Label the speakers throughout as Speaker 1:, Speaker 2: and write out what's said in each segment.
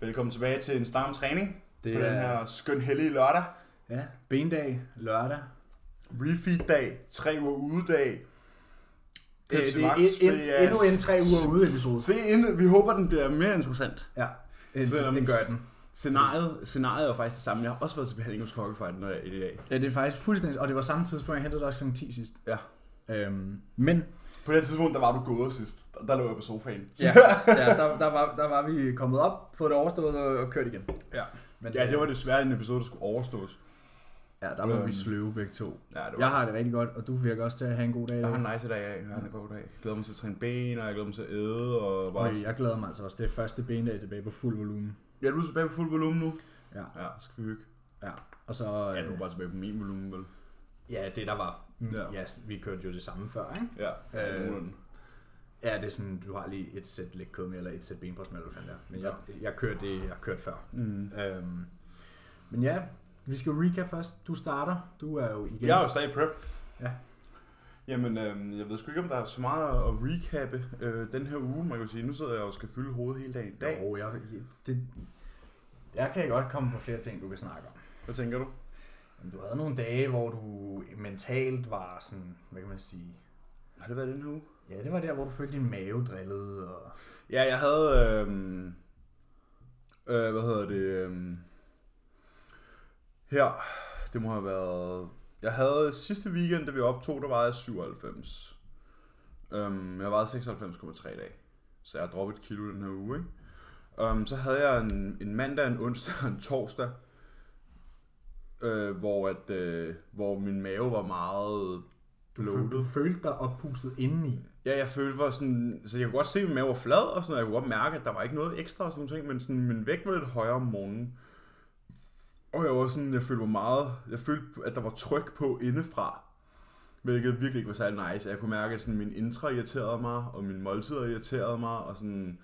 Speaker 1: Velkommen tilbage til en stram træning
Speaker 2: Det
Speaker 1: på den
Speaker 2: er
Speaker 1: her skøn hellige lørdag.
Speaker 2: ja, bendag, lørdag.
Speaker 1: Refeed-dag, tre uger ude-dag.
Speaker 2: Det,
Speaker 1: Pepsi
Speaker 2: Øh, det, det er
Speaker 1: Max,
Speaker 2: en,
Speaker 1: det er-
Speaker 2: endnu en tre uger ude episode.
Speaker 1: Se ind, vi håber, den bliver mere interessant.
Speaker 2: Ja, det,
Speaker 1: Selvom-
Speaker 2: det gør den.
Speaker 1: Scenariet, scenariet er faktisk det samme. Jeg har også været til behandling hos kokkefighten i dag.
Speaker 2: Ja, det er faktisk fuldstændig, og det var samme tidspunkt, jeg hentede dig også kl. 10 sidst.
Speaker 1: Ja.
Speaker 2: Øhm, men
Speaker 1: På det tidspunkt, der var du gået sidst. Der, der lå jeg på sofaen.
Speaker 2: ja, ja der, der, var, der var vi kommet op, fået det overstået og, og kørt igen.
Speaker 1: Ja.
Speaker 2: Men,
Speaker 1: Ja, det var desværre en episode, der skulle overstås.
Speaker 2: ja der var
Speaker 1: Øhm.
Speaker 2: vi sløve begge to.
Speaker 1: Ja, det var
Speaker 2: Jeg har det rigtig godt, og du virker også til at have en god dag. i
Speaker 1: jeg
Speaker 2: dag.
Speaker 1: har en nice dag i dag. Jeg har en god dag. Jeg glæder mig til at træne ben, og jeg glæder mig til at æde. Og bare...
Speaker 2: Okay, jeg glæder mig altså også. Det er første bendag tilbage på fuld volumen.
Speaker 1: Ja, du er tilbage på fuld volumen nu.
Speaker 2: Ja.
Speaker 1: Ja, så skal vi hygge.
Speaker 2: Ja, og så...
Speaker 1: Ja, du er
Speaker 2: øh,
Speaker 1: bare tilbage på min volumen, vel?
Speaker 2: ja det der var.
Speaker 1: Ja.
Speaker 2: Ja. ja, vi kørte jo det samme før, ikke?
Speaker 1: Ja,
Speaker 2: Øh,
Speaker 1: nogenlunde.
Speaker 2: Ja, det er sådan, du har lige et sæt lægkød med, eller et sæt benbrøst med, eller hvad fanden det er. Men jeg, jeg kørte det, jeg kørte før.
Speaker 1: Mm.
Speaker 2: Øhm, men ja, vi skal recap først. Du starter. Du er jo igen.
Speaker 1: Jeg er jo stadig i prep.
Speaker 2: Ja.
Speaker 1: Jamen, øh, jeg ved sgu ikke, om der er så meget at recappe øh, den her uge. Man kan sige, nu sidder jeg og skal fylde hovedet hele dagen i dag.
Speaker 2: Jo, jeg, det, jeg kan godt komme på flere ting, du kan snakke om.
Speaker 1: Hvad tænker du?
Speaker 2: Jamen, Du havde nogle dage, hvor du mentalt var sådan, hvad kan man sige?
Speaker 1: Har det været den her uge?
Speaker 2: Ja, det var der, hvor du følte din mave drillede. Og...
Speaker 1: Ja, jeg havde... Øh, øh, hvad hedder det? Øh, her. Det må have været... Jeg havde sidste weekend, da vi optog, der var jeg 97. Øhm, jeg vejede 96,3 dage. Så jeg har droppet et kilo den her uge, ikke? Øhm, så havde jeg en, en mandag, en onsdag og en torsdag, øh, hvor, at, øh, hvor min mave var meget
Speaker 2: Du, følte, du følte dig oppustet indeni.
Speaker 1: Ja, jeg følte var sådan, så jeg kunne godt se, at min mave var flad, og sådan, og jeg kunne godt mærke, at der var ikke noget ekstra og sådan nogle ting, men sådan, min vægt var lidt højere om morgenen. Og jeg var sådan, jeg følte mig meget, jeg følte, at der var tryk på indefra, hvilket virkelig ikke var særlig nice. Jeg kunne mærke, at sådan, min intra irriterede mig, og mine måltider irriterede mig, og sådan,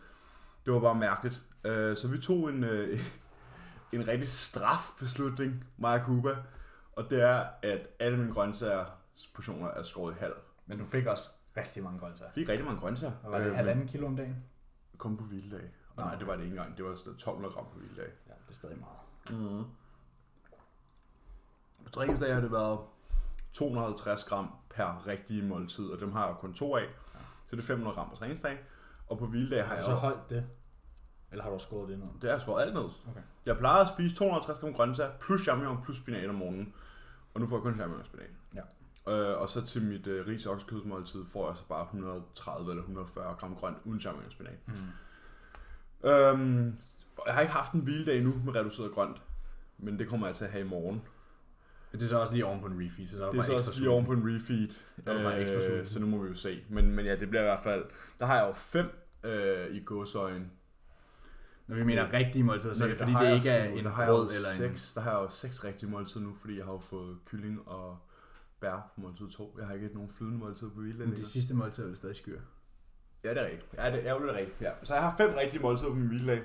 Speaker 1: det var bare mærkeligt. Øh, så vi tog en, øh, en rigtig strafbeslutning, mig og Cuba, og det er, at alle mine grøntsager portioner er skåret i halv.
Speaker 2: Men du fik også rigtig mange grøntsager.
Speaker 1: Jeg fik rigtig mange grøntsager.
Speaker 2: Og var det
Speaker 1: Øh, men-
Speaker 2: halvanden kilo om dagen?
Speaker 1: Kom på hviledag. Og Nej, det var det ikke engang. Det var sådan noget 1200 gram på hviledag.
Speaker 2: Ja, det er stadig meget.
Speaker 1: På træningsdag har det været 250 gram per rigtige måltid, og dem har jeg kun to af. Så det er 500 gram på træningsdag. Og på hviledag har
Speaker 2: Har
Speaker 1: jeg
Speaker 2: du så holdt det? Eller har du også skåret det ned?
Speaker 1: Det er skåret alt ned.
Speaker 2: Okay.
Speaker 1: Jeg plejer at spise 250 gram grøntsager, plus champignon, plus spinat om morgenen. Og nu får jeg kun champignon og spinat.
Speaker 2: Ja.
Speaker 1: Øh, og så til mit øh, ris- og oksekødsmåltid får jeg så bare 130 eller 140 gram grønt uden champignon og spinat.
Speaker 2: Mm.
Speaker 1: Øhm, og jeg har ikke haft en hviledag endnu med reduceret grønt, men det kommer jeg til at have i morgen.
Speaker 2: Men det er så også lige oven på en refeed, så der er
Speaker 1: Det er
Speaker 2: bare
Speaker 1: så
Speaker 2: ekstra
Speaker 1: også lige oven på en refeed, øh,
Speaker 2: Der var bare ekstra sulten.
Speaker 1: så nu må vi jo se. Men, men ja, det bliver i hvert fald... Der har jeg jo fem øh, i gåsøjen.
Speaker 2: Når vi mener rigtige måltider, så er Altså, det fordi, det ikke er en
Speaker 1: Mm. der har jeg jo
Speaker 2: brød eller en...
Speaker 1: seks, Der har jeg jo seks rigtige måltider nu, fordi jeg har jo fået kylling og bær på måltid 2. Jeg har ikke et nogen flydende måltid på hviledag.
Speaker 2: Men
Speaker 1: længere.
Speaker 2: de sidste måltider er jo stadig skyr.
Speaker 1: Ja, det er rigtigt. Ja, det er jo lidt rigtigt. Ja. Så jeg har fem rigtige måltider på min hviledag.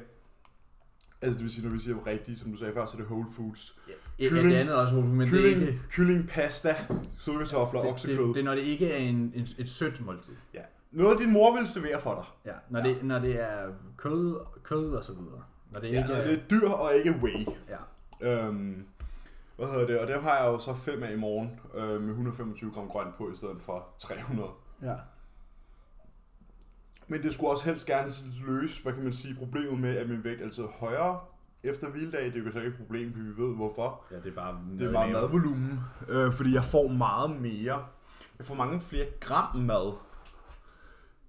Speaker 1: Altså det vil sige, når vi siger rigtige, som du sagde før, så er det Whole Foods.
Speaker 2: Ja,
Speaker 1: Kylling-
Speaker 2: det andet er også hovedet, men det er
Speaker 1: kylling,
Speaker 2: ikke...
Speaker 1: kylling, pasta, sødkartofler,
Speaker 2: Det,
Speaker 1: oksekød.
Speaker 2: det, det, er, når det ikke er en, en, et sødt måltid.
Speaker 1: Ja. Noget din mor vil servere for dig.
Speaker 2: Ja, når, ja. Det, når det er kød, kød og så videre. Når det
Speaker 1: Ja,
Speaker 2: ikke
Speaker 1: og
Speaker 2: er...
Speaker 1: det er dyr og ikke whey.
Speaker 2: Ja.
Speaker 1: Øhm, hvad hedder det? Og dem har jeg jo så fem af i morgen øh, med 125 gram grønt på i stedet for 300.
Speaker 2: ja.
Speaker 1: Men det skulle også helst gerne løse, hvad kan man sige, problemet med, at min vægt altid er højere efter hviledag. Det er jo så ikke et problem, fordi vi ved hvorfor.
Speaker 2: Ja, det er bare...
Speaker 1: Det er
Speaker 2: mad i
Speaker 1: bare
Speaker 2: maven.
Speaker 1: madvolumen, øh, fordi jeg får meget mere. Jeg får mange flere gram mad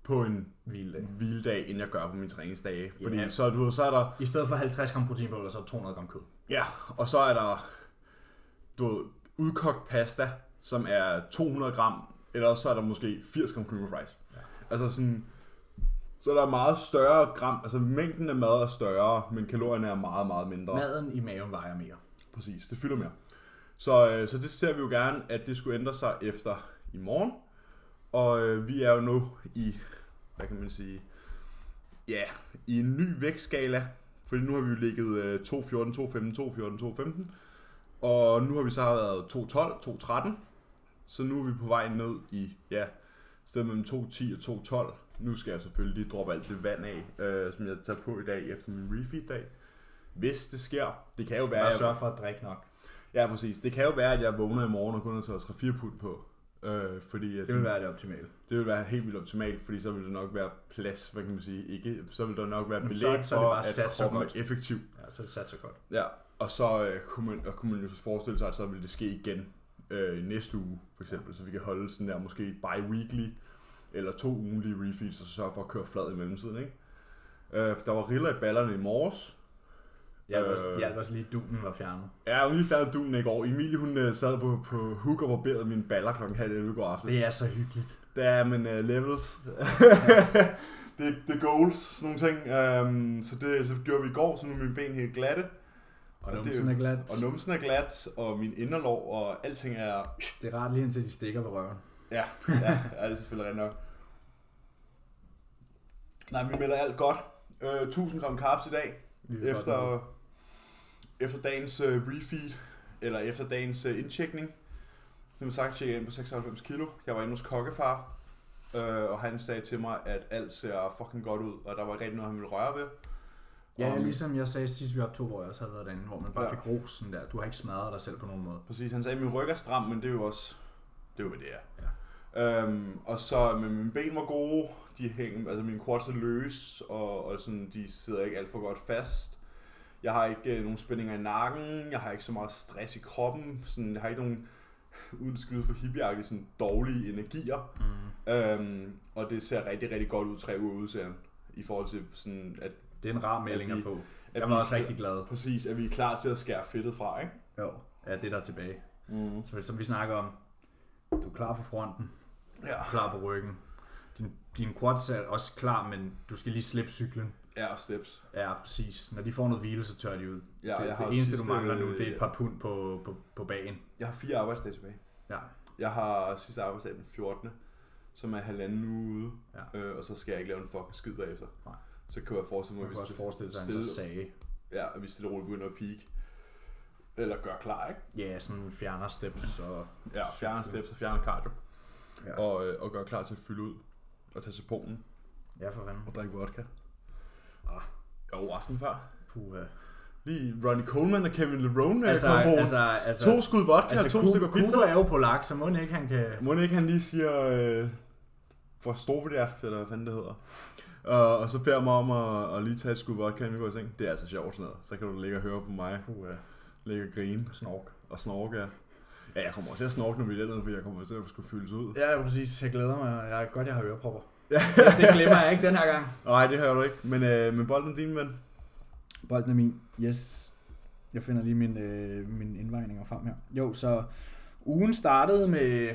Speaker 1: på en
Speaker 2: Hviledag.
Speaker 1: hviledag, end jeg gør på mine træningsdage. Fordi
Speaker 2: Ja.
Speaker 1: så, du ved, så er der
Speaker 2: I stedet for 50 gram proteinpulver, så 200 gram kød.
Speaker 1: Ja, og så er der du ved, udkogt pasta, som er 200 gram, eller også så er der måske 80 gram cream of rice. Ja. Altså sådan, så er der meget større gram, altså mængden af mad er større, men kalorierne er meget, meget mindre.
Speaker 2: Maden i maven vejer mere.
Speaker 1: Præcis, det fylder mere. Så, øh, så det ser vi jo gerne, at det skulle ændre sig efter i morgen. Og øh, vi er jo nu i, hvad kan man sige, ja, i en ny vægtskala. Fordi nu har vi jo ligget øh, 2.14, 2.15, 2.14, 2.15. Og nu har vi så været 2.12, 2.13. Så nu er vi på vej ned i, ja, stedet mellem 2.10 og 2.12. Nu skal jeg selvfølgelig lige droppe alt det vand af, øh, som jeg tager på i dag efter min refeed-dag. hvis det sker, det kan jo være,
Speaker 2: Bare
Speaker 1: at jeg,
Speaker 2: sørge for at drikke nok.
Speaker 1: ja, præcis. Det kan jo være, at jeg vågner i morgen og kun har taget 3-4 pund på. Øh, fordi at,
Speaker 2: Det vil være det optimale.
Speaker 1: det vil være helt vildt optimalt, fordi så vil der nok være plads, hvad kan man sige, ikke, så vil der nok være
Speaker 2: Men
Speaker 1: belæg
Speaker 2: så- så er det
Speaker 1: for,
Speaker 2: bare
Speaker 1: at
Speaker 2: sat så
Speaker 1: kroppen er
Speaker 2: godt.
Speaker 1: effektiv.
Speaker 2: Ja, så er det sat så godt.
Speaker 1: Ja, og så øh, kunne, man, og kunne man jo forestille sig, at så ville det ske igen øh, i næste uge, for eksempel. Så vi kan holde sådan der måske bi-weekly, eller to ugenlige refeeds, og så sørge for at køre flad i mellemtiden, ikke? Øh, for der var riller i ballerne i morges.
Speaker 2: Jeg hjalp også,
Speaker 1: Øh.
Speaker 2: de hjalp også lige, at dunen var fjernet.
Speaker 1: Ja, hun lige færdig duen i går. Emilie, hun øh, sad på, på hook og barberede mine baller klokken halv 11 i går aften.
Speaker 2: Det er så hyggeligt.
Speaker 1: Der er men uh, levels. det, det er goals, sådan nogle ting. Um, så det så gjorde vi i går, så nu er mine ben helt glatte.
Speaker 2: Og, og
Speaker 1: det-
Speaker 2: numsen er glat.
Speaker 1: Og numsen er glat, og min inderlov, og alting er
Speaker 2: Det er rart lige indtil de stikker på røven.
Speaker 1: Ja, ja, ja, det er selvfølgelig rigtigt nok. Nej, vi melder alt godt. Øh, 1000 gram carbs i dag,
Speaker 2: Vi vil godt
Speaker 1: efter, efter dagens øh, refeed, eller efter dagens øh, indtjekning. Som sagt, tjekkede jeg ind på 96 kilo. Jeg var inde hos kokkefar, øh, og han sagde til mig, at alt ser fucking godt ud, og der var ikke rigtig noget, han ville røre ved.
Speaker 2: Ja,
Speaker 1: Om-
Speaker 2: ligesom jeg sagde sidst, vi optog, hvor jeg også havde været derinde, hvor man bare
Speaker 1: Ja.
Speaker 2: ja. fik rosen der. Du har ikke smadret dig selv på nogen måde.
Speaker 1: Præcis, han sagde, at min ryg er stram, men det er jo også, det er jo, hvad det er. Ja. Øhm, og så, men mine ben var gode, de hæng, altså mine quads er løs, og, og sådan, de sidder ikke alt for godt fast. Jeg har ikke øh, nogen spændinger i nakken, jeg har ikke så meget stress i kroppen, sådan, jeg har ikke nogen, uden skyde for hippieagtige, sådan dårlige energier.
Speaker 2: Mm.
Speaker 1: Øhm, og det ser rigtig, rigtig godt ud tre uger udseende, i forhold til sådan, at,
Speaker 2: Det er en rar melding
Speaker 1: vi-
Speaker 2: at få.
Speaker 1: at
Speaker 2: Jeg
Speaker 1: vi
Speaker 2: var
Speaker 1: er
Speaker 2: også
Speaker 1: klar-
Speaker 2: rigtig glad.
Speaker 1: præcis, at vi er klar til at skære fedtet fra, ikke?
Speaker 2: Jo, ja, det er der er tilbage.
Speaker 1: Mm.
Speaker 2: Så, som vi snakker om, du er klar for fronten,
Speaker 1: Ja.
Speaker 2: du er klar på ryggen. Din, din quads er også klar, men du skal lige slippe cyklen.
Speaker 1: Ja, og steps.
Speaker 2: Ja, præcis. Når de får noget hvile, så tør de ud.
Speaker 1: Ja,
Speaker 2: det,
Speaker 1: jeg har
Speaker 2: det eneste,
Speaker 1: sidste- øh,
Speaker 2: du mangler nu, det er et par pund på, på, på bagen.
Speaker 1: Jeg har fire arbejdsdage tilbage.
Speaker 2: Ja.
Speaker 1: Jeg har sidste arbejdsdag den 14. Som er halvanden uge ude.
Speaker 2: Ja.
Speaker 1: Øh, og så skal jeg ikke lave en fucking skid bagefter.
Speaker 2: Nej.
Speaker 1: Så kan jeg forestille mig,
Speaker 2: Man
Speaker 1: hvis
Speaker 2: kan også
Speaker 1: det-
Speaker 2: forestille sig, at han
Speaker 1: stille-
Speaker 2: så sagde,
Speaker 1: ja, at vi stille og roligt begynder at peak. Eller gør klar, ikke?
Speaker 2: ja, sådan fjerner steps og...
Speaker 1: Ja, fjerner steps og fjerner cardio.
Speaker 2: Ja.
Speaker 1: Og, øh, og gør klar til at fylde ud. Og tage seponen
Speaker 2: Ja, for fanden.
Speaker 1: og drikke vodka.
Speaker 2: Ah.
Speaker 1: Jo, aften før.
Speaker 2: Puha.
Speaker 1: Lige Ronnie Coleman og Kevin Lerone altså,
Speaker 2: Altså,
Speaker 1: komboen. Altså,
Speaker 2: altså, altså,
Speaker 1: to skud vodka altså, og to
Speaker 2: Ku-
Speaker 1: stykker
Speaker 2: Kubo
Speaker 1: pizza.
Speaker 2: er jo polak, så må den ikke, han kan...
Speaker 1: Må ikke han lige siger, øh, hvor stor det er, eller hvad fanden det hedder. Og, og så beder mig om at, at lige tage et skud vodka, inden vi går i seng. Det er altså sjovt sådan noget. Så kan du ligge og høre på mig,
Speaker 2: Puha.
Speaker 1: ligge og grine
Speaker 2: Snork.
Speaker 1: og snorke. Ja, ja jeg kommer også til at snorke, når vi er dernede, for jeg kommer til at skulle fyldes ud.
Speaker 2: Ja, ja, præcis. Jeg glæder mig. Jeg er godt, jeg har ørepropper. det, det glemmer jeg ikke den her gang.
Speaker 1: Nej, det hører du ikke. Men, øh, men bolden er din, ven.
Speaker 2: Bolden er min. Yes. Jeg finder lige min, øh, mine indvejninger frem her. Jo, så ugen startede med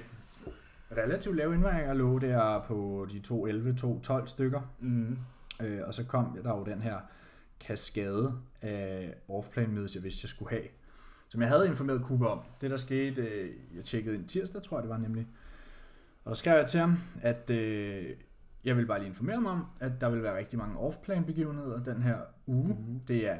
Speaker 2: relativt lave indvejninger. Lå der på de 2-11, 2-12 stykker.
Speaker 1: Mm.
Speaker 2: Øh, og så kom der jo den her kaskade af off-plan mødes, jeg vidste, jeg skulle have. Som jeg havde informeret Cooper om. Det, der skete, øh, jeg tjekkede ind tirsdag, tror jeg det var nemlig. Og der skrev jeg til ham, at øh, jeg ville bare lige informere ham om, at der vil være rigtig mange off-plan begivenheder den her uge.
Speaker 1: Mhm.
Speaker 2: Det er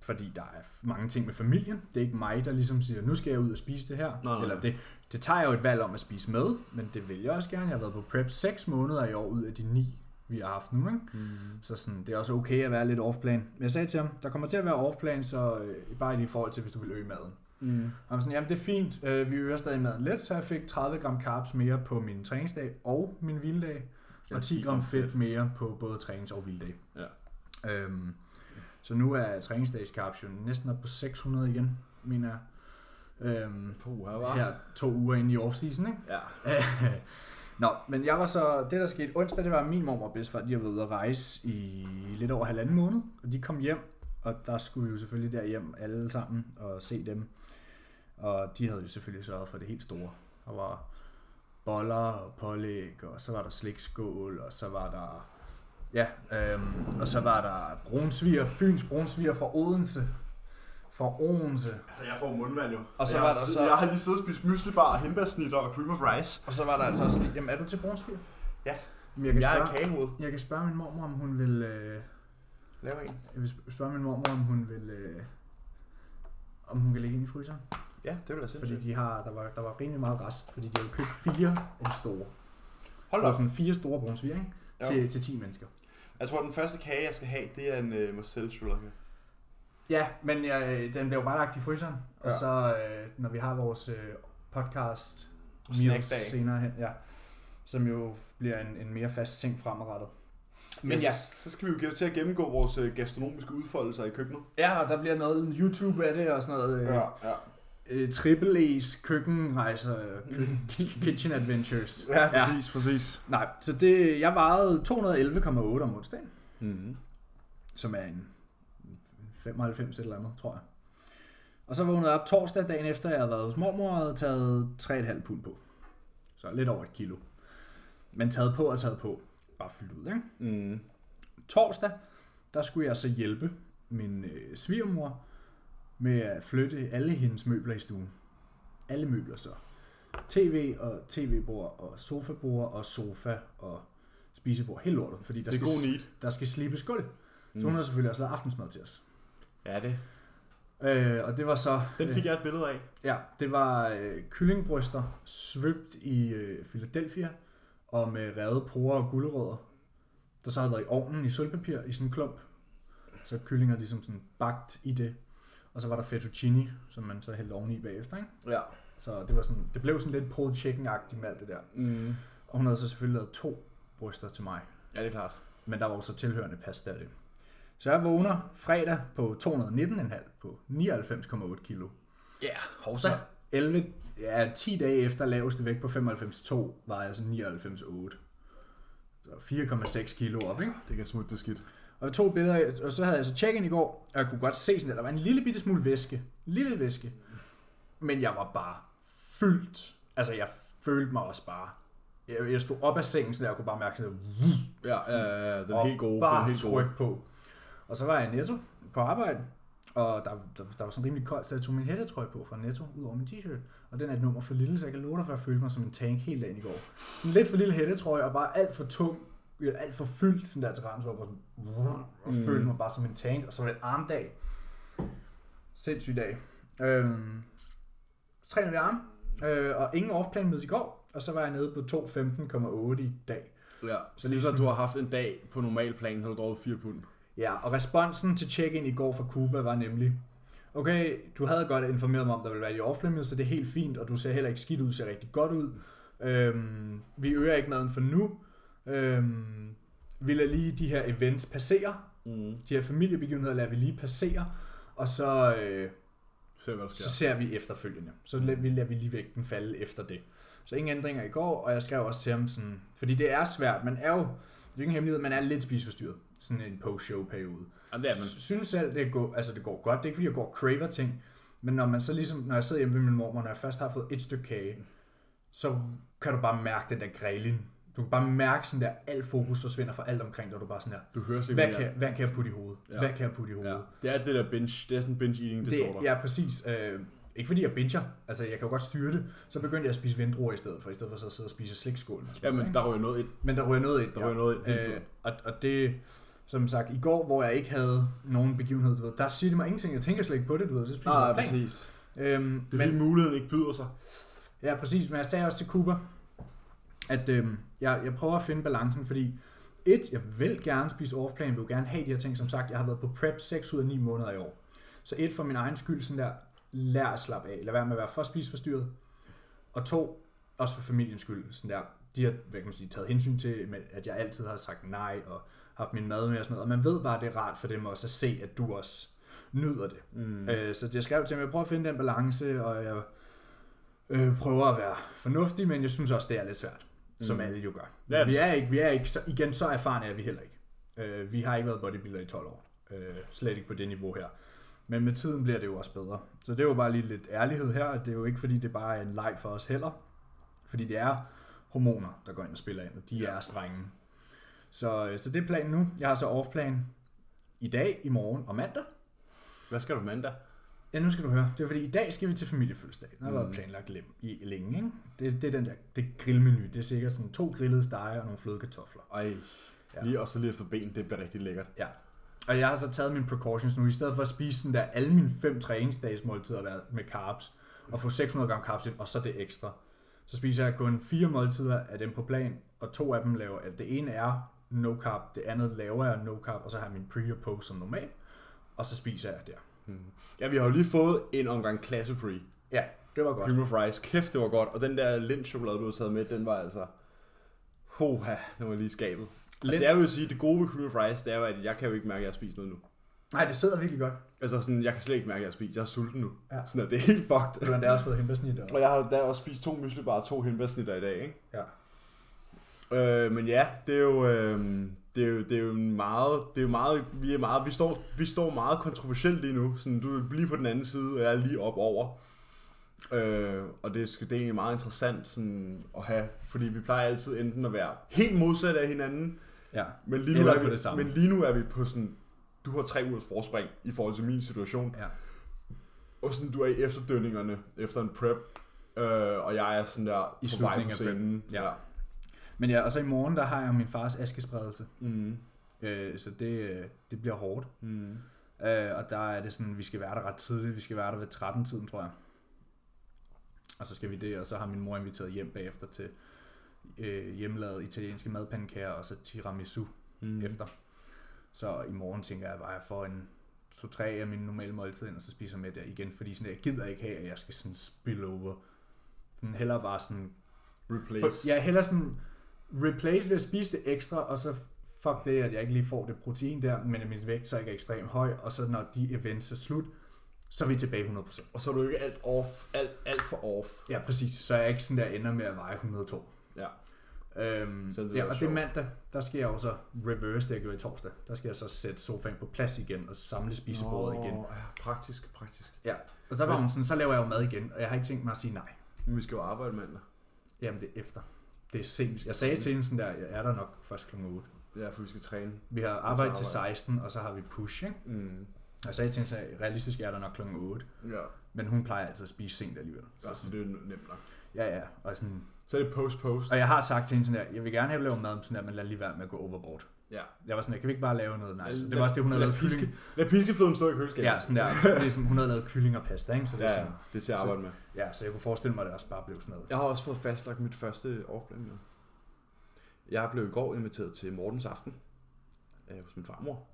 Speaker 2: fordi der er mange ting med familien. Det er ikke mig, der ligesom siger, nu skal jeg ud og spise det her.
Speaker 1: nej.
Speaker 2: Eller det, det tager jeg jo et valg om at spise med, men det vil jeg også gerne. Jeg har været på prep 6 måneder i år ud af de 9, vi har haft nu. Ikke?
Speaker 1: Mm.
Speaker 2: Så sådan, det er også okay at være lidt off-plan. Men jeg sagde til ham, der kommer til at være off-plan, så øh, bare i forhold til, hvis du vil øge maden.
Speaker 1: Mm.
Speaker 2: Og han var sådan, jamen det er fint, øh, vi øger stadig maden lidt, så jeg fik 30 gram carbs mere på min træningsdag og min hviledag,
Speaker 1: Ja,
Speaker 2: og 10 gram fedt mere på både trænings- og hviledag.
Speaker 1: Ja.
Speaker 2: Øhm, så nu er træningsdags carbs jo næsten op på 600 igen, mener jeg. Øhm,
Speaker 1: Puh, her var.
Speaker 2: her to uger inde i off-season, ikke?
Speaker 1: Ja.
Speaker 2: Nå, men jeg var så, det der skete onsdag, det var at min mor og bedstefar, de har været ude at rejse i lidt over halvanden måned, og de kom hjem, og der skulle vi jo selvfølgelig derhjem alle sammen og se dem. Og de havde jo selvfølgelig sørget for det helt store. Der var boller og pålæg, og så var der slikskål, og så var der... Ja, øhm, og så var der brunsviger, Fyns brunsviger fra Odense. Fra Odense.
Speaker 1: Altså, jeg får mundvand jo.
Speaker 2: Og så
Speaker 1: jeg,
Speaker 2: var
Speaker 1: har
Speaker 2: der
Speaker 1: sid-
Speaker 2: så-
Speaker 1: jeg har lige siddet og spist myslibar, hindbærsnitter og cream of rice.
Speaker 2: Og så var der altså også lige... Jamen, er du til brunsviger?
Speaker 1: Ja.
Speaker 2: Jamen, jeg kan,
Speaker 1: Jeg er
Speaker 2: spørge,
Speaker 1: kagehoved.
Speaker 2: jeg kan spørge min mormor, om hun vil... Øh,
Speaker 1: Lav en.
Speaker 2: Jeg vil sp- spørge min mormor, om hun vil... Øh, om hun kan ligge ind i fryseren.
Speaker 1: Ja, det vil jeg
Speaker 2: Fordi
Speaker 1: sindssygt.
Speaker 2: de har, der, var, der var rimelig meget rest, fordi de havde købt fire af de store.
Speaker 1: Hold
Speaker 2: Der
Speaker 1: da
Speaker 2: var
Speaker 1: op.
Speaker 2: sådan fire store brunsviger, ikke?
Speaker 1: Jo.
Speaker 2: Til, til 10 mennesker.
Speaker 1: Jeg tror, den første kage, jeg skal have, det er en øh, Marcel Schullerke.
Speaker 2: Ja, men jeg, den blev bare lagt i fryseren. Ja. Og
Speaker 1: Ja.
Speaker 2: så, øh, når vi har vores øh, podcast meals
Speaker 3: Snackdag.
Speaker 2: senere hen, ja, som jo bliver en, en mere fast ting fremadrettet. Men
Speaker 1: Men ja.
Speaker 2: ja.
Speaker 1: Så, så skal vi jo til at gennemgå vores øh, gastronomiske udfoldelser i køkkenet.
Speaker 2: Ja, og der bliver noget YouTube af det og sådan noget. Øh, ja.
Speaker 1: ja.
Speaker 2: øh, triple E's køkkenrejser, øh, kø- kitchen adventures.
Speaker 1: Ja, præcis, ja. præcis.
Speaker 2: Nej, så det, jeg vejede 211,8 om onsdagen,
Speaker 1: Mm-hmm.
Speaker 2: som er en 95 eller andet, tror jeg. Og så vågnede jeg op torsdag dagen efter, jeg havde været hos mormor og havde taget 3,5 pund på. Så lidt over et kilo. Men taget på og taget på. Bare fyldt ud, ikke?
Speaker 1: Mm.
Speaker 2: Torsdag, der skulle jeg så hjælpe min øh, svigermor med at flytte alle hendes møbler i stuen. Alle møbler så. TV og tv-bord og sofabord og sofa og spisebord. Helt lortet, fordi der,
Speaker 1: Det er
Speaker 2: skal,
Speaker 1: god need.
Speaker 2: der skal slippes gulv. Mm. Så hun har selvfølgelig også lavet aftensmad til os.
Speaker 1: Ja, det.
Speaker 2: Øh, og det var så...
Speaker 1: Den fik jeg et billede af.
Speaker 2: Ja, det var øh, kyllingbryster svøbt i øh, Philadelphia og med revet porer og gulerødder, der så havde været i ovnen i sølvpapir i sådan en klump. Så kyllinger ligesom sådan bagt i det. Og så var der fettuccine, som man så hældte oveni bagefter, ikke?
Speaker 1: Ja.
Speaker 2: Så det, var sådan, det blev sådan lidt pulled chicken-agtigt med alt det der.
Speaker 1: Mm.
Speaker 2: Og hun havde så selvfølgelig lavet to bryster til mig.
Speaker 1: Ja, det er klart.
Speaker 2: Men der var også tilhørende pasta af det. Så jeg vågner fredag på 219,5 på 99,8 kilo.
Speaker 1: Ja, yeah.
Speaker 2: Så 11, ja, 10 dage efter laveste vægt på 95,2 var jeg så 99,8. Så 4,6 kilo op, ikke?
Speaker 1: Det kan smutte det skidt.
Speaker 2: Og jeg tog billeder, af- og så havde jeg så check-in i går, og jeg kunne godt se sådan, at der var en lille bitte smule væske. En lille væske. Men jeg var bare fyldt. Altså, jeg følte mig også bare... Jeg, jeg stod op af sengen, så jeg kunne bare mærke sådan,
Speaker 1: Ja, øh, den er
Speaker 2: og
Speaker 1: helt gode. Den er
Speaker 2: bare
Speaker 1: helt gode.
Speaker 2: tryk på. Og så var jeg i Netto på arbejde, og der, der, der var sådan rimelig koldt, så jeg tog min hættetrøje på fra Netto ud over min t-shirt. Og den er et nummer for lille, så jeg kan love dig, for at jeg følte mig som en tank hele dagen i går. En lidt for lille hættetrøje, og bare alt for tung, øh, alt for fyldt sådan der til rens op, og, sådan, og
Speaker 1: Mm.
Speaker 2: følte mig bare som en tank, og så var det armdag. Sindssyg dag. Øhm, så trænede vi arme, øh, og ingen off-plan mødes i går, og så var jeg nede på 2.15,8 i dag.
Speaker 1: Ja. Så lige så
Speaker 2: ligesom-
Speaker 1: du har haft en dag på normal plan, har du drukket 4 pund.
Speaker 2: Ja, og responsen til check-in i går fra Cuba var nemlig, okay, du havde godt informeret mig om, der ville være i off så det er helt fint, og du ser heller ikke skidt ud, ser rigtig godt ud. Øhm, vi øger ikke maden for nu. Øhm, vi lader lige de her events passere.
Speaker 1: Mm.
Speaker 2: De her familiebegivenheder lader vi lige passere. Og så, øh,
Speaker 1: Se hvad der sker.
Speaker 2: så ser vi efterfølgende. Så lader vi, lader vi lige vægten falde efter det. Så ingen ændringer i går, og jeg skrev også til ham sådan, fordi det er svært, man er jo, det er jo ingen hemmelighed, man er lidt spiseforstyrret, sådan en post-show-periode
Speaker 1: Jamen, det er man.
Speaker 2: ja, men... synes selv, det går, altså det går godt. Det er ikke, fordi jeg går og craver ting. Men når man så ligesom, når jeg sidder hjemme ved min mormor, når jeg først har fået et stykke kage, så kan du bare mærke den der grælin. Du kan bare mærke sådan der, alt fokus forsvinder fra alt omkring dig. Du er bare sådan der,
Speaker 1: Du hører sikkert,
Speaker 2: hvad kan, hvad kan jeg putte i hovedet?
Speaker 1: Ja.
Speaker 2: Hvad kan jeg putte i
Speaker 1: ja.
Speaker 2: hovedet?
Speaker 1: Det er det der binge, det er sådan binge eating
Speaker 2: det,
Speaker 1: disorder.
Speaker 2: ja, præcis. Øh, ikke fordi jeg binger, altså jeg kan jo godt styre det. Så begyndte jeg at spise vindruer i stedet for, i stedet for så at sidde og spise slikskålen. og sådan noget,
Speaker 1: Jamen,
Speaker 2: ikke?
Speaker 1: der røg noget ind.
Speaker 2: Men der ryger noget ind.
Speaker 1: Der
Speaker 2: ja.
Speaker 1: ryger noget ind hele
Speaker 2: Øh,
Speaker 1: tiden.
Speaker 2: og, og det, som sagt, i går, hvor jeg ikke havde nogen begivenhed, du ved, der siger det mig ingenting. Jeg tænker slet ikke på det, du ved. Så spiser jeg bare plan.
Speaker 1: Ah, præcis.
Speaker 2: øhm,
Speaker 1: Det er
Speaker 2: men,
Speaker 1: fordi muligheden ikke byder sig.
Speaker 2: ja, præcis. Men jeg sagde også til Cooper, at øhm, jeg, jeg prøver at finde balancen, fordi et, jeg vil gerne spise off-plan, jeg vil jo gerne have de her ting. Som sagt, jeg har været på prep 6 ud af 9 måneder i år. Så et, for min egen skyld, sådan der, lær at slappe af. Lad være med at være for spiseforstyrret. Og to, også for familiens skyld, sådan der, de har hvad kan man sige, taget hensyn til, med, at jeg altid har sagt nej og haft min mad med og sådan noget. Og man ved bare, at det er rart for dem også at se, at du også nyder det. Mm. Øh, så jeg skrev til dem, jeg prøver at finde den balance, og jeg øh, prøver at være fornuftig, men jeg synes også, det er lidt svært, mm. som alle jo gør.
Speaker 1: Ja,
Speaker 2: Ja, vi
Speaker 1: det-
Speaker 2: er ikke, vi er ikke så, igen, så erfarne er vi heller ikke. Øh, vi har ikke været bodybuilder i 12 år. Øh, slet ikke på det niveau her. Men med tiden bliver det jo også bedre. Så det er jo bare lige lidt ærlighed her, at det er jo ikke fordi, det bare er en leg for os heller. Fordi det er hormoner, der går ind og spiller ind, og de er strenge. Så, øh, så det er planen nu. Jeg har så off-plan i dag, i morgen og mandag.
Speaker 1: Hvad skal du mandag?
Speaker 2: Ja, nu skal du høre. Det er fordi, i dag skal vi til familiefødselsdag. Den har været planlagt lem- i længe, ikke? Det, det er den der det grillmenu. Det er sikkert sådan to grillede steger og nogle fløde kartofler.
Speaker 1: Ej, lige og så lige efter ben, det bliver rigtig lækkert.
Speaker 2: Ja. Og jeg har så taget mine precautions nu. I stedet for at spise sådan der alle mine fem træningsdages måltider være- med carbs, og få 600 gram carbs ind, og så det ekstra, så spiser jeg kun fire måltider af dem på plan, og to af dem laver, at det ene er no carb, det andet laver jeg no carb, og så har jeg min pre og post som normalt, og så spiser jeg der.
Speaker 1: Ja, vi har jo lige fået en omgang klasse pre.
Speaker 2: Ja, det var godt.
Speaker 1: Cream of rice. Kæft, det var godt. Og den der lindchokolade, du havde taget med, den var altså... Hoha, den var lige skabet.
Speaker 2: Lind-
Speaker 1: Altså, jeg vil sige, det gode ved cream of rice, det er jo, at jeg kan jo ikke mærke, at jeg har spist noget nu.
Speaker 2: Nej, det sidder virkelig godt.
Speaker 1: Altså, sådan, jeg kan slet ikke mærke, at jeg har spist. Jeg er sulten nu.
Speaker 2: Ja.
Speaker 1: Ja. Sådan, at det er helt fucked.
Speaker 2: Du har endda også fået hembærsnit. Og...
Speaker 1: Og jeg har der også spist to myslibar og to hindbærsnitter i dag, ikke?
Speaker 2: Ja.
Speaker 1: Øh, men ja, det er jo... Øh, det er jo, det er jo en meget, det er jo meget, vi er meget, vi står, vi står meget kontroversielt lige nu. Sådan, du er lige på den anden side, og jeg er lige op over. Øh, og det, skal, det er egentlig meget interessant sådan, at have, fordi vi plejer altid enten at være helt modsatte af hinanden,
Speaker 2: ja.
Speaker 1: men lige, nu
Speaker 2: Eller
Speaker 1: er
Speaker 2: på
Speaker 1: vi,
Speaker 2: det samme.
Speaker 1: men lige nu er vi på sådan, du har tre ugers forspring i forhold til min situation.
Speaker 2: ja.
Speaker 1: Og sådan, du er i efterdønningerne efter en prep, øh, og jeg er sådan der
Speaker 2: I
Speaker 1: på
Speaker 2: slutningen
Speaker 1: vej på
Speaker 2: af prep,
Speaker 1: scenen.
Speaker 2: ja. Men ja, og så i morgen, der har jeg min fars askespredelse.
Speaker 1: Mm.
Speaker 2: Øh, så det, øh, det bliver hårdt.
Speaker 1: Mm.
Speaker 2: Øh, og der er det sådan, vi skal være der ret tidligt. Vi skal være der ved 13-tiden, tror jeg. Og så skal vi det, og så har min mor inviteret hjem bagefter til øh, hjemmelavede italienske madpandekager og så tiramisu mm. efter. Så i morgen tænker jeg bare, at jeg får en to tre af mine normale måltider ind, og så spiser jeg med der igen, fordi sådan, jeg gider ikke have, at jeg skal sådan spill over. Sådan hellere bare sådan...
Speaker 1: Replace.
Speaker 2: For, ja, hellere sådan replace ved at spise det ekstra, og så fuck det, at jeg ikke lige får det protein der, men at min vægt så ikke er ekstremt høj, og så når de events er slut, så er vi tilbage 100%.
Speaker 1: Og så er du ikke alt off, alt, alt for off.
Speaker 2: Ja, præcis. Så er jeg ikke sådan der ender med at veje 102.
Speaker 1: Ja.
Speaker 2: Øhm,
Speaker 1: Så det
Speaker 2: ja,
Speaker 1: var
Speaker 2: og det er
Speaker 1: sjovt.
Speaker 2: mandag, der skal jeg jo så reverse det, jeg gjorde i torsdag. Der skal jeg så sætte sofaen på plads igen og samle spisebordet
Speaker 1: Åh,
Speaker 2: igen.
Speaker 1: Ja, praktisk, praktisk.
Speaker 2: Ja, og så var hun sådan, så laver jeg jo mad igen, og jeg har ikke tænkt mig at sige nej.
Speaker 1: Men vi skal jo arbejde mandag.
Speaker 2: Jamen det er efter. Det er sent. Jeg sagde til hende sådan der, jeg er der nok først kl. 8.
Speaker 1: Ja, for vi skal træne.
Speaker 2: Vi har arbejdet til 16, og så har vi push, ikke?
Speaker 1: Mm.
Speaker 2: Og jeg sagde til hende, så realistisk jeg er der nok kl. 8.
Speaker 1: Ja.
Speaker 2: Men hun plejer altid at spise sent alligevel.
Speaker 1: ja, så det er jo nemt nok.
Speaker 2: Ja, ja. Og, sådan,
Speaker 1: Så er det post-post.
Speaker 2: og jeg har sagt til hende sådan der, jeg vil gerne have lavet mad, men sådan der, men lad lige være med at gå overboard.
Speaker 1: Ja.
Speaker 2: Jeg var sådan der, kan vi ikke bare lave noget nice?
Speaker 1: Lad-
Speaker 2: det var også det, hun havde
Speaker 1: lad
Speaker 2: lavet kylling.
Speaker 1: piske- Lad piskefløden stå i køleskabet.
Speaker 2: Ja, sådan der. Det er sådan, hun havde lavet kylling og pasta, ikke? Så det
Speaker 1: ja,
Speaker 2: er sådan,
Speaker 1: ja, det skal jeg arbejde med.
Speaker 2: ja, så jeg kunne forestille mig, at det også bare blev sådan noget.
Speaker 1: Jeg har også fået fastlagt mit første overplan nu. Jeg blev i går inviteret til Mortens Aften øh, hos min farmor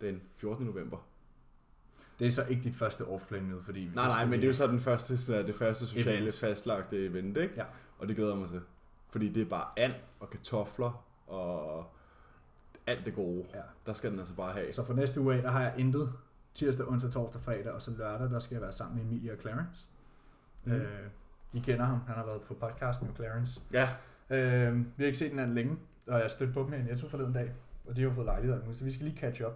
Speaker 1: den 14. november.
Speaker 2: Det er så ikke dit første off-plan nu, fordi...
Speaker 1: Nej, nej, men det er jo så den første, så det første sociale
Speaker 2: Event.
Speaker 1: event. fastlagte event, ikke?
Speaker 2: Ja.
Speaker 1: Og det glæder jeg mig til. Fordi det er bare and og kartofler og alt det gode.
Speaker 2: Ja.
Speaker 1: Der skal den altså bare have.
Speaker 2: Så for næste uge af, der har jeg intet tirsdag, onsdag, torsdag, fredag, og så lørdag, der skal jeg være sammen med Emilie og Clarence. Mm.
Speaker 1: Mm.
Speaker 2: Øh, I kender ham, han har været på podcasten med Clarence.
Speaker 1: Ja.
Speaker 2: Øh, vi har ikke set hinanden længe, og jeg stødte på dem her i Netto forleden dag, og de har jo fået lejligheder nu, så vi skal lige catch up.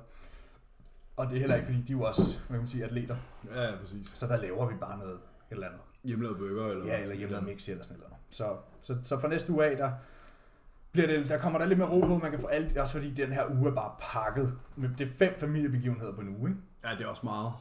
Speaker 2: Og det er heller ikke, fordi de er jo også, hvad kan man sige, atleter,
Speaker 1: Ja, ja, præcis.
Speaker 2: så der laver vi bare noget et eller andet.
Speaker 1: Hjemmelavet burger eller...
Speaker 2: Ja, eller hjemme mix eller sådan noget. Så, så, så for næste uge af, der, bliver det, der kommer der lidt mere ro på, man kan få alt, også fordi den her uge er bare pakket. Med, det er fem familiebegivenheder på en uge, ikke?
Speaker 1: Ja, det er også meget.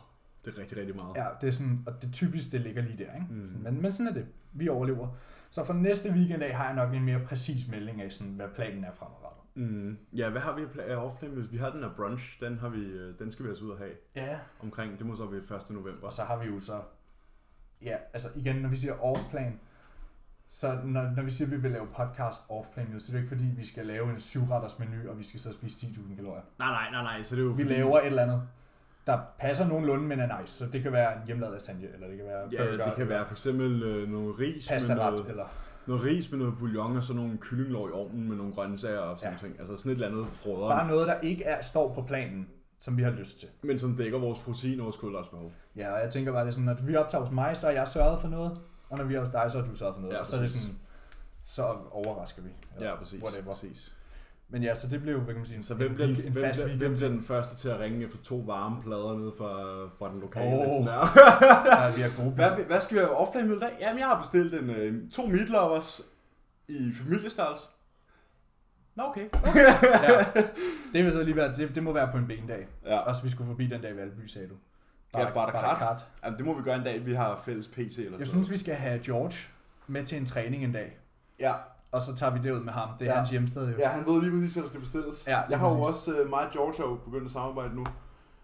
Speaker 1: Det er rigtig, rigtig meget.
Speaker 2: Ja, det er sådan, og det typiske, det ligger lige der, ikke? Mm.
Speaker 1: Mm.
Speaker 2: Men, men sådan er det. Vi overlever. Så for næste weekend af har jeg nok en mere præcis melding af, sådan, hvad planen er fremadrettet.
Speaker 1: Mm. Ja, hvad har vi af pla- af offplan? Hvis vi har den her brunch, den, har vi, øh, den skal vi altså ud og have
Speaker 2: Ja.
Speaker 1: omkring. Det må så være 1. november.
Speaker 2: Og så har vi jo så... Ja, altså igen, når vi siger off-plan, så når, når vi siger, at vi vil lave podcast off-plan, news, så er det jo ikke fordi, vi skal lave en syvretters menu, og vi skal så spise 10.000 kalorier.
Speaker 1: Nej, nej, nej, nej. Så det er jo
Speaker 2: Vi
Speaker 1: fordi-
Speaker 2: laver et eller andet, der passer nogenlunde, men er nice. Så det kan være en hjemmelavet lasagne, eller det kan være
Speaker 1: Ja, det kan være for eksempel øh, noget ris med noget,
Speaker 2: pastaret, eller...
Speaker 1: noget ris med noget bouillon og sådan nogle kyllinglår i ovnen med nogle grøntsager og sådan
Speaker 2: Ja.
Speaker 1: ja. ting. Altså sådan et eller andet frøder,
Speaker 2: Bare noget, der ikke er, står på planen, som vi har lyst til.
Speaker 1: men som dækker vores protein og vores kulhydratbehov.
Speaker 2: Ja, og jeg tænker bare, det er sådan, at vi optager hos mig, så er jeg sørget for noget, og når vi er hos dig, så er du sørget for noget. Ja,
Speaker 1: Ja,
Speaker 2: og så er det
Speaker 1: præcis.
Speaker 2: sådan, så overrasker vi.
Speaker 1: Ja, ja præcis.
Speaker 2: Whatever.
Speaker 1: præcis.
Speaker 2: Men ja, så det blev jo, hvad kan man sige,
Speaker 1: Så hvem bliver, den,
Speaker 2: en
Speaker 1: hvem,
Speaker 2: fast
Speaker 1: bliver, hvem
Speaker 2: weekend,
Speaker 1: bliver den første til at ringe efter to varme plader nede fra, fra den lokale?
Speaker 2: Åh.
Speaker 1: Oh.
Speaker 2: der vi har gode
Speaker 1: hvad, hvad skal vi have offline med i dag? Jamen, jeg har bestilt en, øh, to meatlovers i familiestals. Nå, okay.
Speaker 2: ja. Det vil så lige være, det, det må være på en bendag.
Speaker 1: Ja.
Speaker 2: Også vi skulle forbi den dag i Valby, sagde du.
Speaker 1: Ja, Barter Kart.
Speaker 2: Kart.
Speaker 1: Jamen, det må vi gøre en dag, vi har fælles PC eller sådan
Speaker 2: Jeg
Speaker 1: noget.
Speaker 2: synes, vi skal have George med til en træning en dag.
Speaker 1: Ja,
Speaker 2: Og så tager vi det ud med ham. Det er ja.
Speaker 1: Ja.
Speaker 2: hans hjemsted jo.
Speaker 1: Ja, han ved lige præcis, hvad der skal bestilles.
Speaker 2: Ja,
Speaker 1: Ja,
Speaker 2: lige
Speaker 1: jeg har jo
Speaker 2: præcis.
Speaker 1: også, øh, mig og George har jo begyndt at samarbejde nu.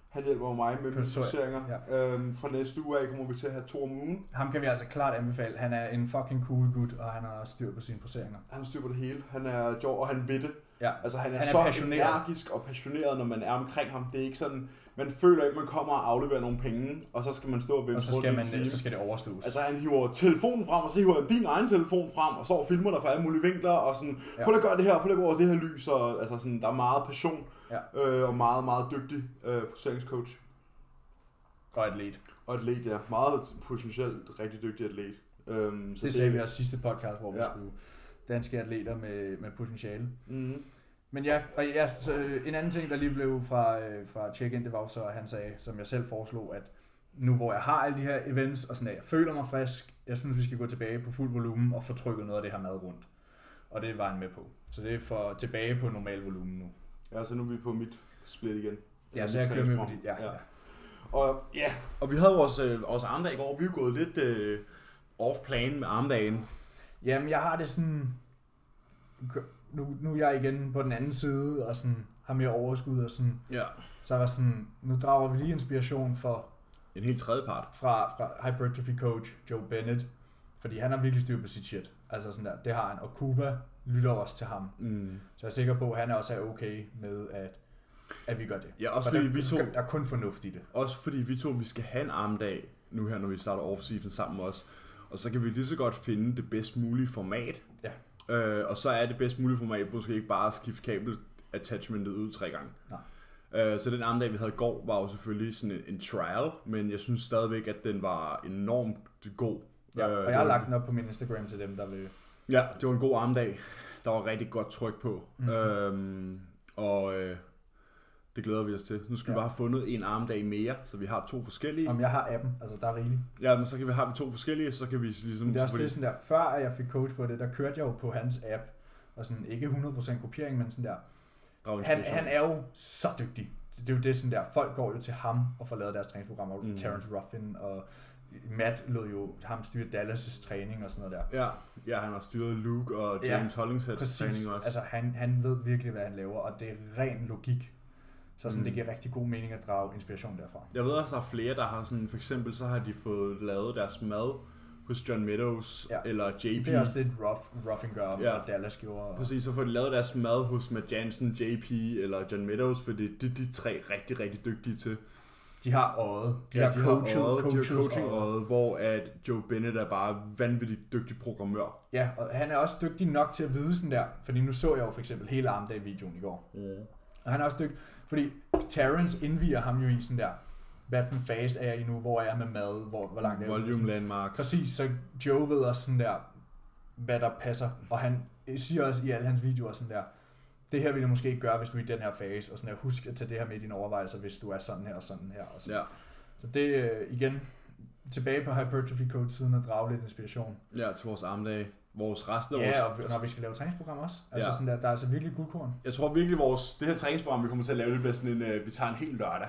Speaker 1: Han hjælper jo mig med mine
Speaker 2: Konsulent,
Speaker 1: sorteringer. Ja. Øhm, fra næste uge af kommer vi til at have to om ugen.
Speaker 2: Ham kan vi altså klart anbefale. Han er en fucking cool gut, og han har styr på sine poseringer.
Speaker 1: Han har styr på det hele. Han er George, og han ved det.
Speaker 2: Ja.
Speaker 1: Altså han er,
Speaker 2: Han
Speaker 1: han
Speaker 2: er
Speaker 1: er så
Speaker 2: passioneret.
Speaker 1: passioneret. energisk og passioneret, når man er omkring ham. Det er ikke sådan, man føler ikke, man kommer og afleverer nogle penge, og så skal man stå og vende
Speaker 2: Og så skal, man,
Speaker 1: time.
Speaker 2: så skal det overstås.
Speaker 1: Altså han hiver telefonen frem, og så hiver han din egen telefon frem, og så og filmer dig fra alle mulige vinkler, og sådan,
Speaker 2: Ja.
Speaker 1: ja. prøv lige at gøre det her, prøv lige at gå over det her lys, og altså sådan, der er meget passion,
Speaker 2: Ja.
Speaker 1: øh, og meget, meget dygtig øh, poseringscoach.
Speaker 2: Og atlet.
Speaker 1: Og atlet, ja. Meget potentielt rigtig dygtig atlet. Øhm,
Speaker 2: Det sagde vi også sidste podcast, hvor vi ja.
Speaker 1: Ja.
Speaker 2: skulle danske atleter med, med potentiale.
Speaker 1: Mm,
Speaker 2: Men ja, og ja så øh, en anden ting, der lige blev fra, øh, fra check-in, det var jo så, at han sagde, som jeg selv foreslog, at nu hvor jeg har alle de her events, og sådan at jeg føler mig frisk, jeg synes, vi skal gå tilbage på fuld volumen og få trykket noget af det her mad rundt. Og det var han med på. Så det er for tilbage på normal volumen nu.
Speaker 1: ja, så nu er vi på mit split igen.
Speaker 2: Ja, så jeg kører med på det. Ja, ja.
Speaker 1: Ja. Og ja, og vi havde vores, øh, vores armdag i går, vi er gået lidt øh, off-plan med armdagen.
Speaker 2: Jamen, jeg har det sådan... Nu, nu er jeg igen på den anden side, og sådan har mere overskud, og sådan...
Speaker 1: Ja.
Speaker 2: Så jeg var sådan, nu drager vi lige inspiration for
Speaker 1: En helt tredje part.
Speaker 2: fra, fra hypertrophy coach Joe Bennett, fordi han har virkelig styr på sit shit. Altså sådan der, det har han. Og Kuba lytter også til ham.
Speaker 1: Mm.
Speaker 2: Så jeg er sikker på, at han også er okay med, at, at vi gør det.
Speaker 1: Ja, også
Speaker 2: For der,
Speaker 1: fordi vi to-
Speaker 2: Der er kun fornuft i det.
Speaker 1: Også fordi vi to, vi skal have en armdag nu her, når vi starter off-season sammen med os. Og så kan vi lige så godt finde det bedst mulige format.
Speaker 2: Ja.
Speaker 1: Øh, og så er det bedst mulige format måske ikke bare at skifte kabel attachmentet ud tre gange. Øh, så den armdag, vi havde i går, var jo selvfølgelig sådan en, en trial, men jeg synes stadigvæk, at den var enormt god.
Speaker 2: Ja,
Speaker 1: Øh,
Speaker 2: og
Speaker 1: det
Speaker 2: jeg har
Speaker 1: var-
Speaker 2: lagt den op på min Instagram til dem, der vil...
Speaker 1: Ja, det var en god armdag. Der var rigtig godt tryk på.
Speaker 2: Mhm.
Speaker 1: Mm-hmm. Øhm, og øh, det glæder vi os til. Nu skal ja.
Speaker 2: Ja.
Speaker 1: vi bare have fundet en armdag mere, så vi har to forskellige.
Speaker 2: Om jeg har appen, altså der er rigeligt.
Speaker 1: Ja, men så kan vi have to forskellige, så kan vi ligesom...
Speaker 2: Men det er også
Speaker 1: fordi-
Speaker 2: det sådan der, før at jeg fik coach på det, der kørte jeg jo på hans app. Og sådan ikke 100% kopiering, men sådan der,
Speaker 1: drage
Speaker 2: han,
Speaker 1: inspiration.
Speaker 2: han er jo så dygtig. Det er jo det sådan der, folk går jo til ham og får lavet deres træningsprogrammer. Mm.
Speaker 1: Mm.
Speaker 2: Terence Ruffin og Matt lod jo ham styre Dallas' træning og sådan noget der.
Speaker 1: Ja, ja, han har styret Luke og
Speaker 2: Ja,
Speaker 1: James ja, Hollingsheads
Speaker 2: Præcis.
Speaker 1: træning også.
Speaker 2: Altså han, han ved virkelig, hvad han laver, og det er ren logik. Så sådan, mm.
Speaker 1: Mm.
Speaker 2: det giver rigtig god mening at drage inspiration derfra.
Speaker 1: Jeg ved også, der er flere, der har sådan... For eksempel så har de fået lavet deres mad hos John Meadows
Speaker 2: Ja.
Speaker 1: ja. eller JP.
Speaker 2: Det er også lidt rough, Ruffin gør,
Speaker 1: Ja.
Speaker 2: og Dallas gjorde. Og,
Speaker 1: Præcis, så får de lavet deres mad hos Matt Jansen, JP eller John Meadows, for det er de, de tre rigtig, rigtig dygtige til.
Speaker 2: de har øjet. De har
Speaker 1: de
Speaker 2: coachet,
Speaker 1: har øjet, de har
Speaker 2: coaches
Speaker 1: coaching
Speaker 2: øjet.
Speaker 1: øjet, hvor at Joe Bennett er bare vanvittigt dygtig programmør.
Speaker 2: Ja, og han er også dygtig nok til at vide sådan der, fordi nu så jeg jo for eksempel hele armdag-videoen i går.
Speaker 1: Mm.
Speaker 2: Og han er også dygtig, fordi Terrence indviger ham jo i sådan der, hvad for en fase er jeg i nu, hvor er jeg med mad, hvor, hvor langt er jeg
Speaker 1: Volume landmarks.
Speaker 2: Præcis, så Joe ved også sådan der, hvad der passer, og han siger også i alle hans videoer sådan der, det her vil du måske ikke gøre, hvis du er i den her fase, og sådan der, husk at tage det her med i dine overvejelser, hvis du er sådan her og sådan her. Og sådan.
Speaker 1: Ja.
Speaker 2: Så det øh, igen, tilbage på Hypertrophy Coach siden og drage lidt inspiration.
Speaker 1: ja, til vores armdag. Vores resten af
Speaker 2: Ja,
Speaker 1: vores...
Speaker 2: og når vi skal lave træningsprogram også. Altså ja.
Speaker 1: Ja.
Speaker 2: sådan der, der er altså virkelig guldkorn.
Speaker 1: Jeg tror virkelig, vores, det her træningsprogram, vi kommer til at lave, det bliver sådan en, øh, vi tager en hel lørdag,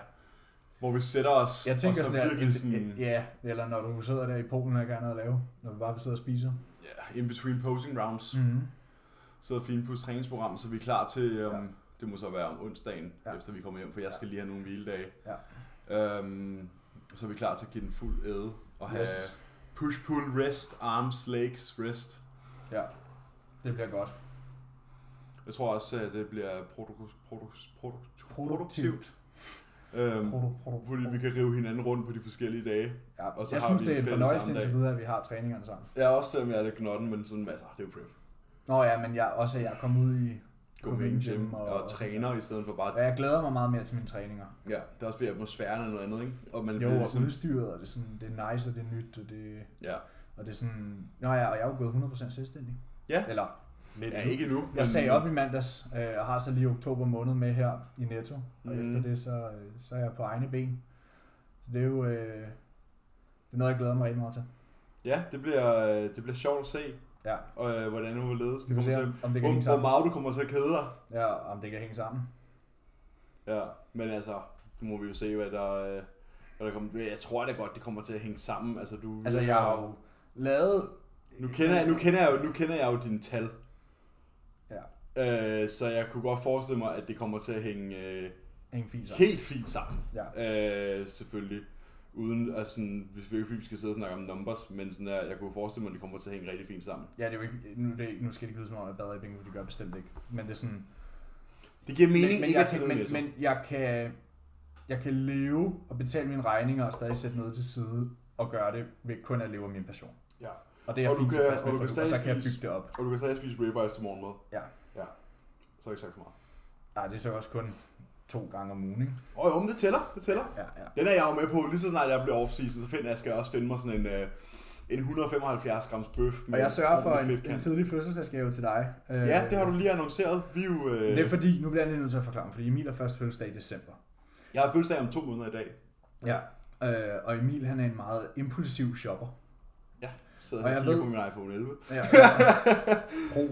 Speaker 1: hvor vi sætter os,
Speaker 2: Jeg tænker
Speaker 1: og så
Speaker 2: sådan, at,
Speaker 1: virkelig
Speaker 2: en,
Speaker 1: sådan,
Speaker 2: sådan... ja, eller når du sidder der i Polen og ikke har noget at lave, når du bare sidder og spiser.
Speaker 1: ja, in between posing rounds, mm.
Speaker 2: Mm-hmm.
Speaker 1: sidder og finpudser træningsprogram, så vi er klar til, øhm,
Speaker 2: Ja.
Speaker 1: ja. det må så være om onsdagen,
Speaker 2: Ja.
Speaker 1: ja. efter vi kommer hjem, for jeg skal lige have nogle hviledage.
Speaker 2: Ja.
Speaker 1: Øhm, så er vi klar til at give den fuld æde, og have
Speaker 2: Yes.
Speaker 1: yes. push, pull, rest, arms, legs, rest.
Speaker 2: Ja, det bliver godt.
Speaker 1: Jeg tror også, at det bliver produ- produ- produ-
Speaker 2: Produktivt.
Speaker 1: Øhm,
Speaker 2: Produ- produ-
Speaker 1: fordi vi kan rive hinanden rundt på de forskellige dage.
Speaker 2: Ja,
Speaker 1: og så
Speaker 2: jeg
Speaker 1: har
Speaker 2: synes,
Speaker 1: vi
Speaker 2: det er
Speaker 1: en
Speaker 2: en
Speaker 1: fælles
Speaker 2: fornøjelse
Speaker 1: armdag.
Speaker 2: indtil videre, at vi har træningerne sammen.
Speaker 1: Jeg er også selvom jeg er lidt knotten, men sådan, altså, det er jo prep.
Speaker 2: Nå ja, men jeg, også at jeg kom ud i
Speaker 1: gå med en
Speaker 2: Copenhagen
Speaker 1: gym og, og træner i stedet for bare...
Speaker 2: Ja, jeg glæder mig meget mere til mine træninger.
Speaker 1: Ja, det er også bliver atmosfæren eller noget andet, ikke? Og man
Speaker 2: Jo,
Speaker 1: bliver
Speaker 2: og
Speaker 1: sådan,
Speaker 2: udstyret, og det er, sådan, det er nice, og det er nyt, og det,
Speaker 1: ja.
Speaker 2: og det er sådan... Nå ja, og jeg er jo gået 100% selvstændig.
Speaker 1: Ja.
Speaker 2: Eller lidt
Speaker 1: ja,
Speaker 2: endnu.
Speaker 1: ikke nu.
Speaker 2: Jeg sagde op i mandags, øh, og har så lige oktober måned med her i Netto. Og mm.
Speaker 1: Mhm.
Speaker 2: efter det, så, øh, så er jeg på egne ben. Så det er jo øh, det er noget, jeg glæder mig rigtig meget til.
Speaker 1: Ja, det bliver, øh, det bliver sjovt at se,
Speaker 2: Ja,
Speaker 1: og, øh, hvordan nu ledes.
Speaker 2: vi
Speaker 1: Det
Speaker 2: får
Speaker 1: kommer
Speaker 2: se,
Speaker 1: til,
Speaker 2: om- om det kan hænge
Speaker 1: hvor, hvor
Speaker 2: sammen.
Speaker 1: meget du kommer til at kede dig.
Speaker 2: Ja, om det kan hænge sammen.
Speaker 1: Ja, men altså, nu må vi jo se, hvad der, øh, hvad der kommer. Jeg tror da godt, det kommer til at hænge sammen. Altså, du,
Speaker 2: Altså, jeg har jo lavet...
Speaker 1: Nu kender, jeg, nu, kender jeg jo, nu kender jeg jo dine tal.
Speaker 2: Ja,
Speaker 1: Øh, så jeg kunne godt forestille mig, at det kommer til at hænge øh,
Speaker 2: ingen fiser.
Speaker 1: helt fint sammen.
Speaker 2: Ja.
Speaker 1: Øh, selvfølgelig. Uden at sådan, hvis vi ikke fordi vi skal sidde og snakke om numbers, men sådan der, jeg kunne forestille mig, at det kommer til at hænge rigtig fint sammen.
Speaker 2: Ja, det er jo ikke, nu, er det, nu skal det ikke lyde som om, at jeg bader i penge, for det gør jeg bestemt ikke. Men det er sådan,
Speaker 1: Det giver mening
Speaker 2: men, men,
Speaker 1: ikke
Speaker 2: jeg
Speaker 1: at
Speaker 2: kan,
Speaker 1: tage noget med
Speaker 2: men,
Speaker 1: sig.
Speaker 2: men jeg kan, jeg kan leve og betale mine regninger og stadig sætte noget til side og gøre det ved kun at leve af min passion.
Speaker 1: Ja.
Speaker 2: Og det er jeg
Speaker 1: Og du
Speaker 2: fint
Speaker 1: kan-
Speaker 2: tilfreds
Speaker 1: og
Speaker 2: med,
Speaker 1: du kan
Speaker 2: for nu, og så
Speaker 1: stadig
Speaker 2: kan jeg
Speaker 1: spise-
Speaker 2: bygge det op.
Speaker 1: Og du kan stadig spise ribeyes til morgenmad.
Speaker 2: Ja.
Speaker 1: Ja. Så er det ikke sagt for meget.
Speaker 2: Nej, det er så også kun to gange om ugen, ikke?
Speaker 1: Åh jo, men det tæller. Det tæller.
Speaker 2: Ja, ja.
Speaker 1: Den er jeg jo med på. Lige så snart jeg bliver off-season, så finder jeg, skal jeg også finde mig sådan en, øh, en 175 grams bøf.
Speaker 2: Og jeg sørger for
Speaker 1: ordentlig
Speaker 2: en, en
Speaker 1: fedtkant.
Speaker 2: tidlig fødselsdagsgave til dig. Øh,
Speaker 1: Ja, det har du lige annonceret. Vi er jo, øh,
Speaker 2: Det er fordi, nu bliver jeg lige nødt til at forklare, mig, fordi Emil har først fødselsdag i december.
Speaker 1: jeg har fødselsdag om to måneder i dag.
Speaker 2: Ja. Øh, og Emil, han er en meget impulsiv shopper.
Speaker 1: Ja, så
Speaker 2: Og
Speaker 1: jeg
Speaker 2: jeg
Speaker 1: kigger
Speaker 2: ved-
Speaker 1: på min iPhone 11.
Speaker 2: Ja, Pro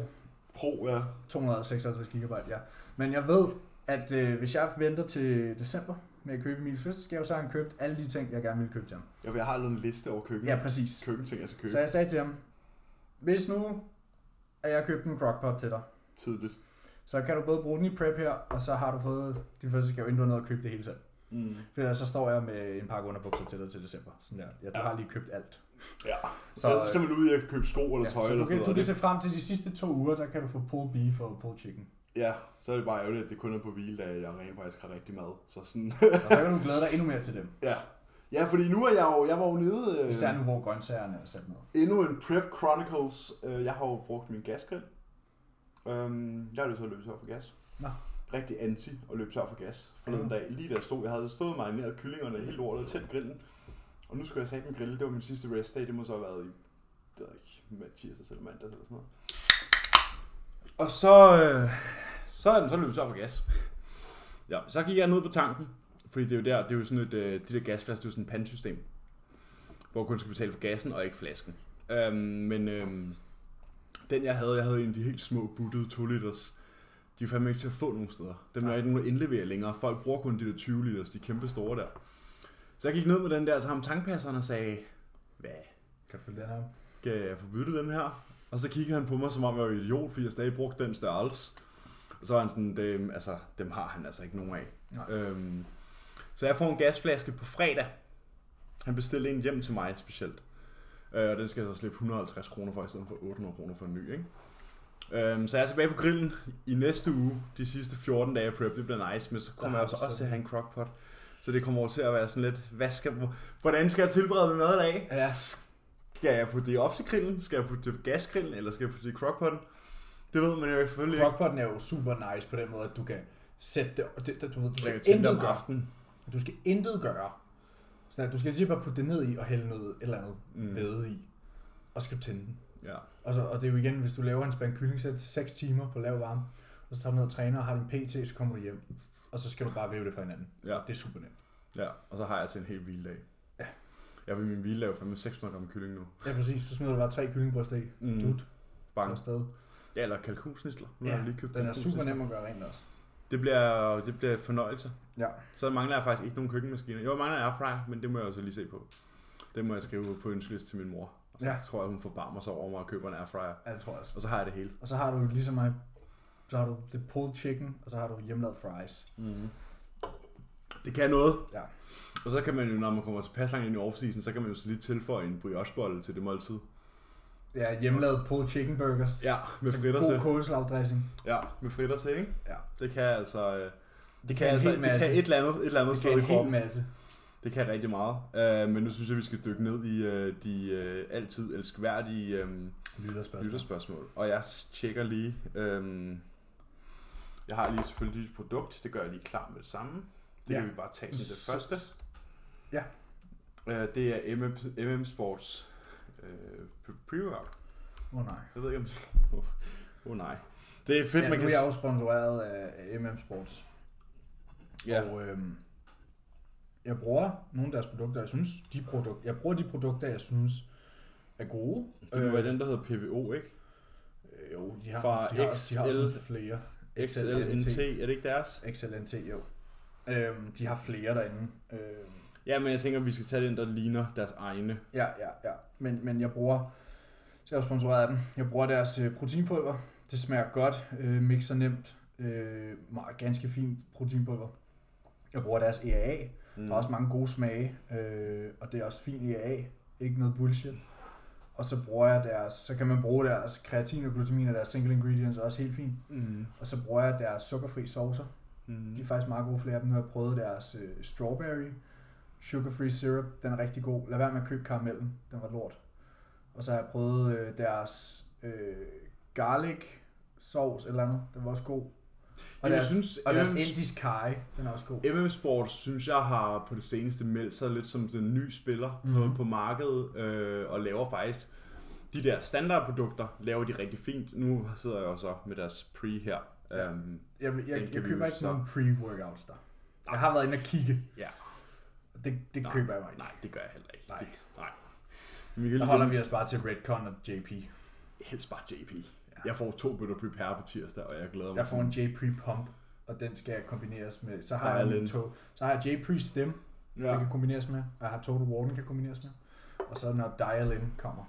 Speaker 1: Pro, ja.
Speaker 2: 256 GB, ja. Men jeg ved, at øh, hvis jeg venter til december med at købe min fødselsdagsgave, så har han købt alle de ting, jeg gerne ville købe til ham.
Speaker 1: Jeg, jeg har lavet en liste over køkken.
Speaker 2: Ja, præcis.
Speaker 1: Køkkenting, jeg skal købe
Speaker 2: Så jeg sagde til ham, hvis nu at jeg købte en crockpot til dig,
Speaker 1: tidligt.
Speaker 2: så kan du både bruge den i prep her, og så har du fået din fødselsdagsgave, inden du har nået at købe det hele selv.
Speaker 1: Mm.
Speaker 2: For ellers så står jeg med en pakke underbukser til dig til december. Sådan der. Ja, du
Speaker 1: Ja.
Speaker 2: har lige købt alt.
Speaker 1: Ja.
Speaker 2: Så,
Speaker 1: Så, så skal man ud i at købe sko eller
Speaker 2: ja,
Speaker 1: tøj
Speaker 2: så
Speaker 1: eller sådan
Speaker 2: du, kan, du
Speaker 1: noget.
Speaker 2: kan
Speaker 1: Det-
Speaker 2: se frem til de sidste to uger, der kan du få pulled beef og pulled chicken.
Speaker 1: Ja, så er det bare ærgerligt, at det kun er på hvile, at jeg rent faktisk har rigtig mad. Så sådan,
Speaker 2: Og så kan du glæde dig endnu mere til dem.
Speaker 1: ja. Ja, fordi nu er jeg jo, jeg var jo nede, øh,
Speaker 2: Især nu, hvor grøntsagerne er sat ned.
Speaker 1: endnu en Prep Chronicles. Øh, jeg har jo brugt min gasgrill. Øhm, jeg er jo så løbet tør for gas.
Speaker 2: Nå.
Speaker 1: Rigtig anti at løbe tør for gas forleden
Speaker 2: Ja.
Speaker 1: dag. Lige der jeg stod, jeg havde stået mig ned kyllingerne helt lortet tæt grillen. Og nu skulle jeg sætte en grille. Det var min sidste rest day. Det må så have været i, det ved jeg ikke, med tirsdag eller mandag eller sådan noget. Og så, øh, så er den så løbet tør for gas. Ja, så gik jeg ned på tanken. Fordi det er jo der, det er jo sådan et, øh, det der gasflaske, det er jo sådan et pandsystem. Hvor du kun skal betale for gassen og ikke flasken. Øhm, men øhm, den jeg havde, jeg havde en af de helt små buttede 2 liters. De er fandme ikke til at få nogen steder. Dem er der
Speaker 2: Nej.
Speaker 1: ikke nogen, der indleverer længere. Folk bruger kun de der 20 liters, de kæmpe store der. Så jeg gik ned med den der, så ham tankpasseren og sagde, hvad,
Speaker 2: Kan du følge den her?
Speaker 1: skal jeg forbyde den her? Og så kiggede han på mig, som om jeg var idiot, fordi jeg stadig brugte den størrelse. Og så var han sådan, dem, altså, dem har han altså ikke nogen af.
Speaker 2: Nej.
Speaker 1: Øhm, så jeg får en gasflaske på fredag. Han bestilte en hjem til mig specielt. Øh, og den skal jeg så slippe 150 kroner for, i stedet for 800 kroner for en ny, ikke? Øhm, så jeg er tilbage på grillen i næste uge, de sidste 14 dage af prep, det bliver nice, men så kommer
Speaker 2: Der
Speaker 1: jeg
Speaker 2: har
Speaker 1: jo
Speaker 2: du
Speaker 1: så også til
Speaker 2: sådan-
Speaker 1: at have en crockpot. Så det kommer over til at være sådan lidt, hvad skal, hvordan skal jeg tilberede min mad i dag?
Speaker 2: Ja.
Speaker 1: Skal jeg putte det i oksekrillen? Skal jeg putte det på gasgrillen? Eller skal jeg putte det i crockpotten? Det ved man jo selvfølgelig ikke.
Speaker 2: Crockpotten er jo super nice på den måde, at du kan sætte det, og det det- du, ved, du
Speaker 1: Jeg kan
Speaker 2: skal
Speaker 1: tænde det
Speaker 2: intet
Speaker 1: om
Speaker 2: gøre.
Speaker 1: aftenen.
Speaker 2: Du skal intet gøre. Sådan at du skal lige bare putte det ned i og hælde noget et eller andet
Speaker 1: Mm.
Speaker 2: hvede i. Og så skal du tænde den.
Speaker 1: Ja.
Speaker 2: Og, så, og det er jo igen, hvis du laver en spand kylling, så er det 6 timer på lav varme. Og så tager du ned og træner og har din PT, så kommer du hjem. Og så skal du bare væve det fra hinanden.
Speaker 1: Ja.
Speaker 2: Det er super nemt.
Speaker 1: ja, og så har jeg til en helt hviledag. Ja. Jeg vil min hviledag er jo fandme 600 gram kylling nu.
Speaker 2: Ja, præcis. Så smider du bare tre kyllingbryster i.
Speaker 1: Mm.
Speaker 2: Dut.
Speaker 1: Bang.
Speaker 2: Afsted.
Speaker 1: Ja, eller kalkunsnisler. Nu
Speaker 2: Ja,
Speaker 1: har jeg lige købt
Speaker 2: Den er super
Speaker 1: kalkunsnitsler.
Speaker 2: nem at gøre rent også.
Speaker 1: Det bliver, det bliver fornøjelse.
Speaker 2: Ja.
Speaker 1: Så mangler jeg faktisk ikke nogen køkkenmaskiner. Jo, jeg mangler en airfryer, men det må jeg jo så lige se på. Det må jeg skrive på ønskeliste til min mor. Og så
Speaker 2: Ja.
Speaker 1: tror jeg, hun forbarmer sig over mig og køber en airfryer.
Speaker 2: Ja, det tror jeg også.
Speaker 1: Og så har jeg det hele.
Speaker 2: Og så har du ligesom mig, så har du det pulled chicken, og så har du hjemmelavet fries.
Speaker 1: Mm. Det kan noget.
Speaker 2: Ja.
Speaker 1: Og så kan man jo, når man kommer til pas langt ind i off-season, så kan man jo så lige tilføje en briochebolle til det måltid.
Speaker 2: Ja, hjemmelavet pulled chicken burgers. Altså
Speaker 1: Ja, med fritter til.
Speaker 2: God kålslagdressing.
Speaker 1: Ja, med fritter til, ikke?
Speaker 2: Ja.
Speaker 1: Det kan altså... øh, Det kan,
Speaker 2: en
Speaker 1: altså,
Speaker 2: hel
Speaker 1: det
Speaker 2: masse.
Speaker 1: kan et eller andet, et eller andet
Speaker 2: Det
Speaker 1: sted
Speaker 2: kan
Speaker 1: i
Speaker 2: en hel
Speaker 1: kroppen.
Speaker 2: masse.
Speaker 1: Det kan rigtig meget. Uh, men nu synes jeg, vi skal dykke ned i uh, de uh, altid elskværdige um,
Speaker 2: Lytterspørgsmål.
Speaker 1: lytterspørgsmål. Og jeg tjekker lige... Um, jeg har lige selvfølgelig et produkt. Det gør jeg lige klar med det samme. Det
Speaker 2: Ja.
Speaker 1: kan vi bare tage som det første.
Speaker 2: Ja.
Speaker 1: Øh, det er MM, MM Sports øh, pre- pre-workout.
Speaker 2: Åh oh, nej.
Speaker 1: Jeg ved ikke, om... Åh oh, nej. Det er fedt,
Speaker 2: Ja,
Speaker 1: man
Speaker 2: nu
Speaker 1: kan...
Speaker 2: er jeg jo sponsoreret af MM Sports.
Speaker 1: Ja.
Speaker 2: Og øhm, jeg bruger nogle af deres produkter, jeg synes, de produkter, jeg bruger de produkter, jeg synes er gode.
Speaker 1: Det må være den, der hedder PVO, ikke?
Speaker 2: Øh, jo, de har,
Speaker 1: Fra
Speaker 2: de har, de har også
Speaker 1: XL
Speaker 2: nogle flere.
Speaker 1: XLNT, er det ikke deres?
Speaker 2: XLNT, jo. Øhm, de har flere derinde. Øhm,
Speaker 1: Ja, men jeg tænker, vi skal tage den, der ligner deres egne.
Speaker 2: ja, ja, ja. Men, men jeg bruger, så jeg er jo sponsoreret af dem, jeg bruger deres øh, proteinpulver. Det smager godt, øh, mixer nemt, øh, meget, ganske fint proteinpulver. Jeg bruger deres E EAA,
Speaker 1: Mm.
Speaker 2: E der er også mange gode smage, øh, og det er også fint EAA, ikke noget bullshit. og så bruger jeg deres, så kan man bruge deres kreatin og glutamin og deres single ingredients også helt fint.
Speaker 1: Mm.
Speaker 2: Og så bruger jeg deres sukkerfri saucer.
Speaker 1: Mm.
Speaker 2: De er faktisk meget gode, flere af dem. Nu har jeg prøvet deres øh, strawberry sugar-free syrup. Den er rigtig god. Lad være med at købe karamellen. Den var lort. Og så har jeg prøvet øh, deres øh, garlic sauce eller andet. Den var også god. Og
Speaker 1: Jamen, jeg
Speaker 2: deres,
Speaker 1: synes,
Speaker 2: og deres
Speaker 1: Evans-
Speaker 2: indisk curry. Den er også god.
Speaker 1: MM Sports, synes jeg, har på det seneste meldt sig lidt som den nye spiller mm-hmm. på,
Speaker 2: Mhm.
Speaker 1: på markedet, øh, og laver faktisk de der standardprodukter, laver de rigtig fint. Nu sidder jeg jo så med deres pre her.
Speaker 2: Ja.
Speaker 1: Um,
Speaker 2: Jeg, jeg, jeg,
Speaker 1: Den
Speaker 2: jeg
Speaker 1: kan vi
Speaker 2: køber
Speaker 1: jo
Speaker 2: ikke
Speaker 1: så-
Speaker 2: nogen pre-workouts der. Jeg har været inde og kigge.
Speaker 1: ja,
Speaker 2: og Det, det
Speaker 1: Nej,
Speaker 2: køber jeg mig ikke.
Speaker 1: nej, det gør jeg heller ikke.
Speaker 2: Nej.
Speaker 1: Det, nej. Michael,
Speaker 2: Der holder vi os bare til Redcon og JP.
Speaker 1: Helst bare JP. Jeg får to bøtter prepare på tirsdag, og jeg glæder mig.
Speaker 2: Jeg får en
Speaker 1: sådan-
Speaker 2: JP pump, og den skal kombineres med... Så har
Speaker 1: Der er
Speaker 2: jeg min
Speaker 1: lidt.
Speaker 2: to, Så har jeg JP stem, ja.
Speaker 1: Ja.
Speaker 2: der kan kombineres med. Og jeg har Total War, den kan kombineres med. Og så når Dial In kommer,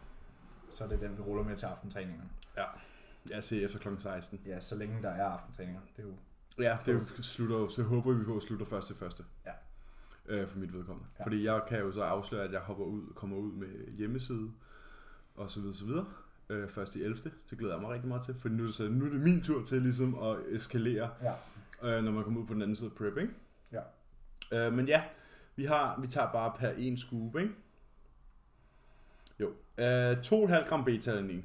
Speaker 2: så er det den, vi ruller med til aftentræningerne.
Speaker 1: Jeg ser efter kl. 16.
Speaker 2: Ja, så længe der er aftentræninger. Det er jo...
Speaker 1: Ja, det slutter jo, så håber vi på, at slutter først til første.
Speaker 2: Ja.
Speaker 1: Øh, for mit vedkommende.
Speaker 2: Ja.
Speaker 1: Ja. Fordi jeg kan jo så afsløre, at jeg hopper ud, kommer ud med hjemmeside, og så videre, så videre. Øh, først i 11. Det glæder jeg mig rigtig meget til, for nu, er det så, nu er det min tur til ligesom at eskalere,
Speaker 2: Ja.
Speaker 1: øh, når man kommer ud på den anden side af prep, ikke?
Speaker 2: Ja.
Speaker 1: Øh, men ja, vi, har, vi tager bare per en scoop, ikke? Jo. Øh, 2,5 gram beta-alanin.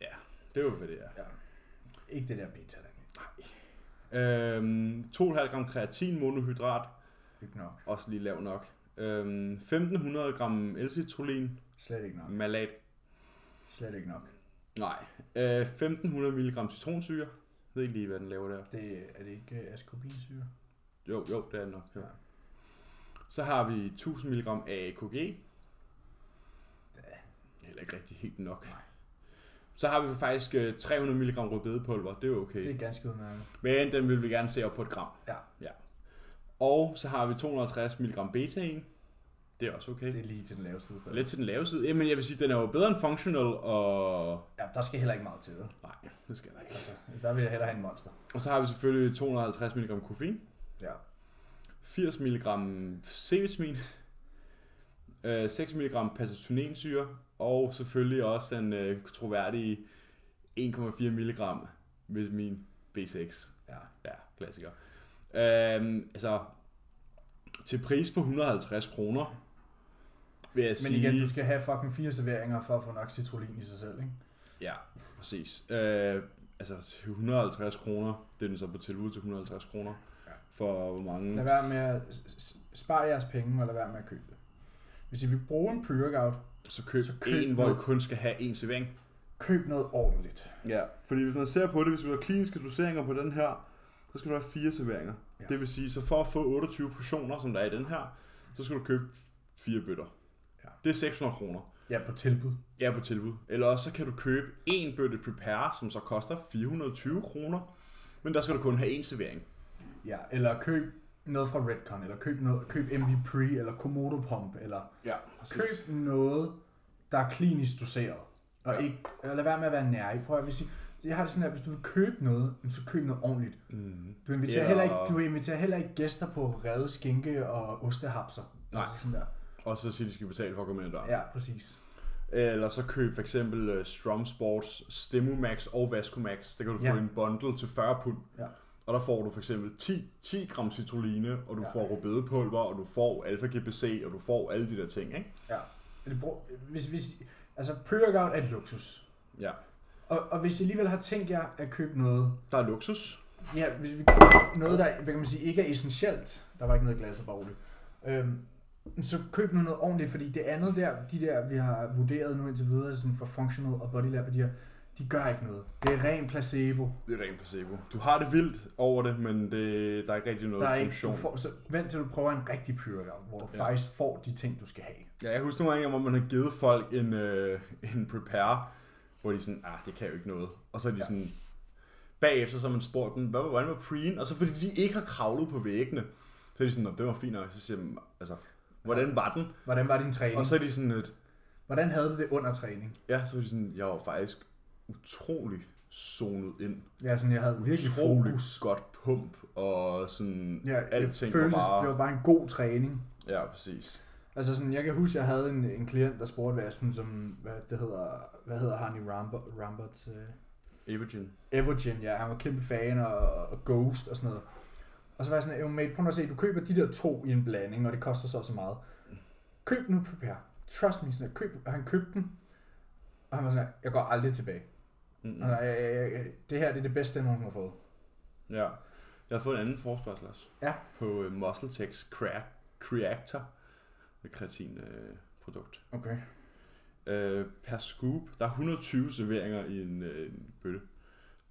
Speaker 1: Ja, det er jo, hvad det er.
Speaker 2: ja. Ikke det der beta, der
Speaker 1: Øhm, 2,5 gram kreatin monohydrat,
Speaker 2: ikke nok.
Speaker 1: også lige lav nok. Øhm, 1500 gram L-citrullin,
Speaker 2: Slet ikke nok.
Speaker 1: malat,
Speaker 2: Slet ikke nok.
Speaker 1: nej. Øh, 1500 mg citronsyre, jeg ved ikke lige, hvad den laver der.
Speaker 2: Det, er det ikke uh, ascorbinsyre?
Speaker 1: Jo, jo, det er den nok. Jo.
Speaker 2: Ja.
Speaker 1: Så har vi 1000 mg AKG. Heller ikke rigtig helt nok.
Speaker 2: Nej.
Speaker 1: Så har vi faktisk øh, 300 mg rødbedepulver, det er okay.
Speaker 2: Det er ganske udmærket.
Speaker 1: Men den vil vi gerne se op på et gram.
Speaker 2: Ja.
Speaker 1: ja. Og så har vi 250 mg betaen. Det er også okay.
Speaker 2: Det er lige til den lave side stadig.
Speaker 1: Lidt til den lave side. Jamen, jeg vil sige, den er jo bedre end functional, og...
Speaker 2: Ja, der skal heller ikke meget til det.
Speaker 1: Nej, det skal der ikke.
Speaker 2: Altså, der vil jeg hellere have en monster.
Speaker 1: Og så har vi selvfølgelig 250 mg koffein,
Speaker 2: Ja.
Speaker 1: 80 mg C-vitamin, øh, 6 mg patotinensyre, og selvfølgelig også den øh, troværdige 1,4 mg vitamin B6.
Speaker 2: Ja.
Speaker 1: Ja, klassiker. Øhm, altså, til pris på 150 kroner, vil jeg
Speaker 2: Men
Speaker 1: sige...
Speaker 2: igen, du skal have fucking fire serveringer for at få nok citrullin i sig selv, ikke?
Speaker 1: Ja, præcis. Øh, altså til 150 kroner, det er den så på tilbud til 150 kroner.
Speaker 2: Ja.
Speaker 1: For hvor mange...
Speaker 2: Lad være med at spare jeres penge, og lad være med at købe det. Hvis I vil bruge en pre-workout,
Speaker 1: Så køb,
Speaker 2: Så
Speaker 1: så
Speaker 2: køb
Speaker 1: køb en, hvor I
Speaker 2: noget.
Speaker 1: kun skal have en servering.
Speaker 2: køb noget ordentligt.
Speaker 1: Ja, fordi hvis man ser på det, hvis vi har kliniske doseringer på den her, så skal du have fire serveringer.
Speaker 2: Ja.
Speaker 1: Ja. Det vil sige, så for at få 28 portioner, som der er i den her, så skal du købe fire bøtter.
Speaker 2: Ja.
Speaker 1: Ja. Det er 600 kroner.
Speaker 2: Ja, på tilbud.
Speaker 1: Ja, på tilbud. Eller også så kan du købe en bøtte prepare, som så koster 420 kroner. Men der skal du kun have en servering.
Speaker 2: Ja, eller køb noget fra Redcon, eller køb, noget, køb MV Pre, eller Komodo Pump, eller
Speaker 1: Ja,
Speaker 2: køb noget, der er klinisk doseret. Og
Speaker 1: Ja.
Speaker 2: ikke, og lad være med at være nær i. Prøv at, hvis I, jeg har det sådan, at hvis du vil købe noget, så køb noget ordentligt.
Speaker 1: Mm.
Speaker 2: Du inviterer,
Speaker 1: Eller-
Speaker 2: heller ikke, du inviterer heller ikke gæster på revet skinke og ostehapser.
Speaker 1: Nej.
Speaker 2: Altså Sådan der.
Speaker 1: Og så siger de, skal betale for at komme ind ad døren. Ja.
Speaker 2: Ja, præcis.
Speaker 1: Eller så køb for eksempel uh, Strum Sports, Stemumax og Vascomax. Der kan du
Speaker 2: Ja.
Speaker 1: ja. få en bundle til 40 pund.
Speaker 2: Ja.
Speaker 1: Og der får du for eksempel 10, 10 gram citrulline, og du
Speaker 2: Ja.
Speaker 1: ja. får rødbedepulver, og du får alfa-GBC, og du får alle de der ting, ikke?
Speaker 2: Ja. Det brug, hvis, hvis, altså, pre-workout er et luksus.
Speaker 1: Ja.
Speaker 2: Og, og hvis I alligevel har tænkt jer at købe noget,
Speaker 1: Der er luksus.
Speaker 2: ja, hvis vi, noget, der hvad kan man sige, ikke er essentielt, der var ikke noget glas og bare roligt, øhm, så køb nu noget ordentligt, fordi det andet der, de der, vi har vurderet nu indtil videre, sådan for functional og body lab, og de, her, de gør ikke noget. Det er ren placebo.
Speaker 1: Det er rent placebo. Du har det vildt over det, men det, der er ikke rigtig noget
Speaker 2: Der er ikke,
Speaker 1: funktion.
Speaker 2: du får, så vent til du prøver en rigtig pre-workout, hvor du ja.
Speaker 1: Ja.
Speaker 2: faktisk får de ting, du skal have.
Speaker 1: Ja, jeg husker nogle gange, hvor man har givet folk en, øh, en prepare, hvor de er sådan, ah, det kan jo ikke noget. Og så er de
Speaker 2: Ja.
Speaker 1: ja. sådan, bagefter så har man spurgt dem, hvad hvordan var preen? Og så fordi de ikke har kravlet på væggene, så er de sådan, "Nå, det var fint nok. Så siger de, altså, hvordan var den?
Speaker 2: Hvordan var din træning?
Speaker 1: Og så er de sådan lidt,
Speaker 2: Hvordan havde du det under træning?
Speaker 1: ja, så er de sådan, jeg var faktisk utrolig zonet ind.
Speaker 2: Ja, sådan, jeg havde virkelig
Speaker 1: Utrolig
Speaker 2: fokus.
Speaker 1: godt pump, og sådan,
Speaker 2: Ja,
Speaker 1: alting
Speaker 2: det føltes,
Speaker 1: var bare...
Speaker 2: det var bare en god træning.
Speaker 1: Ja, præcis.
Speaker 2: Altså sådan, jeg kan huske, jeg havde en, en klient, der spurgte, hvad jeg synes om, hvad det hedder, hvad hedder han i Rambert, Ramberts, øh,
Speaker 1: Evergen.
Speaker 2: Evergen, ja, han var kæmpe fan, og, og Ghost og sådan noget. Og så var jeg sådan, jo mate, prøv nu at se, du køber de der to i en blanding, og det koster så og så meget. Køb nu, Per. Trust me, sådan, her, køb, og han købte den, og han var sådan, her, jeg går aldrig tilbage.
Speaker 1: Mm.
Speaker 2: Mm. Altså, jeg, jeg, jeg, det her det er det bedste, jeg nogensinde har fået.
Speaker 1: Ja. Jeg har fået en anden forspørgsel også.
Speaker 2: Ja.
Speaker 1: På uh, MuscleTech's Crea- Creactor. Det kreatin-produkt.
Speaker 2: Okay.
Speaker 1: Øh, per scoop, der er 120 serveringer i en, øh, en bøtte.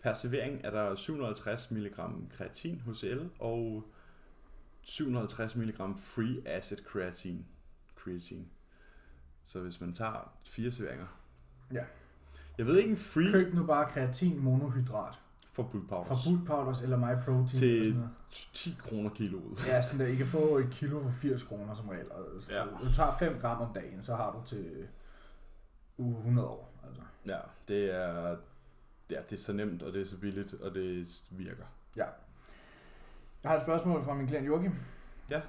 Speaker 1: Per servering er der 750 mg kreatin HCl og 750 mg free acid creatine. creatine. Så hvis man tager fire serveringer.
Speaker 2: Ja.
Speaker 1: Jeg ved ikke en free
Speaker 2: Køb nu bare kreatin monohydrat
Speaker 1: for bulk
Speaker 2: fra
Speaker 1: powders.
Speaker 2: Bulk Powders eller My Protein.
Speaker 1: Til-
Speaker 2: eller sådan noget.
Speaker 1: 10 kroner kiloet.
Speaker 2: Ja, sådan der. I kan få et kilo for 80 kroner som regel. Og så,
Speaker 1: Ja.
Speaker 2: ja. Du tager 5 gram om dagen, så har du til uge 100 år. Altså.
Speaker 1: Ja, det er, ja, det er så nemt, og det er så billigt, og det virker.
Speaker 2: Jeg har et spørgsmål fra min klient Joachim.
Speaker 1: Ja.
Speaker 2: Jeg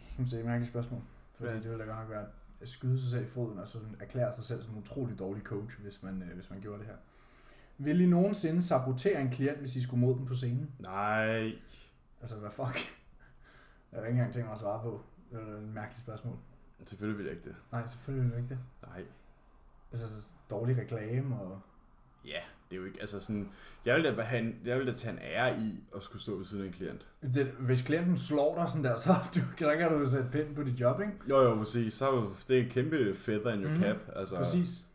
Speaker 2: synes, det er et mærkeligt spørgsmål. Fordi
Speaker 1: Ja.
Speaker 2: det ville da godt nok være at skyde sig selv i foden, og så erklære sig selv som en utrolig dårlig coach, hvis man, øh, hvis man gjorde det her. Vil I nogensinde sabotere en klient, hvis I skulle mod dem på scenen?
Speaker 1: Nej,
Speaker 2: Altså, hvad fuck? Jeg har ikke engang tænkt mig at svare på. Det er et mærkeligt spørgsmål.
Speaker 1: selvfølgelig vil jeg ikke det.
Speaker 2: Nej, selvfølgelig vil du ikke det.
Speaker 1: Nej.
Speaker 2: Altså, så dårlig reklame og...
Speaker 1: Ja, det er jo ikke, altså sådan, jeg ville da, have en, jeg ville da tage en ære i at skulle stå ved siden af en klient.
Speaker 2: Det, hvis klienten slår dig sådan der, så, du, så kan du jo sætte pind på dit job, ikke?
Speaker 1: Jo, jo, præcis, så er jo- det er en kæmpe feather in your
Speaker 2: Mhm,
Speaker 1: cap, altså.
Speaker 2: Præcis.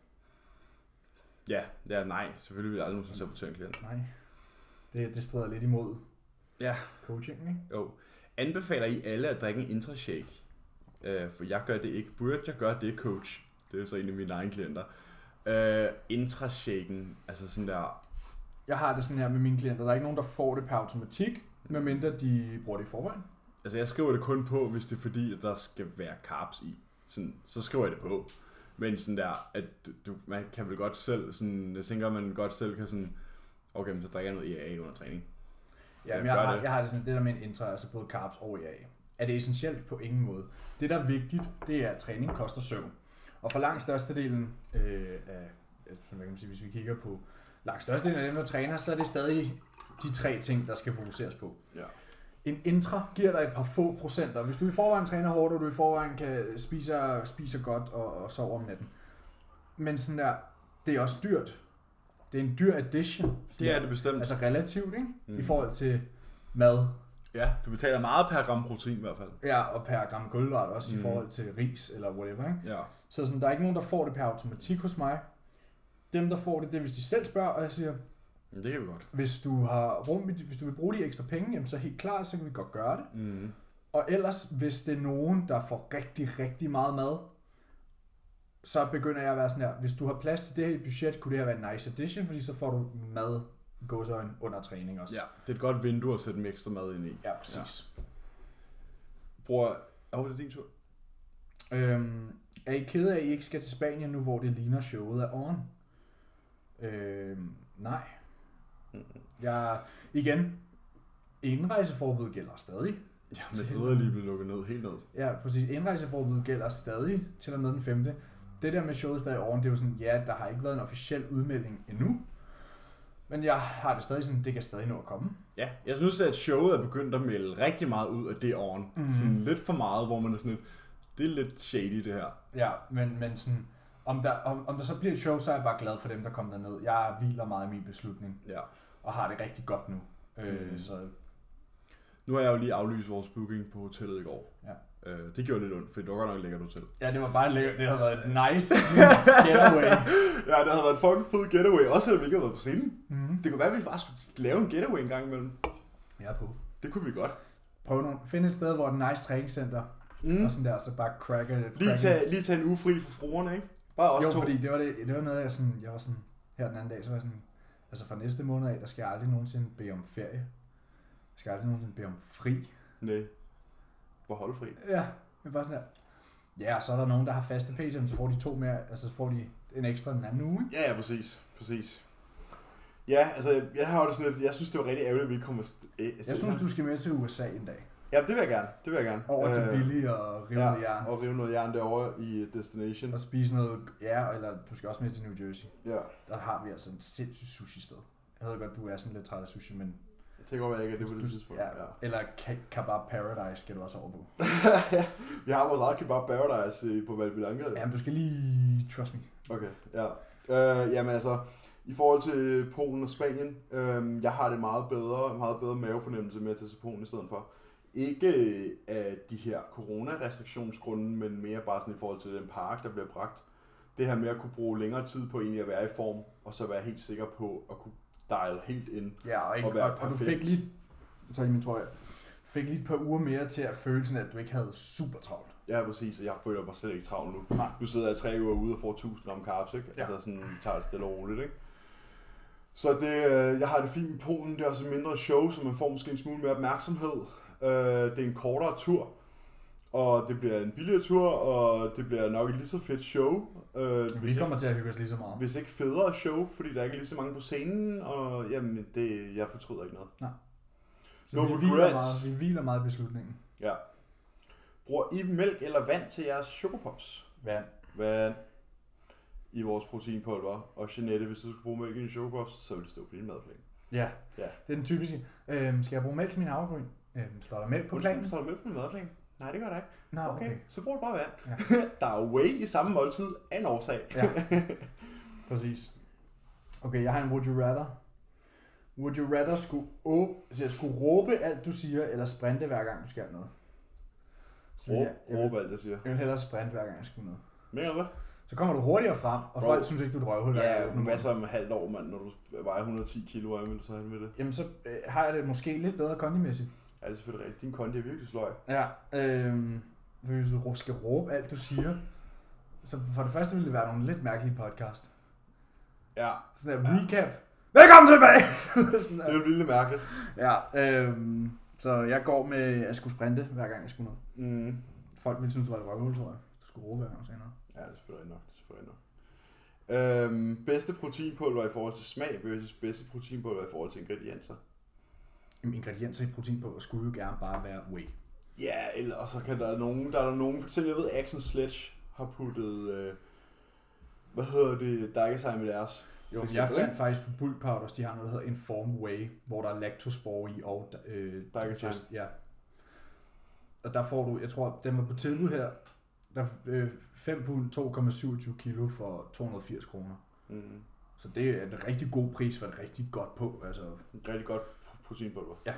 Speaker 1: Ja, ja, nej, selvfølgelig vil jeg aldrig nogensinde sabotere en klient.
Speaker 2: Nej. Det, det strider lidt imod
Speaker 1: Ja.
Speaker 2: coachingen, ikke?
Speaker 1: Jo. Anbefaler I alle at drikke en intrashake? Øh, for jeg gør det ikke. Burde jeg gøre det, coach? Det er jo så en af mine egne klienter. Øh, intrashaken, altså sådan der,
Speaker 2: Jeg har det sådan her med mine klienter. Der er ikke nogen, der får det per automatik, medmindre de bruger det i forvejen.
Speaker 1: Altså, jeg skriver det kun på, hvis det er fordi, at der skal være carbs i. Sådan, så skriver jeg det på. Men sådan der, at du, man kan vel godt selv, sådan, jeg tænker, at man godt selv kan sådan, okay, men så drikker jeg noget EAA under træning.
Speaker 2: Ja,
Speaker 1: Ja,
Speaker 2: men jeg,
Speaker 1: gør
Speaker 2: har,
Speaker 1: det.
Speaker 2: jeg har det sådan, det der med en intra, altså både carbs og EA. Er det essentielt? På ingen måde. Det, der er vigtigt, det er, at træning koster søvn. Og for langt størstedelen øh, af, af- hvad kan man sige, hvis vi kigger på langt størstedelen af dem, der træner, så er det stadig de tre ting, der skal fokuseres på.
Speaker 1: Ja.
Speaker 2: En intra giver dig et par få procenter. Hvis du i forvejen træner hårdt, og du i forvejen kan spiser, spiser godt og, og sover om natten. Men sådan der, det er også dyrt. Det er en dyr addition.
Speaker 1: Det er det bestemt. Altså,
Speaker 2: Altså relativt, ikke? Mm.
Speaker 1: Mm.
Speaker 2: I forhold til mad,
Speaker 1: ja, du betaler meget per gram protein i hvert fald.
Speaker 2: ja, og per gram kulhydrat også
Speaker 1: Mm.
Speaker 2: mm. i forhold til ris eller whatever, ikke?
Speaker 1: Ja.
Speaker 2: Så sådan, der er ikke nogen, der får det per automatik hos mig. Dem, der får det, det er, hvis de selv spørger, og jeg siger,
Speaker 1: Men Mm, det kan vi godt.
Speaker 2: hvis du, har rum, i dit- hvis du vil bruge de ekstra penge, jamen, så helt klart, så kan vi godt gøre det.
Speaker 1: Mm.
Speaker 2: Og ellers, hvis det er nogen, der får rigtig, rigtig meget mad, så begynder jeg at være sådan her, hvis du har plads til det her i et budget, kunne det her være en nice addition, fordi så får du mad gå så under træning også.
Speaker 1: Ja, det er et godt vindue at sætte dem ekstra mad ind i.
Speaker 2: ja præcis.
Speaker 1: Bruger, åh, det er din tur.
Speaker 2: Øhm, er I ked af, at I ikke skal til Spanien nu, hvor det ligner showet af on? Øhm, nej. Jeg, igen, indrejseforbud gælder stadig.
Speaker 1: Ja, Madrid er lige blevet lukket ned helt ned.
Speaker 2: Ja, præcis. Indrejseforbud gælder stadig til og med den 5. Det der med showet stadig oven, det er jo sådan, ja, der har ikke været en officiel udmelding endnu. Men jeg har det stadig sådan, det kan stadig nå at komme.
Speaker 1: Ja, jeg synes, at showet er begyndt at melde rigtig meget ud af det on. Mm. Sådan lidt for meget, hvor man er sådan lidt, det er lidt shady det her.
Speaker 2: Ja, men, men sådan, om der, om, om der så bliver et show, så er jeg bare glad for dem, der kom derned. Jeg hviler meget i min beslutning.
Speaker 1: Ja.
Speaker 2: og har det rigtig godt nu. Øh,
Speaker 1: Mm.
Speaker 2: så
Speaker 1: Nu har jeg jo lige aflyst vores booking på hotellet i går.
Speaker 2: Ja.
Speaker 1: Øh, det gjorde lidt ondt, for det var godt nok lækkert hotel.
Speaker 2: ja, det var bare lækkert. Det har været et nice getaway.
Speaker 1: Ja, det havde været en fucking fed getaway, også selvom vi ikke havde været på scenen.
Speaker 2: Mm.
Speaker 1: Det kunne være, at vi bare skulle lave en getaway en gang imellem.
Speaker 2: Jeg er på.
Speaker 1: Det kunne vi godt.
Speaker 2: Prøv nu. Find et sted, hvor der er et nice træningscenter, mm.
Speaker 1: Mm.
Speaker 2: og sådan der, så bare cracker det.
Speaker 1: Lige,
Speaker 2: cracker det.
Speaker 1: tage, lige tage en uge fri for fruerne, ikke? Bare os
Speaker 2: Jo,
Speaker 1: to.
Speaker 2: fordi det var, det, det var noget, jeg, sådan, jeg var sådan, her den anden dag, så var jeg sådan, altså fra næste måned af, der skal jeg aldrig nogensinde bede om ferie. Jeg skal aldrig nogensinde bede om fri.
Speaker 1: Nej. Hvor holdfri.
Speaker 2: Ja, men bare sådan her. Ja, og så er der nogen, der har faste PT'er, men så får de to mere, altså så får de en ekstra den anden uge, ikke?
Speaker 1: Ja, ja, præcis. Præcis. Ja, altså, jeg, jeg har jo det sådan lidt, jeg synes, det var rigtig ærgerligt, at vi ikke kom afsted.
Speaker 2: Jeg synes, du skal med til USA en dag.
Speaker 1: Ja, det vil jeg gerne. Det vil jeg gerne.
Speaker 2: Over til
Speaker 1: Øh,
Speaker 2: Billy og rive
Speaker 1: ja,
Speaker 2: ja, jern.
Speaker 1: og rive noget jern derovre i Destination.
Speaker 2: Og spise noget, ja, eller du skal også med til New Jersey.
Speaker 1: Ja,
Speaker 2: Der har vi altså en sindssyg sushi sted. Jeg ved godt, du er sådan lidt træt af sushi, men
Speaker 1: jeg tænker over, at jeg ikke er det på det tidspunkt.
Speaker 2: ja.
Speaker 1: Ja.
Speaker 2: Eller Ka- Kebab Paradise skal du også over på.
Speaker 1: Vi har vores eget kebab paradise øh, på Valbylanka.
Speaker 2: Ja, men du skal lige, trust me.
Speaker 1: Okay, ja. Øh, jamen altså, i forhold til Polen og Spanien, øh, jeg har det meget bedre, meget bedre mavefornemmelse med at tage til Polen i stedet for. Ikke øh, af de her coronarestriktionsgrunde, men mere bare sådan i forhold til den park, der bliver bragt. Det her med at kunne bruge længere tid på egentlig at være i form, og så være helt sikker på at kunne dial helt ind.
Speaker 2: Ja, og, ikke,
Speaker 1: Og være
Speaker 2: og, og du
Speaker 1: perfekt.
Speaker 2: fik lige, jeg tager lige min trøje, af. fik lige et par uger mere til at føle sådan, at du ikke havde super travlt.
Speaker 1: Ja, præcis, og jeg føler mig slet ikke travl nu.
Speaker 2: Nej.
Speaker 1: Nu sidder jeg tre uger ude og får 1000 om carbs, ikke?
Speaker 2: Ja.
Speaker 1: Ja. Altså sådan, tager det stille og roligt, ikke? Så det, øh, jeg har det fint med Polen, det er også et mindre show, så man får måske en smule mere opmærksomhed. Øh, det er en kortere tur, og det bliver en billigere tur, og det bliver nok et lige så fedt show. Øh, hvis,
Speaker 2: Vi
Speaker 1: ikke,
Speaker 2: kommer til at hygge os lige så meget.
Speaker 1: hvis ikke federe show, fordi der ikke er lige så mange på scenen, og jamen, det, jeg fortryder ikke noget.
Speaker 2: Så
Speaker 1: No
Speaker 2: vi, hviler
Speaker 1: regrets.
Speaker 2: meget, vi hviler meget i beslutningen.
Speaker 1: Ja. Bruger I mælk eller vand til jeres chokopops?
Speaker 2: Vand.
Speaker 1: vand i vores proteinpulver. Og Jeanette, hvis du skulle bruge mælk i en chokopops, så ville det stå på din madplan.
Speaker 2: Ja.
Speaker 1: Ja.
Speaker 2: Det er den typiske. Øhm, skal jeg bruge mælk til min havregryn? Øhm, står der mælk på planen?
Speaker 1: Undskyld, så er der mælk på din madplan? Nej, det gør der ikke.
Speaker 2: Nej,
Speaker 1: Okay, okay. så brug du bare vand.
Speaker 2: Ja.
Speaker 1: der er whey i samme måltid af en årsag.
Speaker 2: Ja, præcis. Okay, jeg har en would you rather. Would you rather skulle, åb- så jeg skulle råbe alt du siger, eller sprinte hver gang du skal noget? Så
Speaker 1: Råb,
Speaker 2: jeg, jeg, vil,
Speaker 1: råb alt, jeg siger.
Speaker 2: jeg vil hellere sprinte hver gang jeg skulle noget.
Speaker 1: Mener du det?
Speaker 2: Så kommer du hurtigere frem, og
Speaker 1: Bro.
Speaker 2: folk synes ikke, du er et røvhul. hver gang du
Speaker 1: Ja, altså-
Speaker 2: åbner
Speaker 1: hvad
Speaker 2: munden.
Speaker 1: så om et halvt år, mand, når du vejer 110 kilo, hvordan vil du så have det med det?
Speaker 2: Jamen, så øh, har jeg det måske lidt bedre kondimæssigt.
Speaker 1: Ja, det er selvfølgelig rigtigt. Din kondi er virkelig sløj.
Speaker 2: Ja, øhm, for hvis du rå- skal råbe alt du siger, så for det første ville det være nogle lidt mærkelige podcast.
Speaker 1: Ja,
Speaker 2: Sådan der recap. Velkommen tilbage! Sådan der.
Speaker 1: det er jo lidt mærkeligt.
Speaker 2: Ja, øhm, så jeg går med at skulle sprinte, hver gang jeg skulle noget.
Speaker 1: Mm.
Speaker 2: Folk ville synes, du var et røvhul, tror jeg. Du skulle råbe hver gang, du sagde noget.
Speaker 1: Ja, det er selvfølgelig nok. Det er selvfølgelig nok. Øhm, bedste proteinpulver i forhold til smag versus bedste proteinpulver i forhold til ingredienser.
Speaker 2: Jamen, ingredienser i protein på skulle jo gerne bare være whey.
Speaker 1: Ja, eller og så kan der nogen, der er der nogen, for eksempel jeg ved, Action Sledge har puttet, øh, hvad hedder det, Daigasai i deres.
Speaker 2: Jo,
Speaker 1: for
Speaker 2: jeg
Speaker 1: eksempel,
Speaker 2: fandt faktisk for bulk powders, de har noget, der hedder Inform Whey, hvor der er lactospore i og... Øh,
Speaker 1: Daigasan.
Speaker 2: digest- Ja. Og der får du, jeg tror, den var på tilbud her, der øh, 5 pund 2,27 kilo for 280 kroner.
Speaker 1: ikke? Mm,
Speaker 2: Så det er en rigtig god pris for et rigtig godt på. Altså,
Speaker 1: et rigtig godt proteinpulver.
Speaker 2: Ja.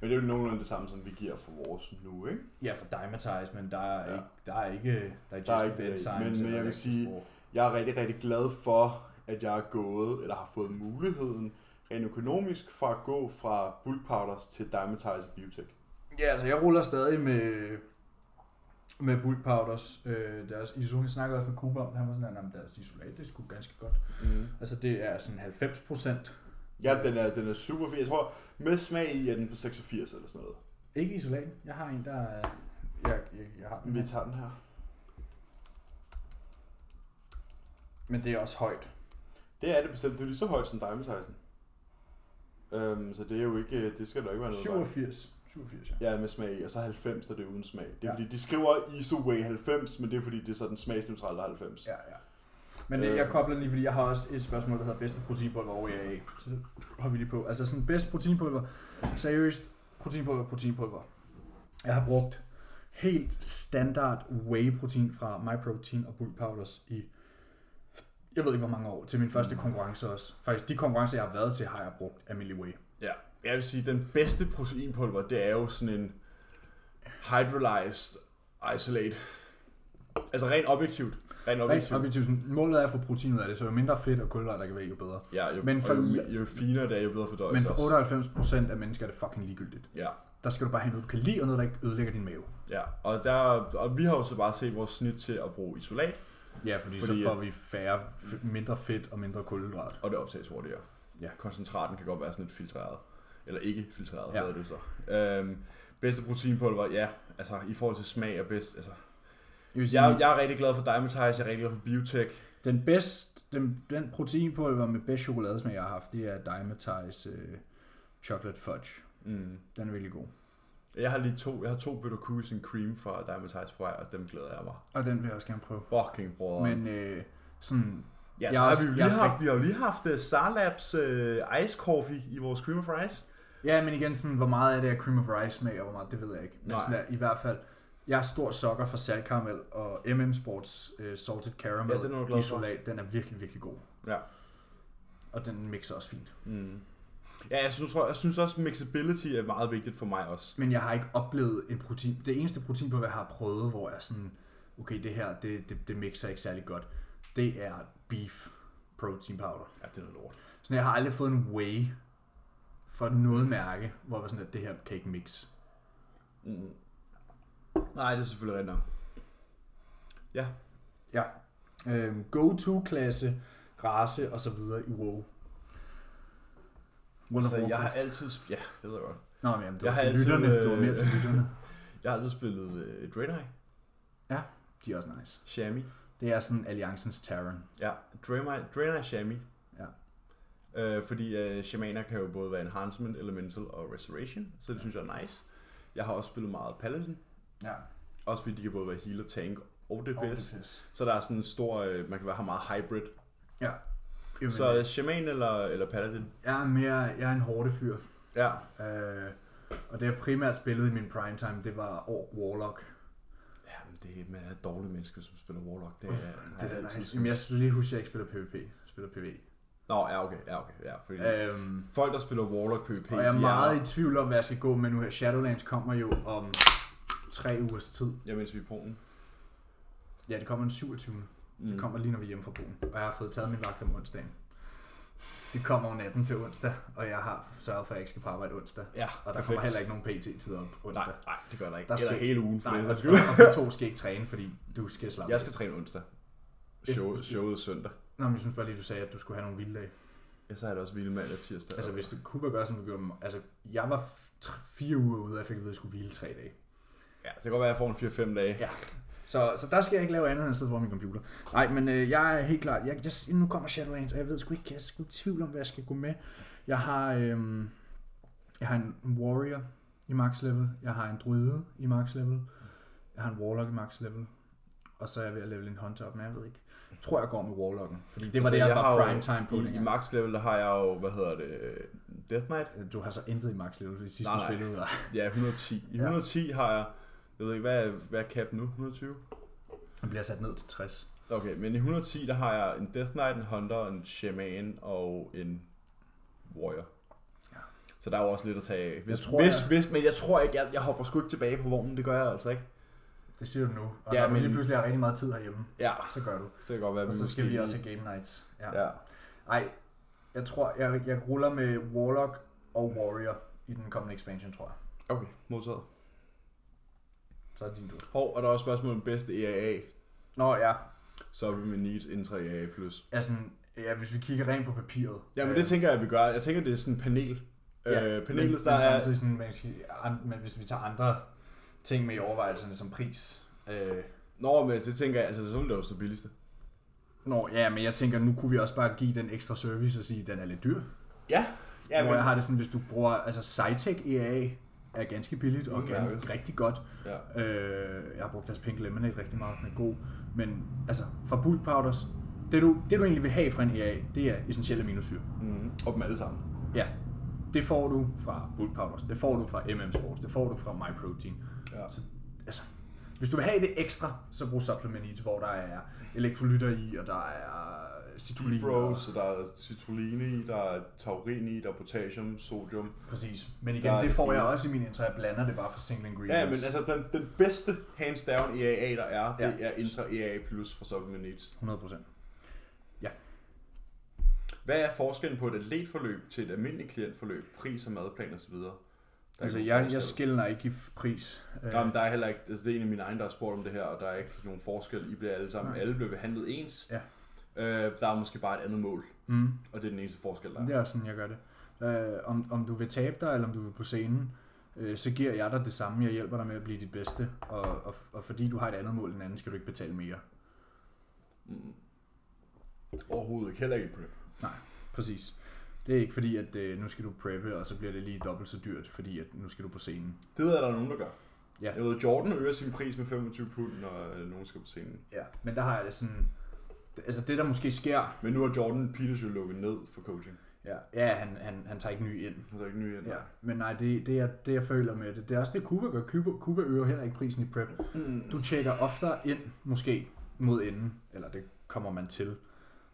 Speaker 1: Men det er jo nogenlunde det samme, som vi giver for vores nu, ikke?
Speaker 2: Ja, for Dimatize, men der er,
Speaker 1: Ja.
Speaker 2: ja. ikke, der er ikke digestive
Speaker 1: Der er ikke det,
Speaker 2: enzymes
Speaker 1: men- men
Speaker 2: eller
Speaker 1: jeg vil
Speaker 2: lactose
Speaker 1: sige-
Speaker 2: over.
Speaker 1: Jeg er rigtig, rigtig glad for, at jeg er gået, eller har fået muligheden, rent økonomisk, for at gå fra bulk powders til Dimetize Biotech.
Speaker 2: Ja, altså jeg ruller stadig med, med bulk powders. Øh, deres iso, jeg snakkede også med Cooper om, det. han var sådan, at deres isolat, det skulle ganske godt.
Speaker 1: Mm.
Speaker 2: Altså det er sådan 90 procent.
Speaker 1: Ja, den er, den er super fin. Jeg tror, med smag i er den på 86 eller sådan noget.
Speaker 2: Ikke isolat. Jeg har en, der er... Jeg, jeg, jeg har den.
Speaker 1: Vi
Speaker 2: her.
Speaker 1: tager den her.
Speaker 2: Men det er også højt.
Speaker 1: Det er det bestemt. Det er lige så højt som Dimetizen. Øhm, så det er jo ikke, det skal der ikke være noget vejen.
Speaker 2: 87. 87, ja.
Speaker 1: Ja, med smag i, og så 90, og det er uden smag. Det er
Speaker 2: Ja.
Speaker 1: fordi, de skriver ISOWAY 90, men det er fordi, det er sådan smagsneutralt 90.
Speaker 2: ja, ja. Men det,
Speaker 1: Øh.
Speaker 2: jeg kobler lige, fordi jeg har også et spørgsmål, der hedder bedste proteinpulver over AA. Så har vi lige på. Altså sådan bedste proteinpulver. Seriøst, proteinpulver, proteinpulver. Jeg har brugt helt standard whey protein fra MyProtein og Bulk Powders i jeg ved ikke hvor mange år, til min første konkurrence også. Faktisk de konkurrencer, jeg har været til, har jeg brugt almindelig whey.
Speaker 1: ja. Jeg vil sige, den bedste proteinpulver, det er jo sådan en hydrolyzed isolate. Altså rent objektivt. Rent
Speaker 2: Rent objektivt. sådan, Målet er at få protein ud af det, så jo mindre fedt og kulhydrater der kan være, jo bedre.
Speaker 1: Ja, jo,
Speaker 2: Men
Speaker 1: og
Speaker 2: for-
Speaker 1: jo, jo, finere det er, jo bedre fordøjelse
Speaker 2: Men for
Speaker 1: også.
Speaker 2: 98% af mennesker er det fucking ligegyldigt.
Speaker 1: Ja,
Speaker 2: Der skal du bare have noget, du kan lide, og noget, der ikke ødelægger din mave.
Speaker 1: ja. Og, der, og vi har jo så bare set vores snit til at bruge isolat,
Speaker 2: Ja, fordi,
Speaker 1: Fordi
Speaker 2: så får vi færre, f- mindre fedt og mindre kulhydrat.
Speaker 1: og det optages hurtigere.
Speaker 2: Ja.
Speaker 1: Koncentraten kan godt være sådan lidt filtreret. Eller ikke filtreret,
Speaker 2: Ja.
Speaker 1: ja. hedder det så. Øhm, bedste proteinpulver, ja. Altså, i forhold til smag er bedst. Altså,
Speaker 2: Jeg vil sige,
Speaker 1: jeg, jeg er rigtig glad for Dimetize, jeg er rigtig glad for Biotech.
Speaker 2: den bedst, den, den proteinpulver med bedst chokoladesmag, jeg har haft, det er Dimetize øh, Chocolate Fudge.
Speaker 1: Mm.
Speaker 2: Den er virkelig god.
Speaker 1: Jeg har lige to, jeg har to bøtter cookies and cream fra Diamond Heights på vej, og dem glæder jeg mig.
Speaker 2: Og den vil jeg også gerne prøve.
Speaker 1: Fucking bror.
Speaker 2: Men øh, sådan...
Speaker 1: ja,
Speaker 2: jeg
Speaker 1: så
Speaker 2: er
Speaker 1: har
Speaker 2: også-
Speaker 1: vi, jo lige
Speaker 2: jeg er
Speaker 1: haft, vi har jo lige haft øh, Starlabs øh, ice coffee i vores cream of rice.
Speaker 2: Ja, men igen, sådan, hvor meget er det af cream of rice med, og hvor meget, det ved jeg ikke. Men
Speaker 1: Nej.
Speaker 2: sådan, der, i hvert fald, jeg er stor sokker for saltkaramel, og MM Sports øh, Salted Caramel
Speaker 1: Ja, den er du glad for.
Speaker 2: isolat, den er virkelig, virkelig god.
Speaker 1: Ja.
Speaker 2: Og den mixer også fint.
Speaker 1: Mm. Ja, jeg synes, jeg synes også, mixability er meget vigtigt for mig også.
Speaker 2: Men jeg har ikke oplevet en protein. Det eneste protein på, jeg har prøvet, hvor jeg er sådan, okay, det her, det, det, det mixer ikke særlig godt, det er beef protein powder.
Speaker 1: Ja, det er noget lort.
Speaker 2: Sådan, jeg har aldrig fået en whey for noget mærke, hvor jeg var sådan, at det her kan ikke mix.
Speaker 1: Mm. Nej, det er selvfølgelig rigtigt nok. Ja,
Speaker 2: Ja. Øhm, Go-to-klasse, race og så videre i WoW. World
Speaker 1: altså,
Speaker 2: of
Speaker 1: jeg har
Speaker 2: Warcraft.
Speaker 1: altid... sp- Ja, det ved jeg godt.
Speaker 2: Nå, men jamen, det
Speaker 1: jeg
Speaker 2: var
Speaker 1: har
Speaker 2: til
Speaker 1: altid,
Speaker 2: lytterne. Det var mere
Speaker 1: øh,
Speaker 2: til lytterne.
Speaker 1: Jeg har altid spillet øh, Draenei,
Speaker 2: De er også nice.
Speaker 1: Shami.
Speaker 2: Det er sådan Alliancens Terran.
Speaker 1: Ja, Draenei, Draenei Shami.
Speaker 2: Ja.
Speaker 1: Øh, fordi øh, shamaner kan jo både være enhancement, elemental og restoration, så det synes jeg er nice. Jeg har også spillet meget paladin,
Speaker 2: Ja,
Speaker 1: også fordi de kan både være healer, tank og DPS.
Speaker 2: det er pis.
Speaker 1: Så der er sådan en stor, øh, man kan være, have meget hybrid.
Speaker 2: Ja. Jamen,
Speaker 1: Så øh, shaman eller, eller paladin.
Speaker 2: jeg er mere, jeg er en hårde fyr.
Speaker 1: Ja,
Speaker 2: Øh, og det jeg primært spillede i min primetime, det var Orc Warlock.
Speaker 1: ja men det er, man er dårlige mennesker, som spiller Warlock. Det er, har
Speaker 2: Det
Speaker 1: jeg
Speaker 2: er
Speaker 1: altid
Speaker 2: nice.
Speaker 1: synes.
Speaker 2: Jamen, jeg synes lige huske, at jeg ikke spiller PvP. Jeg spiller PvE.
Speaker 1: Nå, ja, okay, ja, okay. Ja, fordi
Speaker 2: Øhm,
Speaker 1: Folk, der spiller Warlock PvP,
Speaker 2: Og jeg er
Speaker 1: de
Speaker 2: meget i tvivl om, hvad jeg skal gå med nu her. Shadowlands kommer jo om tre ugers tid.
Speaker 1: Ja, mens vi er i Polen.
Speaker 2: Ja, det kommer den 27. Mm. Det kommer lige, når vi er hjemme fra Polen. Og jeg har fået taget min vagt om onsdagen. Det kommer om natten til onsdag, og jeg har sørget for, at jeg ikke skal på arbejde onsdag.
Speaker 1: Ja,
Speaker 2: Og der kommer heller ikke nogen pt-tider op onsdag.
Speaker 1: Nej, nej, det gør der ikke.
Speaker 2: Der
Speaker 1: Der
Speaker 2: skal-
Speaker 1: Eller hele ugen, for
Speaker 2: Nej,
Speaker 1: det
Speaker 2: og,
Speaker 1: sags skyld.
Speaker 2: og vi to skal ikke træne, fordi du skal slappe
Speaker 1: Jeg
Speaker 2: af.
Speaker 1: skal træne onsdag. Show, showet er søndag.
Speaker 2: Nå, men jeg synes bare lige, du sagde, at du skulle have nogle vilde dage.
Speaker 1: Ja, så er det også vilde mandag tirsdag.
Speaker 2: Altså, hvis du kunne bare gøre, som du gjorde... med mig- Altså, jeg var f- tre- fire uger ude, og jeg fik at vide, at jeg skulle hvile tre dage.
Speaker 1: Ja, det kan godt være, at jeg får en 4-5 dage.
Speaker 2: Ja. Så, så der skal jeg ikke lave andet end at sidde foran min computer. Nej, men øh, jeg er helt klart... Jeg, jeg, nu kommer Shadowlands, og jeg ved sgu ikke, jeg er sgu ikke i tvivl om, hvad jeg skal gå med. Jeg har, øh, jeg har en warrior i max level. Jeg har en druide i max level. Jeg har en warlock i max level. Og så er jeg ved at level en hunter op, men jeg ved ikke. Jeg tror, jeg går med warlocken. Fordi det var
Speaker 1: Altså,
Speaker 2: det, jeg, jeg var
Speaker 1: har jo-
Speaker 2: prime time på.
Speaker 1: I, I
Speaker 2: dengang.
Speaker 1: max level, der har jeg jo, hvad hedder det, Death Knight?
Speaker 2: du har så intet i max level, fordi sidst
Speaker 1: Nej,
Speaker 2: du
Speaker 1: nej.
Speaker 2: spillede var.
Speaker 1: Ja, 110. I
Speaker 2: Ja.
Speaker 1: 110 har jeg, jeg ved ikke, hvad er, hvad er cap nu? 120?
Speaker 2: Han bliver sat ned til 60.
Speaker 1: Okay, men i 110, der har jeg en Death Knight, en Hunter, en Shaman og en Warrior.
Speaker 2: Ja.
Speaker 1: Så der er jo også lidt at tage af. Hvis,
Speaker 2: Jeg
Speaker 1: jeg
Speaker 2: tror,
Speaker 1: tror, hvis,
Speaker 2: jeg-
Speaker 1: hvis, men jeg tror ikke, jeg, jeg hopper sgu ikke tilbage på vognen, det gør jeg altså ikke.
Speaker 2: Det siger du nu. Og ja,
Speaker 1: Ja,
Speaker 2: når men...
Speaker 1: men-
Speaker 2: du lige pludselig har rigtig meget tid herhjemme,
Speaker 1: Ja,
Speaker 2: så gør du.
Speaker 1: så kan det godt være,
Speaker 2: Og så
Speaker 1: måske
Speaker 2: skal vi
Speaker 1: lige-
Speaker 2: også have game nights. Ja.
Speaker 1: Ja.
Speaker 2: Ej, jeg tror, jeg, jeg ruller med Warlock og Warrior i den kommende expansion, tror jeg.
Speaker 1: Okay, modtaget.
Speaker 2: Så er det din tur.
Speaker 1: Hov, og der er også spørgsmål om bedste EAA.
Speaker 2: Nå ja,
Speaker 1: Så er vi med Needs Intra EAA+.
Speaker 2: altså, ja, hvis vi kigger rent på papiret.
Speaker 1: Ja, men det
Speaker 2: øh,
Speaker 1: tænker jeg, vi gør. Jeg tænker, det er sådan et panel. Ja, øh,
Speaker 2: men,
Speaker 1: panelet,
Speaker 2: men
Speaker 1: der er...
Speaker 2: samtidig sådan, man skal, an, men hvis vi tager andre ting med i overvejelserne som pris. Øh,
Speaker 1: Nå, men det tænker jeg, altså så vil det også det billigste.
Speaker 2: Nå, ja, men jeg tænker, nu kunne vi også bare give den ekstra service og sige, at den er lidt dyr.
Speaker 1: Ja,
Speaker 2: Ja,
Speaker 1: ja,
Speaker 2: hvor
Speaker 1: men...
Speaker 2: jeg har det sådan, hvis du bruger, altså Cytec EA er ganske billigt og
Speaker 1: Udmærket.
Speaker 2: gan- rigtig godt.
Speaker 1: Ja.
Speaker 2: Øh, jeg har brugt deres Pink Lemonade rigtig meget, den er god. Men altså, for bulk powders, det du, det du egentlig vil have fra en EA, det er essentielle aminosyre.
Speaker 1: Mm, og dem alle sammen.
Speaker 2: Ja, det får du fra bulk powders, det får du fra MM Sports, det får du fra MyProtein.
Speaker 1: Ja.
Speaker 2: Så, altså, hvis du vil have det ekstra, så brug Supplement Eats, hvor der er elektrolytter i, og der er citrullin.
Speaker 1: Bro,
Speaker 2: og-
Speaker 1: så der er citrulline i, der er taurin i, der er potassium, sodium.
Speaker 2: Præcis. Men igen,
Speaker 1: Der er
Speaker 2: det får
Speaker 1: det
Speaker 2: jeg
Speaker 1: hele.
Speaker 2: også i min intro, jeg blander det bare for single ingredients.
Speaker 1: Ja, men altså den, den bedste hands down EAA, der er, det
Speaker 2: Ja.
Speaker 1: ja. er Intra EAA Plus fra Supplement Needs.
Speaker 2: 100 procent.
Speaker 1: Hvad er forskellen på et atletforløb til et almindeligt klientforløb? Pris og madplan osv.? Der er
Speaker 2: Altså,
Speaker 1: ikke nogen
Speaker 2: jeg,
Speaker 1: forskel.
Speaker 2: jeg skiller ikke i f- pris. Øh,
Speaker 1: Nå, men der er heller ikke, altså det er en af mine egne, der har spurgt om det her, og der er ikke nogen forskel. I bliver alle sammen,
Speaker 2: Nej.
Speaker 1: alle bliver behandlet ens.
Speaker 2: Ja.
Speaker 1: Øh, der er måske bare et andet mål,
Speaker 2: mm,
Speaker 1: og det er den eneste forskel, der er.
Speaker 2: det er også sådan, jeg gør det. Øh, om, om du vil tabe dig, eller om du vil på scenen, øh, så giver jeg dig det samme. Jeg hjælper dig med at blive dit bedste. Og, og, og fordi du har et andet mål end anden, skal du ikke betale mere.
Speaker 1: Mm. Overhovedet ikke, heller ikke i prep.
Speaker 2: Præcis. Det er ikke fordi, at øh, nu skal du preppe, og så bliver det lige dobbelt så dyrt, fordi at nu skal du på scenen.
Speaker 1: Det ved jeg, der er nogen, der gør.
Speaker 2: Ja.
Speaker 1: Jeg ved, Jordan øger sin pris med 25 pund, når øh, nogen skal på scenen.
Speaker 2: Ja, men der har jeg det sådan... Altså det, der måske sker...
Speaker 1: Men nu har Jordan Peters jo lukket ned for coaching.
Speaker 2: Ja, ja han, han, han tager ikke ny ind.
Speaker 1: Han er ikke ny end.
Speaker 2: Ja, men nej, det, det, jeg, det jeg føler med det, det er også det, Cuba gør. Cuba, Cuba øger heller ikke prisen i prep.
Speaker 1: Mm.
Speaker 2: Du tjekker oftere ind, måske, mod enden, eller det kommer man til.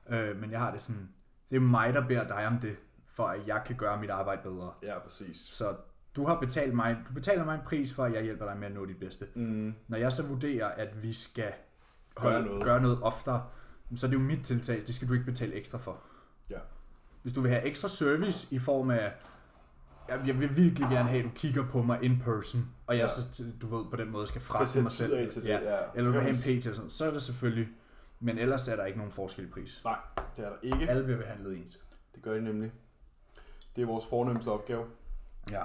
Speaker 2: Øh, men jeg har det sådan, det er mig, der beder dig om det, for at jeg kan gøre mit arbejde bedre.
Speaker 1: Ja, præcis.
Speaker 2: Så du har betalt mig, du betaler mig en pris for, at jeg hjælper dig med at nå dit bedste.
Speaker 1: Mm.
Speaker 2: Når jeg så vurderer, at vi skal
Speaker 1: Gøre
Speaker 2: holde,
Speaker 1: noget.
Speaker 2: gøre noget oftere, så er det jo mit tiltag, det skal du ikke betale ekstra for.
Speaker 1: Ja.
Speaker 2: Hvis du vil have ekstra service i form af, jeg, jeg vil virkelig gerne have, at du kigger på mig in person, og jeg
Speaker 1: Ja.
Speaker 2: ja. så, du ved, på den måde skal
Speaker 1: Skal
Speaker 2: frelse
Speaker 1: sætte
Speaker 2: mig
Speaker 1: tid
Speaker 2: selv.
Speaker 1: af til det.
Speaker 2: ja. Eller
Speaker 1: Så
Speaker 2: du vil
Speaker 1: kan
Speaker 2: have
Speaker 1: man
Speaker 2: en
Speaker 1: s-
Speaker 2: PT og sådan, så er det selvfølgelig. Men ellers er der ikke nogen forskel i pris.
Speaker 1: Nej, det er der ikke.
Speaker 2: Alle bliver behandlet ens.
Speaker 1: Det gør I nemlig. Det er vores fornemmeste opgave.
Speaker 2: Ja.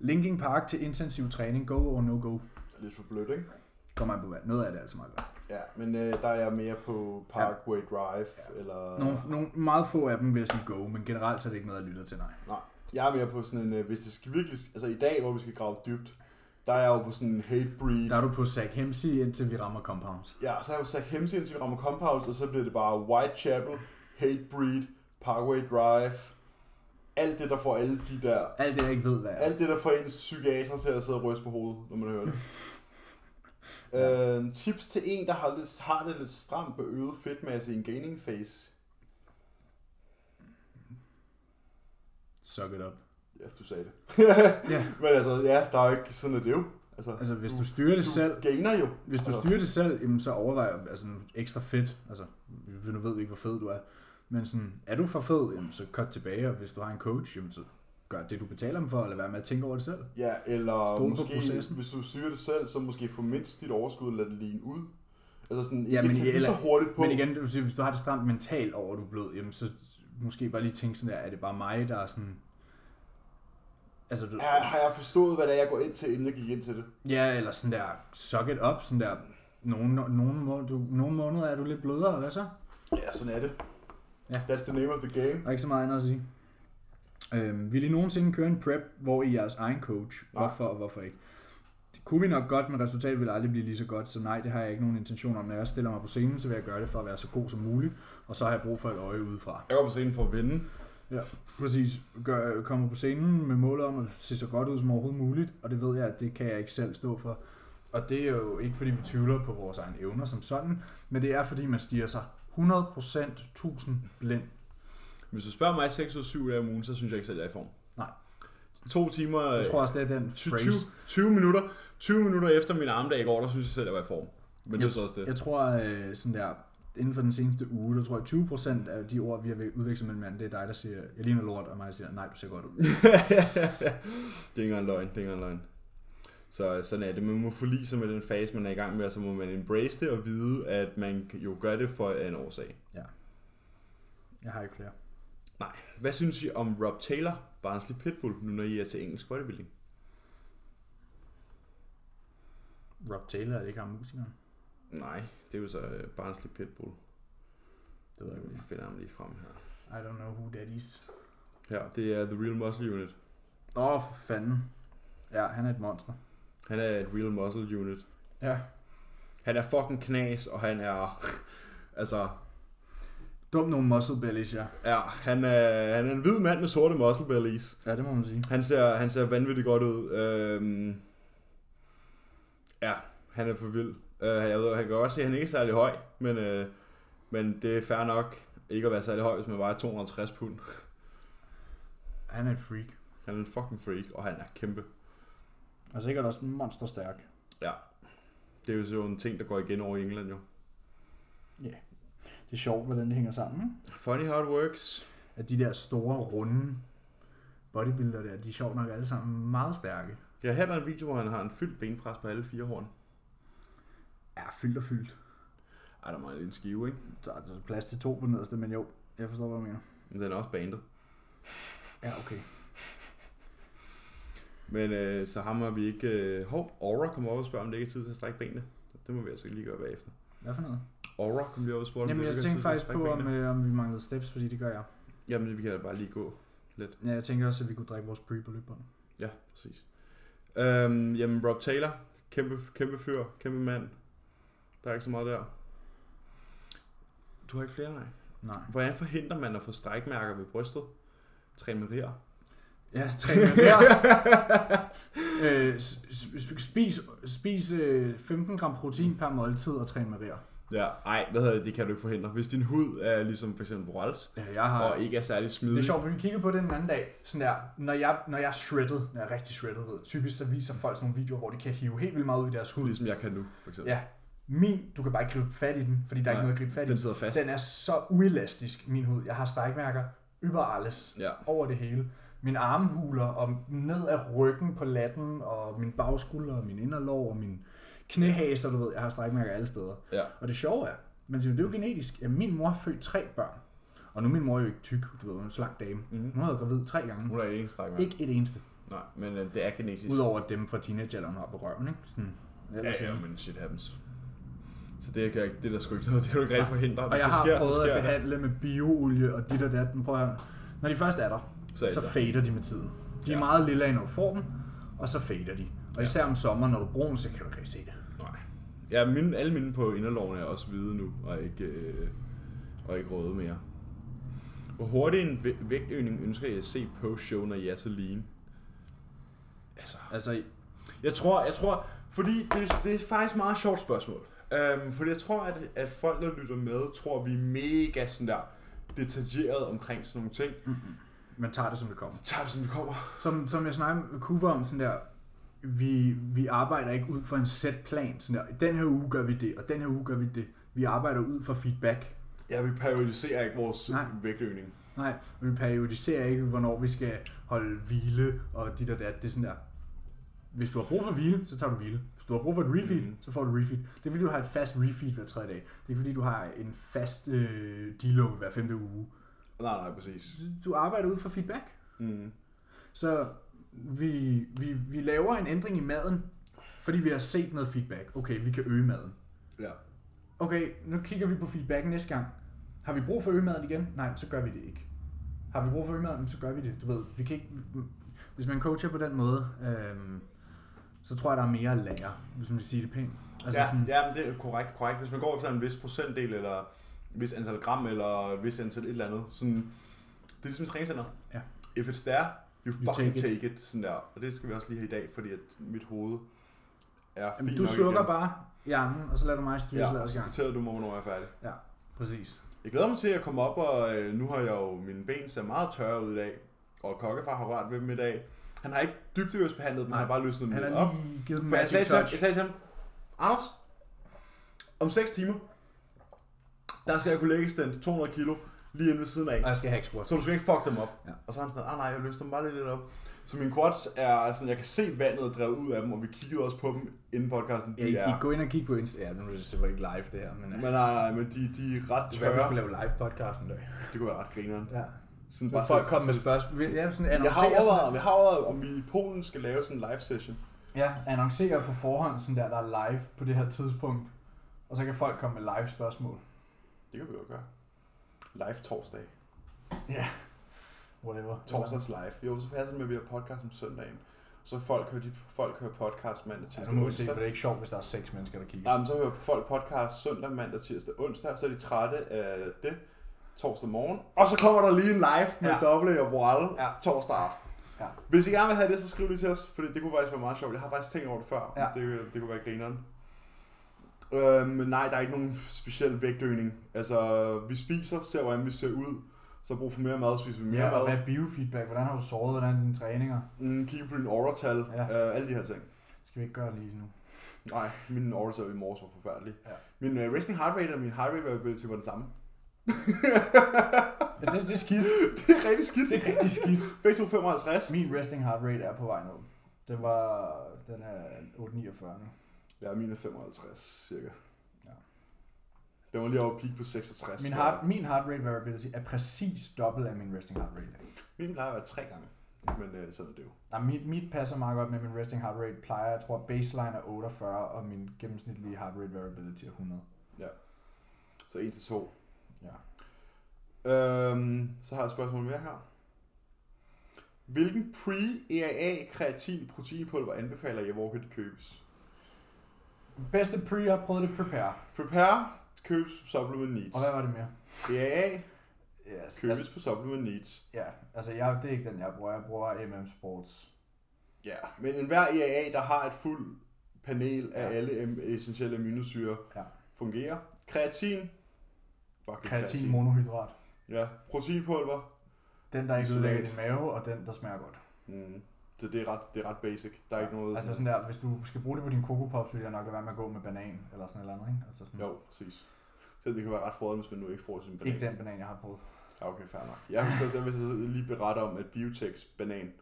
Speaker 2: Linking Park til intensiv træning, go or no go.
Speaker 1: Det er lidt for blødt, ikke?
Speaker 2: Kommer man på vand. Noget af det er altså meget godt.
Speaker 1: Ja, men øh, der er jeg mere på Parkway Drive, ja. eller...
Speaker 2: Nogle, nogle, meget få af dem vil jeg sige go, men generelt så er det ikke noget, jeg lytter til, nej.
Speaker 1: Nej, jeg er mere på sådan en... Øh, hvis det skal virkelig... Altså i dag, hvor vi skal grave dybt, der er jeg jo på sådan en hate breed.
Speaker 2: Der er du på Zach Hemsey, indtil vi rammer compound.
Speaker 1: Ja, så har jeg jo sagt Hemsey, indtil vi rammer Compound, og så bliver det bare Whitechapel, Hate Breed, Parkway Drive, alt det, der får alle de der...
Speaker 2: Alt det, jeg ikke ved, hvad er.
Speaker 1: Alt det, der får ens psykiater til at sidde og ryste på hovedet, når man hører det. øhm, tips til en, der har, lidt, har det lidt stramt på øget fedtmasse i en gaining phase.
Speaker 2: Suck it up.
Speaker 1: Ja, du sagde det.
Speaker 2: Ja.
Speaker 1: Men altså, ja, der er jo ikke sådan, at det jo. Altså,
Speaker 2: Altså, hvis du styrer det selv,
Speaker 1: du gainer jo.
Speaker 2: hvis du
Speaker 1: altså,
Speaker 2: styrer det selv, jamen, så overvej altså, ekstra fedt. Altså, vi- nu ved vi ikke, hvor fed du er. Men sådan, er du for fed, jamen, så cut tilbage, og hvis du har en coach, jamen, så gør det, du betaler dem for, eller vær med at tænke over det selv.
Speaker 1: Ja, eller
Speaker 2: Stol på
Speaker 1: måske,
Speaker 2: processen.
Speaker 1: hvis du styrer det selv, så måske formindst dit overskud og lad det ligne ud. Altså sådan, ikke
Speaker 2: Ja,
Speaker 1: ja,
Speaker 2: men
Speaker 1: men, tage
Speaker 2: i-
Speaker 1: lige så
Speaker 2: eller-
Speaker 1: hurtigt på.
Speaker 2: Men igen, det vil sige, hvis du har det stramt mentalt over, at du er blød, jamen, så måske bare lige tænke sådan der, er det bare mig, der er sådan... Altså, du,
Speaker 1: er, har jeg forstået, hvad det er, jeg går ind til, inden jeg gik ind til det?
Speaker 2: Ja, eller sådan der, suck it up, sådan der, nogle, nogle, må- du, nogle måneder er du lidt blødere, hvad så?
Speaker 1: Ja, sådan er det.
Speaker 2: Ja.
Speaker 1: That's the name of the game.
Speaker 2: Der er ikke så meget andet at sige. Øhm, vil I nogensinde køre en prep, hvor I er jeres egen coach?
Speaker 1: Nej.
Speaker 2: Hvorfor og hvorfor ikke? Det kunne vi nok godt, men resultatet vil aldrig blive lige så godt, så nej, det har jeg ikke nogen intention om. Når jeg stiller mig på scenen, så vil jeg gøre det for at være så god som muligt, og så har jeg brug for et øje udefra.
Speaker 1: Jeg går på scenen for at vinde.
Speaker 2: Præcis. Gør, øh, kommer på scenen med målet om at se så godt ud som overhovedet muligt, og det ved jeg, at det kan jeg ikke selv stå for. Og det er jo ikke, fordi vi tvivler på vores egne evner som sådan, men det er, fordi man stiger sig 100% 1000 blind.
Speaker 1: Hvis du spørger mig 6 ud af 7 dage om ugen, så synes jeg ikke selv, jeg er i form.
Speaker 2: Nej.
Speaker 1: To timer...
Speaker 2: Jeg tror også, det er den
Speaker 1: 20,
Speaker 2: phrase.
Speaker 1: 20 minutter, 20 minutter efter min armdag i går, der synes jeg selv, jeg var i form. Men det er så også det.
Speaker 2: Jeg tror øh, sådan der, inden for den seneste uge, der tror jeg 20% af de ord, vi har udvekslet mellem hinanden, det er dig, der siger, jeg ligner lort, og mig, der siger, nej, du ser godt ud.
Speaker 1: det er ikke engang løgn, det er ikke engang løgn. Så sådan er det. Man må forlige sig med den fase, man er i gang med, og så må man embrace det og vide, at man jo gør det for en årsag.
Speaker 2: Jeg har ikke flere.
Speaker 1: Hvad synes I om Rob Taylor, Barnsley Pitbull, nu når I er til engelsk bodybuilding?
Speaker 2: Rob Taylor, er det ikke ham musikeren?
Speaker 1: Nej, det er jo så øh, Barnsley Pitbull.
Speaker 2: Det ved jeg ikke.
Speaker 1: Jeg finder ham lige frem her.
Speaker 2: I don't know who that is.
Speaker 1: Her, det er The Real Muscle Unit.
Speaker 2: Åh, oh, for fanden. Ja, han er et monster.
Speaker 1: Han er et Real Muscle Unit.
Speaker 2: Ja.
Speaker 1: Han er fucking knas, og han er... altså,
Speaker 2: Dum nogle muscle bellies, ja.
Speaker 1: ja, han er, han er en hvid mand med sorte muscle bellies.
Speaker 2: Ja, det må man sige.
Speaker 1: Han ser, han ser vanvittigt godt ud. Øhm, ja, han er for vild. Øh, jeg ved, han kan godt se, at han ikke er særlig høj, men, øh, men det er fair nok ikke at være særlig høj, hvis man vejer 260 pund.
Speaker 2: Han er et freak.
Speaker 1: Han er en fucking freak, og han er kæmpe.
Speaker 2: Og sikkert også monsterstærk.
Speaker 1: Det er jo sådan en ting, der går igen over i England jo.
Speaker 2: Det er sjovt, hvordan det hænger sammen. ikke?
Speaker 1: Funny how it works.
Speaker 2: At de der store, runde bodybuilder der, de er sjovt nok alle sammen meget stærke.
Speaker 1: Ja, her er der en video, hvor han har en fyldt benpres på alle fire horn.
Speaker 2: Ja, fyldt og fyldt.
Speaker 1: Ej, der mangler en skive, ikke?
Speaker 2: Der er altså plads til to på nederste, men jo, jeg forstår, hvad du mener.
Speaker 1: Men den er også bandet.
Speaker 2: Ja, okay.
Speaker 1: Men øh, så ham har vi ikke... Øh, hov, Aura kommer op og spørger, om det ikke er tid til at strække benene. Det må vi altså lige gøre bagefter.
Speaker 2: Hvad for noget?
Speaker 1: Aura kom lige op og spurgte, om
Speaker 2: Jamen,
Speaker 1: det
Speaker 2: jeg
Speaker 1: ikke er tid
Speaker 2: tænkte
Speaker 1: til at
Speaker 2: faktisk
Speaker 1: strække
Speaker 2: på, øh,
Speaker 1: benene.
Speaker 2: om, øh, om vi manglede steps, fordi det gør jeg.
Speaker 1: Jamen, vi kan da bare lige gå lidt.
Speaker 2: Ja, jeg tænker også, at vi kunne drikke vores pre på løbebånd.
Speaker 1: Ja, præcis. Øhm, jamen, Rob Taylor. Kæmpe, kæmpe fyr. Kæmpe mand. Der er ikke så meget der. Du har ikke flere, nej.
Speaker 2: Nej.
Speaker 1: Hvordan forhindrer man at få strækmærker ved brystet? Træn med rier.
Speaker 2: Ja, træner der. øh, s- s- spis spis øh, 15 gram protein per måltid og træn med rær.
Speaker 1: Ja, ej, hvad hedder det, det kan du ikke forhindre. Hvis din hud er ligesom for eksempel Rolls,
Speaker 2: Ja, jeg har...
Speaker 1: og ikke er særlig smidig.
Speaker 2: Ah, Det er sjovt, for vi kiggede på det den anden dag. Sådan der, når jeg, når jeg er shredded, når jeg er rigtig shredded, ved, typisk så viser folk sådan nogle videoer, hvor de kan hive helt vildt meget ud i deres hud.
Speaker 1: Ligesom jeg kan nu, for eksempel.
Speaker 2: Ja, min, du kan bare ikke gribe fat i den, fordi der er ikke
Speaker 1: Nej,
Speaker 2: noget at gribe fat i.
Speaker 1: Den sidder fast.
Speaker 2: Den er så uelastisk, min hud. Jeg har strækmærker über alles,
Speaker 1: Ja.
Speaker 2: over det hele. Mine armhuler og ned ad ryggen på latten, og min bagskulder, og min inderlov, og min knæhaser, du ved, jeg har strækmærker alle steder.
Speaker 1: Ja.
Speaker 2: Og det sjove er, man siger, det er jo genetisk. Ja, min mor fødte tre børn. Og nu er min mor jo ikke tyk, du ved, hun er en slank dame.
Speaker 1: Mhm.
Speaker 2: Mm. Hun har været gravid tre gange.
Speaker 1: Hun er ikke en strækmærke.
Speaker 2: Ikke et eneste.
Speaker 1: Nej, men øh, det er genetisk.
Speaker 2: Udover dem fra teenagealderen har på røven, ikke? Sådan,
Speaker 1: Ja,
Speaker 2: ellers
Speaker 1: ja,
Speaker 2: ikke.
Speaker 1: men shit happens. Så det, gør, ikke- det er der sgu ikke noget, det kan du ikke rigtig forhindre.
Speaker 2: Og
Speaker 1: Hvis
Speaker 2: jeg
Speaker 1: det
Speaker 2: har
Speaker 1: sker, så
Speaker 2: prøvet
Speaker 1: sker
Speaker 2: at behandle med bioolie og dit og dat. Men prøv at høre. Når de først er der,
Speaker 1: det. Så er
Speaker 2: så
Speaker 1: det der.
Speaker 2: fader de med tiden. De er
Speaker 1: Ja.
Speaker 2: meget lille af, når du får dem, og så fader de. Og især om sommeren, når du er brun, så kan du ikke rigtig se det.
Speaker 1: Nej. Ja, mine, alle mine på inderloven er også hvide nu, og ikke, øh, og ikke røde mere. Hvor hurtig en væ- vægtøgning ønsker jeg at se på show, når jeg er så lean? Altså,
Speaker 2: Altså,
Speaker 1: jeg tror, jeg tror, fordi det, det er faktisk et meget sjovt spørgsmål. Øhm, fordi jeg tror, at, at folk, der lytter med, tror, vi er mega sådan der detaljeret omkring sådan nogle ting.
Speaker 2: Mm. man tager det, som det kommer.
Speaker 1: Tager det, som det kommer.
Speaker 2: Som, som jeg snakkede med Cooper om, sådan der, vi, vi arbejder ikke ud fra en set plan. Sådan der, den her uge gør vi det, og den her uge gør vi det. Vi arbejder ud fra feedback.
Speaker 1: Ja, vi periodiserer ikke vores øh,
Speaker 2: Nej.
Speaker 1: vægtøgning.
Speaker 2: Nej, og vi periodiserer ikke, hvornår vi skal holde hvile og dit og dat. Det er sådan der, hvis du har brug for hvile, så tager du hvile. Hvis du har brug for et refeed,
Speaker 1: Mhm.
Speaker 2: mm. så får du refeed. Det er fordi, du har et fast refeed hver tredje dag. Det er ikke fordi, du har en fast øh, deload hver femte uge.
Speaker 1: Nej, nej, præcis.
Speaker 2: Du arbejder ud fra feedback.
Speaker 1: Mm.
Speaker 2: Så vi, vi, vi laver en ændring i maden, fordi vi har set noget feedback. Okay, vi kan øge maden.
Speaker 1: Ja.
Speaker 2: Okay, nu kigger vi på feedback næste gang. Har vi brug for at øge maden igen? Nej, så gør vi det ikke. Har vi brug for at øge maden? Så gør vi det. Du ved, vi kan ikke... Hvis man coacher på den måde, øhm, så tror jeg, der er mere at lære, hvis man kan sige det pænt.
Speaker 1: Altså ja, sådan... ja men det er korrekt, korrekt. Hvis man går efter en vis procentdel, eller vis antal gram, eller vis antal et eller andet. Sådan, det er ligesom et træningscenter.
Speaker 2: Ja.
Speaker 1: If it's there, you,
Speaker 2: You
Speaker 1: fucking
Speaker 2: take
Speaker 1: take it. Sådan der. Og det skal vi også lige have i dag, fordi at mit hoved er
Speaker 2: Jamen,
Speaker 1: fint
Speaker 2: du
Speaker 1: nok
Speaker 2: sukker
Speaker 1: igen.
Speaker 2: bare i armen, og så lader du mig styre, ja. så
Speaker 1: Ja, og
Speaker 2: lader jeg
Speaker 1: så
Speaker 2: i gang.
Speaker 1: fortæller du mig, hvornår jeg er færdig.
Speaker 2: Præcis.
Speaker 1: Jeg glæder mig til at komme op, og øh, nu har jeg jo mine ben ser meget tørre ud i dag. Og kokkefar har rørt ved dem i dag. Han har ikke dybdevivsbehandlet dem, han
Speaker 2: Nej,
Speaker 1: har bare løsnet dem
Speaker 2: Han
Speaker 1: lidt op.
Speaker 2: har lige givet dem
Speaker 1: For jeg sagde,
Speaker 2: magic
Speaker 1: til ham,
Speaker 2: touch.
Speaker 1: jeg sagde til ham, Anders, om 6 timer, der skal jeg kunne lægge stand 200 kilo lige inde ved siden af.
Speaker 2: Og jeg skal have squat.
Speaker 1: Så du skal ikke fuck dem op.
Speaker 2: Ja.
Speaker 1: Og så er han sådan, ah nej, jeg løste dem bare lige lidt op. Så mine quads er sådan, jeg kan se vandet drive ud af dem, og vi kiggede også på dem inden podcasten.
Speaker 2: Ja,
Speaker 1: De
Speaker 2: I, I
Speaker 1: er,
Speaker 2: gå ind og kig på Insta. Ja, nu er det selvfølgelig ikke live det her, men... øh,
Speaker 1: men, nej, nej, men de, de er ret
Speaker 2: Det var, vi
Speaker 1: tørre.
Speaker 2: skulle lave live podcast en dag.
Speaker 1: Det kunne være ret grineren.
Speaker 2: Ja.
Speaker 1: Sådan
Speaker 2: Så folk kom med spørgsmål. Ja,
Speaker 1: Jeg
Speaker 2: sådan
Speaker 1: har
Speaker 2: annoncerer
Speaker 1: overvejet,
Speaker 2: sådan,
Speaker 1: vi har overvejet, om vi i Polen skal lave sådan en live session.
Speaker 2: ja, annoncerer på forhånd, sådan der, der er live på det her tidspunkt. Og så kan folk komme med live spørgsmål.
Speaker 1: Det kan vi jo gøre. Live torsdag.
Speaker 2: Whatever.
Speaker 1: Torsdags live. Jo, så passer det med, at vi har podcast om søndagen. Så folk hører, de, folk hører podcast mandag,
Speaker 2: Ja,
Speaker 1: tirsdag,
Speaker 2: nu må vi se,
Speaker 1: onsdag.
Speaker 2: for det er ikke sjovt, hvis der er seks mennesker, der kigger.
Speaker 1: Jamen, så hører folk podcast søndag, mandag, tirsdag, onsdag. Så er de trætte af det torsdag morgen. Og så kommer der lige en live med ja.
Speaker 2: Ja.
Speaker 1: doble og voile ja.
Speaker 2: Ja.
Speaker 1: torsdag aften.
Speaker 2: Ja.
Speaker 1: Hvis I gerne vil have det, så skriv lige til os, for det kunne faktisk være meget sjovt. Jeg har faktisk tænkt over det før, ja.
Speaker 2: Ja.
Speaker 1: det, det kunne være grineren. Øh, men nej, der er ikke nogen speciel vægtøgning. Altså, vi spiser, ser hvordan vi ser ud. Så brug for mere mad, spiser vi mere
Speaker 2: Ja, og
Speaker 1: mad.
Speaker 2: hvad er biofeedback? Hvordan har du sovet? Hvordan er dine træninger?
Speaker 1: Mm, kigge på dine overtal, ja.
Speaker 2: Ja.
Speaker 1: øh, alle de her ting.
Speaker 2: Skal vi ikke gøre lige nu?
Speaker 1: Nej, min overtal i morges var forfærdelig. Ja.
Speaker 2: Ja.
Speaker 1: Min øh, resting heart rate og min heart rate variability var den samme.
Speaker 2: Ja, det, det er skidt.
Speaker 1: Det er rigtig skidt.
Speaker 2: Det er rigtig skidt.
Speaker 1: Begge to 55.
Speaker 2: Min resting heart rate er på vej ned. Den var... Den er 8,49 nu.
Speaker 1: Ja, min er 55 cirka. Ja.
Speaker 2: Ja.
Speaker 1: Den var lige over peak på 66.
Speaker 2: Min
Speaker 1: tror
Speaker 2: heart,
Speaker 1: jeg.
Speaker 2: min heart rate variability er præcis dobbelt af min resting heart rate.
Speaker 1: Min plejer at være tre gange. Men øh, sådan er det jo.
Speaker 2: Nej, mit, mit passer meget godt med min resting heart rate plejer. Jeg tror, baseline er 48, og min gennemsnitlige heart rate variability er 100.
Speaker 1: Så 1 til 2.
Speaker 2: Ja.
Speaker 1: Øhm, så har jeg et spørgsmål mere her. Hvilken pre-EAA kreatin proteinpulver anbefaler jeg, hvor kan det købes?
Speaker 2: Bedste pre, jeg har prøvet det prepare.
Speaker 1: Prepare købes på Supplement Needs.
Speaker 2: Og hvad var det mere?
Speaker 1: EAA
Speaker 2: Yes, altså,
Speaker 1: købes på Supplement Needs.
Speaker 2: ja, altså jeg, det er ikke den, jeg bruger. Jeg bruger MM Sports.
Speaker 1: Ja, men enhver EAA, der har et fuldt panel af
Speaker 2: Ja.
Speaker 1: alle em- essentielle aminosyre,
Speaker 2: Ja.
Speaker 1: fungerer. Kreatin. Bare køb
Speaker 2: Kreatin monohydrat.
Speaker 1: Ja, proteinpulver.
Speaker 2: Den, der ikke
Speaker 1: Isolat.
Speaker 2: ødelægger din mave, og den, der smager godt.
Speaker 1: Mm. Så det er, ret, det er ret basic. Der er ikke noget...
Speaker 2: Altså sådan der, hvis du skal bruge det på din Coco Pops, vil jeg nok lade være med at gå med banan, eller sådan et eller andet, ikke? Altså sådan,
Speaker 1: Jo, præcis. Så det kan være ret frødende, hvis man nu ikke får sin banan.
Speaker 2: Ikke den banan, jeg har prøvet.
Speaker 1: Ja, okay, fair nok. Jeg vil så, så, vil så lige berette om, at Biotex banan,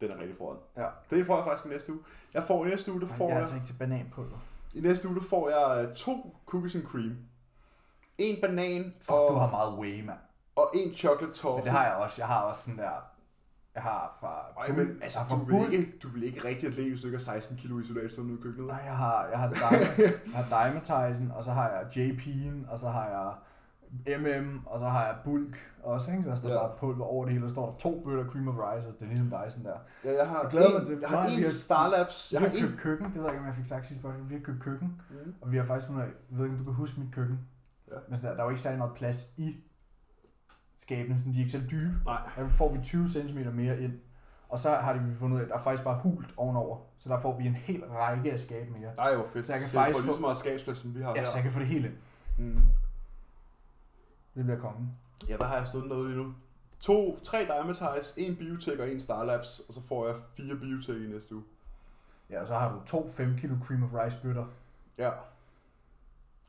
Speaker 1: den er rigtig frøden.
Speaker 2: Ja.
Speaker 1: Det får jeg faktisk i næste uge. Jeg får i næste uge, der
Speaker 2: Ej,
Speaker 1: får
Speaker 2: jeg er
Speaker 1: jeg,
Speaker 2: altså ikke til bananpulver.
Speaker 1: i næste uge, der får jeg øh, to cookies and cream. En banan
Speaker 2: Fuck, du har
Speaker 1: og,
Speaker 2: meget whey, mand.
Speaker 1: og en chocolate toffee.
Speaker 2: Men det har jeg også. Jeg har også sådan der... Jeg har fra...
Speaker 1: Ej, men altså,
Speaker 2: jeg har
Speaker 1: du
Speaker 2: fra
Speaker 1: vil,
Speaker 2: Bulk.
Speaker 1: ikke, du vil ikke rigtig at leve, hvis du ikke har 16 kilo isolat stående ude i køkkenet.
Speaker 2: Nej, jeg har, jeg har, Dime- jeg har Dimetizen, og så har jeg JP'en, og så har jeg MM, og så har jeg Bulk også, ikke? Så der står
Speaker 1: Ja.
Speaker 2: bare pulver over det hele, og så står der to bøtter cream of rice, og det er ligesom dig sådan der.
Speaker 1: Ja, jeg har
Speaker 2: Jeg glæder mig
Speaker 1: en,
Speaker 2: til-
Speaker 1: jeg har
Speaker 2: Nej,
Speaker 1: en
Speaker 2: vi har-
Speaker 1: Starlabs. Jeg
Speaker 2: Jeg
Speaker 1: har
Speaker 2: har
Speaker 1: en...
Speaker 2: købt køkken, det ved jeg ikke, om jeg fik sagt sidste spørgsmål, vi har købt køkken,
Speaker 1: Mhm.
Speaker 2: og vi har faktisk fundet af, jeg ved ikke, om du kan huske mit køkken,
Speaker 1: Ja.
Speaker 2: men sådan der, der var ikke særlig meget plads i skabene, sådan de er ikke så dybe,
Speaker 1: Nej.
Speaker 2: der får vi 20 cm mere ind, og så har de fundet ud af, at der er faktisk bare hult ovenover, så der får vi en hel række af skabe mere.
Speaker 1: Nej, hvor fedt.
Speaker 2: Så jeg kan
Speaker 1: jeg
Speaker 2: faktisk
Speaker 1: får lige
Speaker 2: få-
Speaker 1: så meget skabsplads, som vi har
Speaker 2: Ja, så jeg
Speaker 1: her.
Speaker 2: kan få det hele ind.
Speaker 1: Mm.
Speaker 2: Det bliver kongen.
Speaker 1: Ja, hvad har jeg stået derude lige nu? To, tre Dimetize, en Biotech og en Starlabs, og så får jeg fire Biotech i næste uge.
Speaker 2: Ja, og så har du to 5 kilo cream of rice bøtter.
Speaker 1: Ja.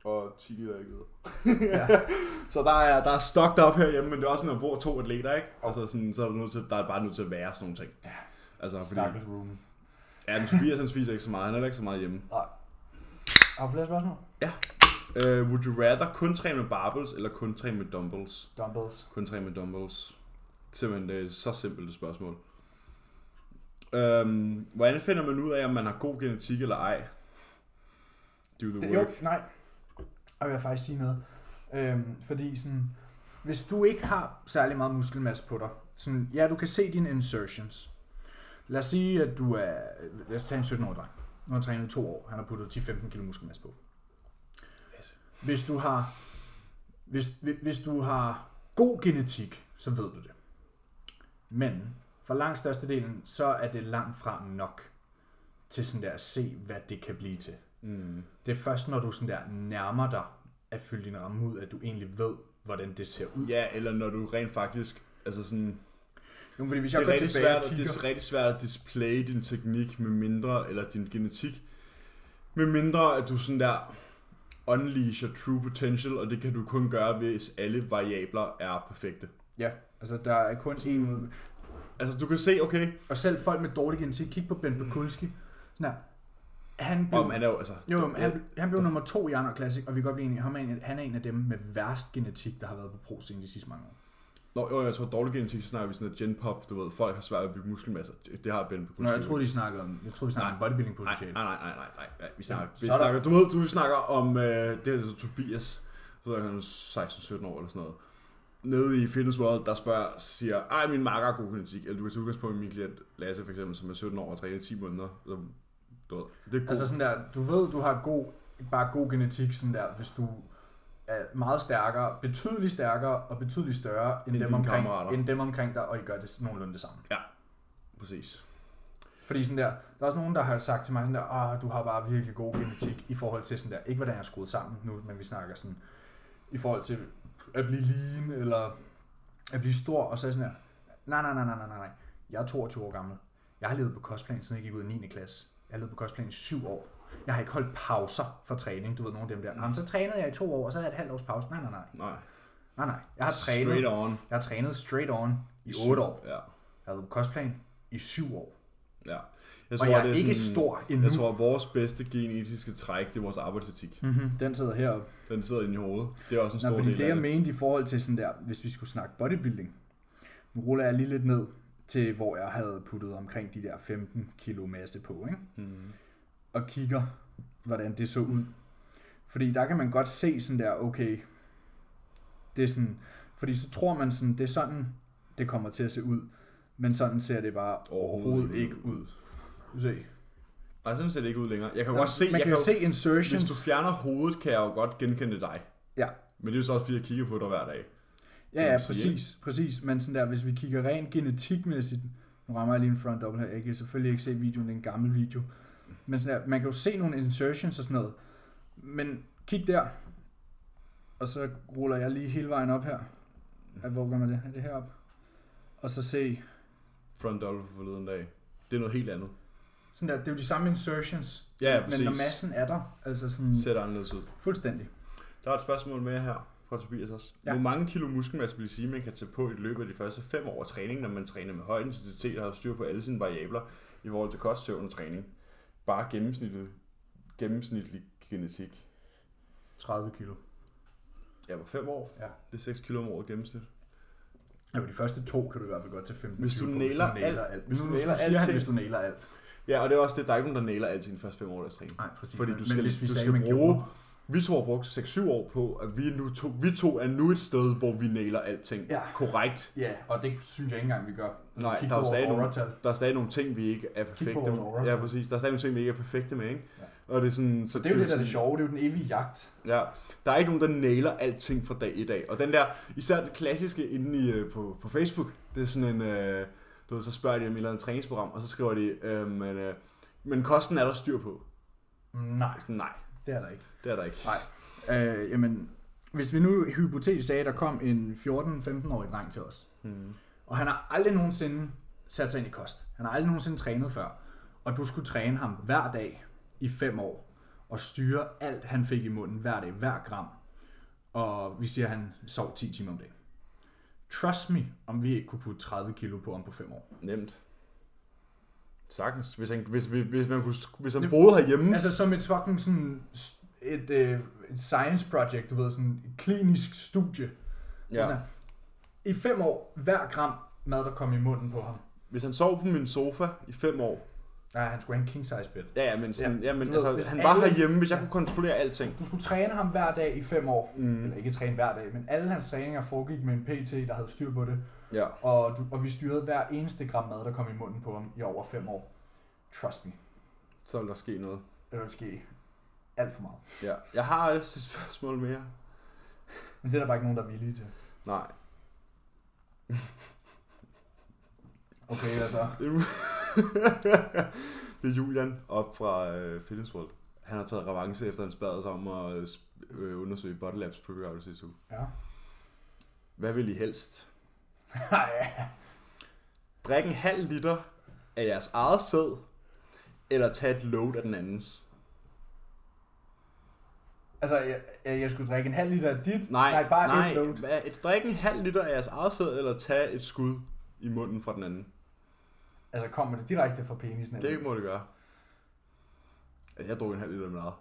Speaker 1: Og 10 liter ikke
Speaker 2: Ja.
Speaker 1: Så der er, der er stocked up herhjemme, men det er også sådan, at hvor to atleter, ikke? Altså sådan, så er der, nødt til, der er bare nødt til at være sådan nogle ting.
Speaker 2: Ja.
Speaker 1: Altså, fordi,
Speaker 2: Stakkels roomie.
Speaker 1: ja, men Tobias han spiser ikke så meget, han er heller ikke så meget hjemme.
Speaker 2: Nej. Har du flere spørgsmål?
Speaker 1: Uh, would you rather kun træne med barbells, eller kun træne med dumbbells?
Speaker 2: Dumbbells.
Speaker 1: Kun træne med dumbbells. Simpelthen det er så simpelt et spørgsmål. Øhm, hvordan finder man ud af, om man har god genetik eller ej? Do the
Speaker 2: Det, jo,
Speaker 1: work.
Speaker 2: nej. Og jeg vil faktisk sige noget. Øhm, fordi sådan, hvis du ikke har særlig meget muskelmasse på dig, sådan, ja, du kan se dine insertions. Lad os sige, at du er, lad os tage en 17-årig dreng. Nu har han trænet i to år, han har puttet 10-15 kilo muskelmasse på.
Speaker 1: Yes.
Speaker 2: Hvis du har, hvis, hvis- hvis du har god genetik, så ved du det. Men for langt størstedelen, så er det langt fra nok til sådan der at se, hvad det kan blive til.
Speaker 1: Mm.
Speaker 2: Det er først, når du sådan der nærmer dig at fylde din ramme ud, at du egentlig ved, hvordan det ser ud.
Speaker 1: Ja, eller når du rent faktisk... Altså sådan,
Speaker 2: Jo, fordi hvis
Speaker 1: det
Speaker 2: jeg
Speaker 1: er,
Speaker 2: går
Speaker 1: rigtig
Speaker 2: tilbage
Speaker 1: svært,
Speaker 2: og
Speaker 1: at-
Speaker 2: kigger...
Speaker 1: det er rigtig svært at displaye din teknik med mindre, eller din genetik, med mindre at du sådan der unleash your true potential, og det kan du kun gøre, hvis alle variabler er perfekte.
Speaker 2: Ja, altså der er kun en ud.
Speaker 1: Altså du kan se, okay,
Speaker 2: Og selv folk med dårlig genetik, kig på Ben Bukulski. Sådan der. Mm. Han blev,
Speaker 1: om han er jo altså...
Speaker 2: jo, men han, han blev nummer to i Arnold Classic, og vi kan godt blive enige, han er en- han er en af dem med værst genetik, der har været på pro scenen de sidste mange år.
Speaker 1: Nå, jo, jeg tror dårlig genetik, så snakker vi sådan noget gen pop, du ved, folk har svært ved at bygge muskelmasse. Det har Ben på
Speaker 2: Nå, jeg troede, de snakkede om, jeg troede, vi snakkede om bodybuilding
Speaker 1: Nej,
Speaker 2: potentiale.
Speaker 1: nej, nej, nej, nej, nej, nej. Vi snakker, vi
Speaker 2: så er der-
Speaker 1: snakker, du ved, du vi snakker om, øh, det er så Tobias, så er han 16-17 år eller sådan noget. Nede i Fitness World, der spørger, siger, ej, min makker har god genetik, eller du kan tage udgangspunkt i min klient Lasse, for eksempel, som er 17 år og træner i 10 måneder. Så, du ved, det er
Speaker 2: Altså
Speaker 1: altså,
Speaker 2: sådan der, du ved, du har god, bare god genetik, sådan der, hvis du er meget stærkere, betydeligt stærkere og betydeligt større end,
Speaker 1: End
Speaker 2: end, dem,
Speaker 1: dine
Speaker 2: omkring,
Speaker 1: kammerater.
Speaker 2: end dem omkring dig, og I gør det nogenlunde det samme.
Speaker 1: præcis.
Speaker 2: Fordi sådan der, der er også nogen, der har sagt til mig sådan der, ah, du har bare virkelig god genetik i forhold til sådan der, ikke hvordan jeg er skruet sammen nu, men vi snakker sådan, i forhold til at blive lean, eller at blive stor, og så er jeg sådan der, nej, nej, nej, nej, nej, nej, nej, jeg er 22 år gammel. Jeg har levet på kostplan, siden jeg gik ud af 9. klasse. Jeg har levet på kostplan i 7 år. Jeg har ikke holdt pauser for træning, du ved, nogle af dem der. Jamen, så trænede jeg i to år, og så havde jeg et halvt års pause. Nej, nej, nej.
Speaker 1: Nej,
Speaker 2: Nej, nej. Jeg har trænet,
Speaker 1: straight on.
Speaker 2: jeg har trænet straight on i 8 år.
Speaker 1: Ja,
Speaker 2: Jeg har levet på kostplan i 7 år.
Speaker 1: ja. Jeg
Speaker 2: Og jeg er ikke stor endnu.
Speaker 1: Jeg tror, at vores bedste genetiske træk, det er vores arbejdsetik.
Speaker 2: Mm-hmm. Den sidder heroppe.
Speaker 1: Den sidder inde i hovedet. Det er også en stor
Speaker 2: Nej, fordi
Speaker 1: del
Speaker 2: det jeg
Speaker 1: af det.
Speaker 2: mente i forhold til sådan der, hvis vi skulle snakke bodybuilding, nu ruller jeg lige lidt ned til, hvor jeg havde puttet omkring de der 15 kilo masse på, ikke?
Speaker 1: Mhm.
Speaker 2: og kigger, hvordan det så ud. Fordi der kan man godt se sådan der, okay, det er sådan, Fordi så tror man sådan, det er sådan, det kommer til at se ud. Men sådan ser det bare overhovedet
Speaker 1: Overhovedet.
Speaker 2: ikke ud. Du se.
Speaker 1: Nej, sådan ser det ikke ud længere. Jeg kan jo godt se,
Speaker 2: man
Speaker 1: jeg
Speaker 2: kan,
Speaker 1: kan
Speaker 2: jo
Speaker 1: jo,
Speaker 2: se
Speaker 1: hvis du
Speaker 2: insertions.
Speaker 1: fjerner hovedet, kan jeg jo godt genkende dig.
Speaker 2: Ja,
Speaker 1: Men det er jo så også, fordi jeg kigger på dig hver dag.
Speaker 2: ja, ja
Speaker 1: man sige,
Speaker 2: præcis, præcis. Men sådan der, hvis vi kigger rent genetikmæssigt, nu rammer jeg lige en front double her, jeg kan selvfølgelig ikke se videoen, det er en gammel video. Men sådan der, man kan jo se nogle insertions og sådan noget. Men kig der, og så ruller jeg lige hele vejen op her. Ej, Hvor gør man det? Er det heroppe? Og så se,
Speaker 1: Front double for forleden dag. Det er noget helt andet.
Speaker 2: sådan der, det er jo de samme insertions,
Speaker 1: Ja, ja, præcis.
Speaker 2: men når massen er der, altså sådan
Speaker 1: Ser det anderledes ud.
Speaker 2: fuldstændig.
Speaker 1: Der er et spørgsmål med her fra Tobias også.
Speaker 2: Ja.
Speaker 1: Ja. Hvor mange kilo muskelmasse vil I sige, man kan tage på i løbet af de første fem år af træning, når man træner med høj intensitet og har styr på alle sine variabler i forhold til kost, søvn og træning? Bare gennemsnittet, gennemsnitlig genetik.
Speaker 2: 30 kilo.
Speaker 1: Ja, på fem år.
Speaker 2: Ja.
Speaker 1: Det er 6 kilo om året gennemsnit.
Speaker 2: Ja, men de første to kan du i hvert fald godt til 15
Speaker 1: Hvis du
Speaker 2: kilo på,
Speaker 1: nailer alt-
Speaker 2: Hvis du næler alt. Nu siger han,
Speaker 1: ting.
Speaker 2: hvis du næler alt.
Speaker 1: Ja, og det er også det, der er ikke nogen, der næler alt i de første fem år af deres træning.
Speaker 2: Nej, præcis.
Speaker 1: Fordi du skal,
Speaker 2: hvis vi
Speaker 1: du
Speaker 2: sagde,
Speaker 1: skal
Speaker 2: man
Speaker 1: bruge...
Speaker 2: gjorde-
Speaker 1: Vi to har brugt 6-7 år på, at vi, nu to, vi to er nu et sted, hvor vi næler alting
Speaker 2: Ja.
Speaker 1: korrekt.
Speaker 2: Ja, og det synes jeg ikke engang, vi gør. Altså,
Speaker 1: Nej,
Speaker 2: kig
Speaker 1: der er
Speaker 2: på
Speaker 1: jo
Speaker 2: vores
Speaker 1: stadig nogle-
Speaker 2: overtal.
Speaker 1: Der er stadig nogle ting, vi ikke er perfekte
Speaker 2: vores
Speaker 1: med.
Speaker 2: overtag.
Speaker 1: Ja, præcis. Der er stadig nogle ting, vi ikke er perfekte med, ikke?
Speaker 2: Ja.
Speaker 1: Og det er sådan...
Speaker 2: Så det er jo det, der er det sjove. Det er jo den evige jagt.
Speaker 1: Ja, der er ikke nogen, der nailer alting fra dag i dag. Og den der, især det klassiske inde i, øh, på, på Facebook, det er sådan en, øh, du ved, så spørger de om et eller andet træningsprogram, og så skriver de, øh, men, øh, men kosten er der styr på.
Speaker 2: Nej,
Speaker 1: Sådan, nej,
Speaker 2: det er der ikke.
Speaker 1: det er der ikke.
Speaker 2: Nej. Øh, jamen, hvis vi nu hypotetisk sagde, at der kom en 14-15-årig dreng til os,
Speaker 1: Hmm.
Speaker 2: og han har aldrig nogensinde sat sig ind i kost. Han har aldrig nogensinde trænet før. Og du skulle træne ham hver dag i fem år, og styre alt, han fik i munden hver dag, hver gram. Og vi siger, at han sov 10 timer om dagen. Trust me, om vi ikke kunne putte 30 kilo på ham på fem år.
Speaker 1: Nemt. Sagtens. Hvis han, hvis, hvis, hvis man kunne, hvis han boede herhjemme,
Speaker 2: Altså som et fucking sådan s- et, øh, et science project, du ved, sådan et klinisk studie. Sådan
Speaker 1: ja.
Speaker 2: her. Altså, I fem år, hver gram mad, der kom i munden på ham.
Speaker 1: hvis han sov på min sofa i fem år,
Speaker 2: Nej, han skulle have en king size bed.
Speaker 1: Ja, ja, men, sådan, ja. Ja, men
Speaker 2: Du ved,
Speaker 1: altså,
Speaker 2: hvis
Speaker 1: han var
Speaker 2: alle-
Speaker 1: herhjemme, hvis jeg kunne kontrollere alting.
Speaker 2: Du skulle træne ham hver dag i fem år. Mm. Eller ikke træne hver dag, men alle hans træninger foregik med en PT, der havde styr på det.
Speaker 1: Ja.
Speaker 2: Og, du, og vi styrede hver eneste gram mad, der kom i munden på ham i over fem år. Trust me,
Speaker 1: Så vil der ske noget.
Speaker 2: det ville ske alt for meget.
Speaker 1: Ja. Jeg har et spørgsmål mere.
Speaker 2: Men det er der bare ikke nogen, der er villige til.
Speaker 1: Nej.
Speaker 2: Okay, altså.
Speaker 1: det er Julian op fra øh, Fitness World. Han har taget revanche efter han spadede sig om at øh, sp- øh, undersøge body labs på Workout sidste uge.
Speaker 2: Ja.
Speaker 1: Hvad vil I helst?
Speaker 2: Nej,
Speaker 1: Drikke en halv liter af jeres eget sæd, eller tage et load af den andens?
Speaker 2: altså, jeg, jeg, jeg skulle drikke en halv liter af dit.
Speaker 1: Nej,
Speaker 2: nej bare
Speaker 1: nej.
Speaker 2: et load.
Speaker 1: Hvad- Et, drikke en halv liter af jeres eget sæd, eller tage et skud i munden fra den anden?
Speaker 2: Altså, kommer det direkte fra penisen? eller?
Speaker 1: Det må det gøre. Altså, jeg drog en halv liter af min eget.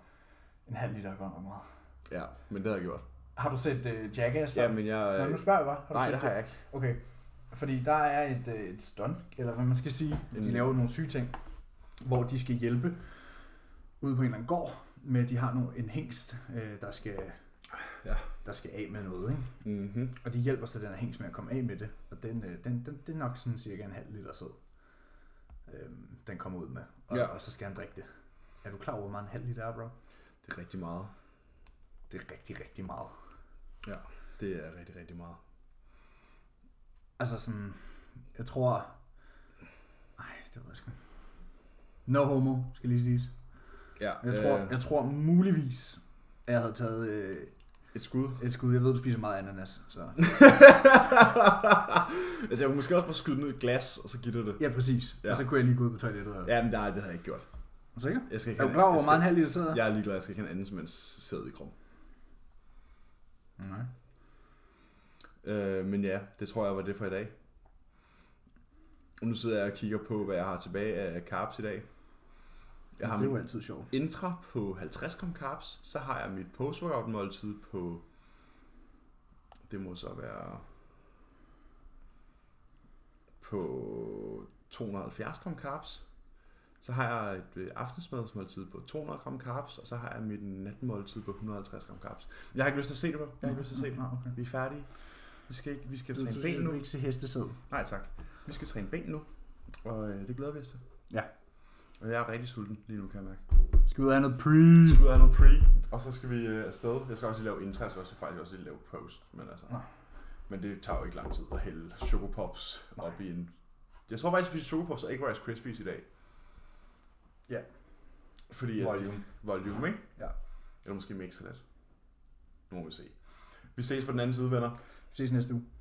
Speaker 2: En halv liter er godt nok meget.
Speaker 1: Ja, men det har jeg gjort. Har
Speaker 2: Har du set uh, Jackass? før?
Speaker 1: Ja, men jeg...
Speaker 2: Nå, nu
Speaker 1: Øh,
Speaker 2: spørger jeg bare. Har du
Speaker 1: nej,
Speaker 2: set
Speaker 1: det har jeg ikke.
Speaker 2: Okay, fordi der er et, øh, et stunt, eller hvad man skal sige,
Speaker 1: En-
Speaker 2: de laver nogle syge ting, hvor de skal hjælpe ude på en eller anden gård, med at de har nogle, en hængst, øh, der skal,
Speaker 1: Ja.
Speaker 2: der skal af med noget, ikke?
Speaker 1: Mm-hmm.
Speaker 2: og de hjælper så den her hængst med at komme af med det, og den, øh, den, den, det er nok sådan cirka en halv liter sæd, øhm, den kommer ud med, og,
Speaker 1: Ja.
Speaker 2: ja. og så skal han drikke det. Er du klar over, hvor meget en halv liter er, bro?
Speaker 1: Det er rigtig meget.
Speaker 2: Det er rigtig, rigtig meget.
Speaker 1: Ja, det er rigtig, rigtig meget.
Speaker 2: Altså sådan, jeg tror... Ej, det ved jeg sgu ikke. No homo, skal lige siges.
Speaker 1: Ja,
Speaker 2: Men Jeg tror, øh. jeg tror muligvis, at jeg havde taget øh,
Speaker 1: et skud.
Speaker 2: et skud. Jeg ved, du spiser meget ananas, så...
Speaker 1: altså, jeg kunne måske også bare skyde ned i et glas, og så give det det.
Speaker 2: Ja, præcis. Ja.
Speaker 1: Ja.
Speaker 2: Og så kunne jeg lige gå ud på toilettet. Og... Ja.
Speaker 1: Ja, men nej, det havde jeg ikke gjort.
Speaker 2: Er du sikker?
Speaker 1: Jeg skal ikke
Speaker 2: Er du
Speaker 1: have-
Speaker 2: klar over, hvor
Speaker 1: jeg
Speaker 2: meget en
Speaker 1: skal-
Speaker 2: halv liter sidder?
Speaker 1: Jeg er ligeglad, jeg skal ikke have en anden mens sæd i krum.
Speaker 2: Nej.
Speaker 1: Øh, men ja, det tror jeg var det for i dag. Nu sidder jeg og kigger på, hvad jeg har tilbage af carbs i dag. Jeg har
Speaker 2: det er
Speaker 1: min
Speaker 2: jo altid sjovt.
Speaker 1: intra på 50 gram carbs, så har jeg mit post-workout måltid på, det må så være på 270 gram carbs. Så har jeg et øh, aftensmadsmåltid på 200 gram carbs, og så har jeg mit natmåltid på 150 gram carbs. Jeg har ikke lyst til at se det på. Jeg har ikke lyst til at se det.
Speaker 2: Nå, okay.
Speaker 1: Vi er færdige. Vi skal, ikke, vi skal
Speaker 2: Du, du,
Speaker 1: træne
Speaker 2: du,
Speaker 1: ben
Speaker 2: du,
Speaker 1: nu.
Speaker 2: du ikke se hestesæd.
Speaker 1: Nej tak. Vi skal træne ben nu, og øh, det glæder vi os til.
Speaker 2: Ja.
Speaker 1: Og jeg er rigtig sulten lige nu, kan jeg mærke.
Speaker 2: Skal vi ud og have noget
Speaker 1: Vi
Speaker 2: pre?
Speaker 1: skal ud og have noget pre, og så skal vi øh, afsted. Jeg skal også lige lave intro, jeg skal også, faktisk også lige lave post. Men, altså,
Speaker 2: Nå.
Speaker 1: men det tager jo ikke lang tid at hælde chokopops
Speaker 2: Nej.
Speaker 1: op i en... Jeg tror faktisk, at vi spiste chokopops og ikke Rice Krispies i dag.
Speaker 2: Ja.
Speaker 1: Fordi at
Speaker 2: Volume.
Speaker 1: Volume, ikke?
Speaker 2: Ja.
Speaker 1: Eller måske mixelet. Nu må vi se. Vi ses på den anden side, venner.
Speaker 2: Ses næste uge.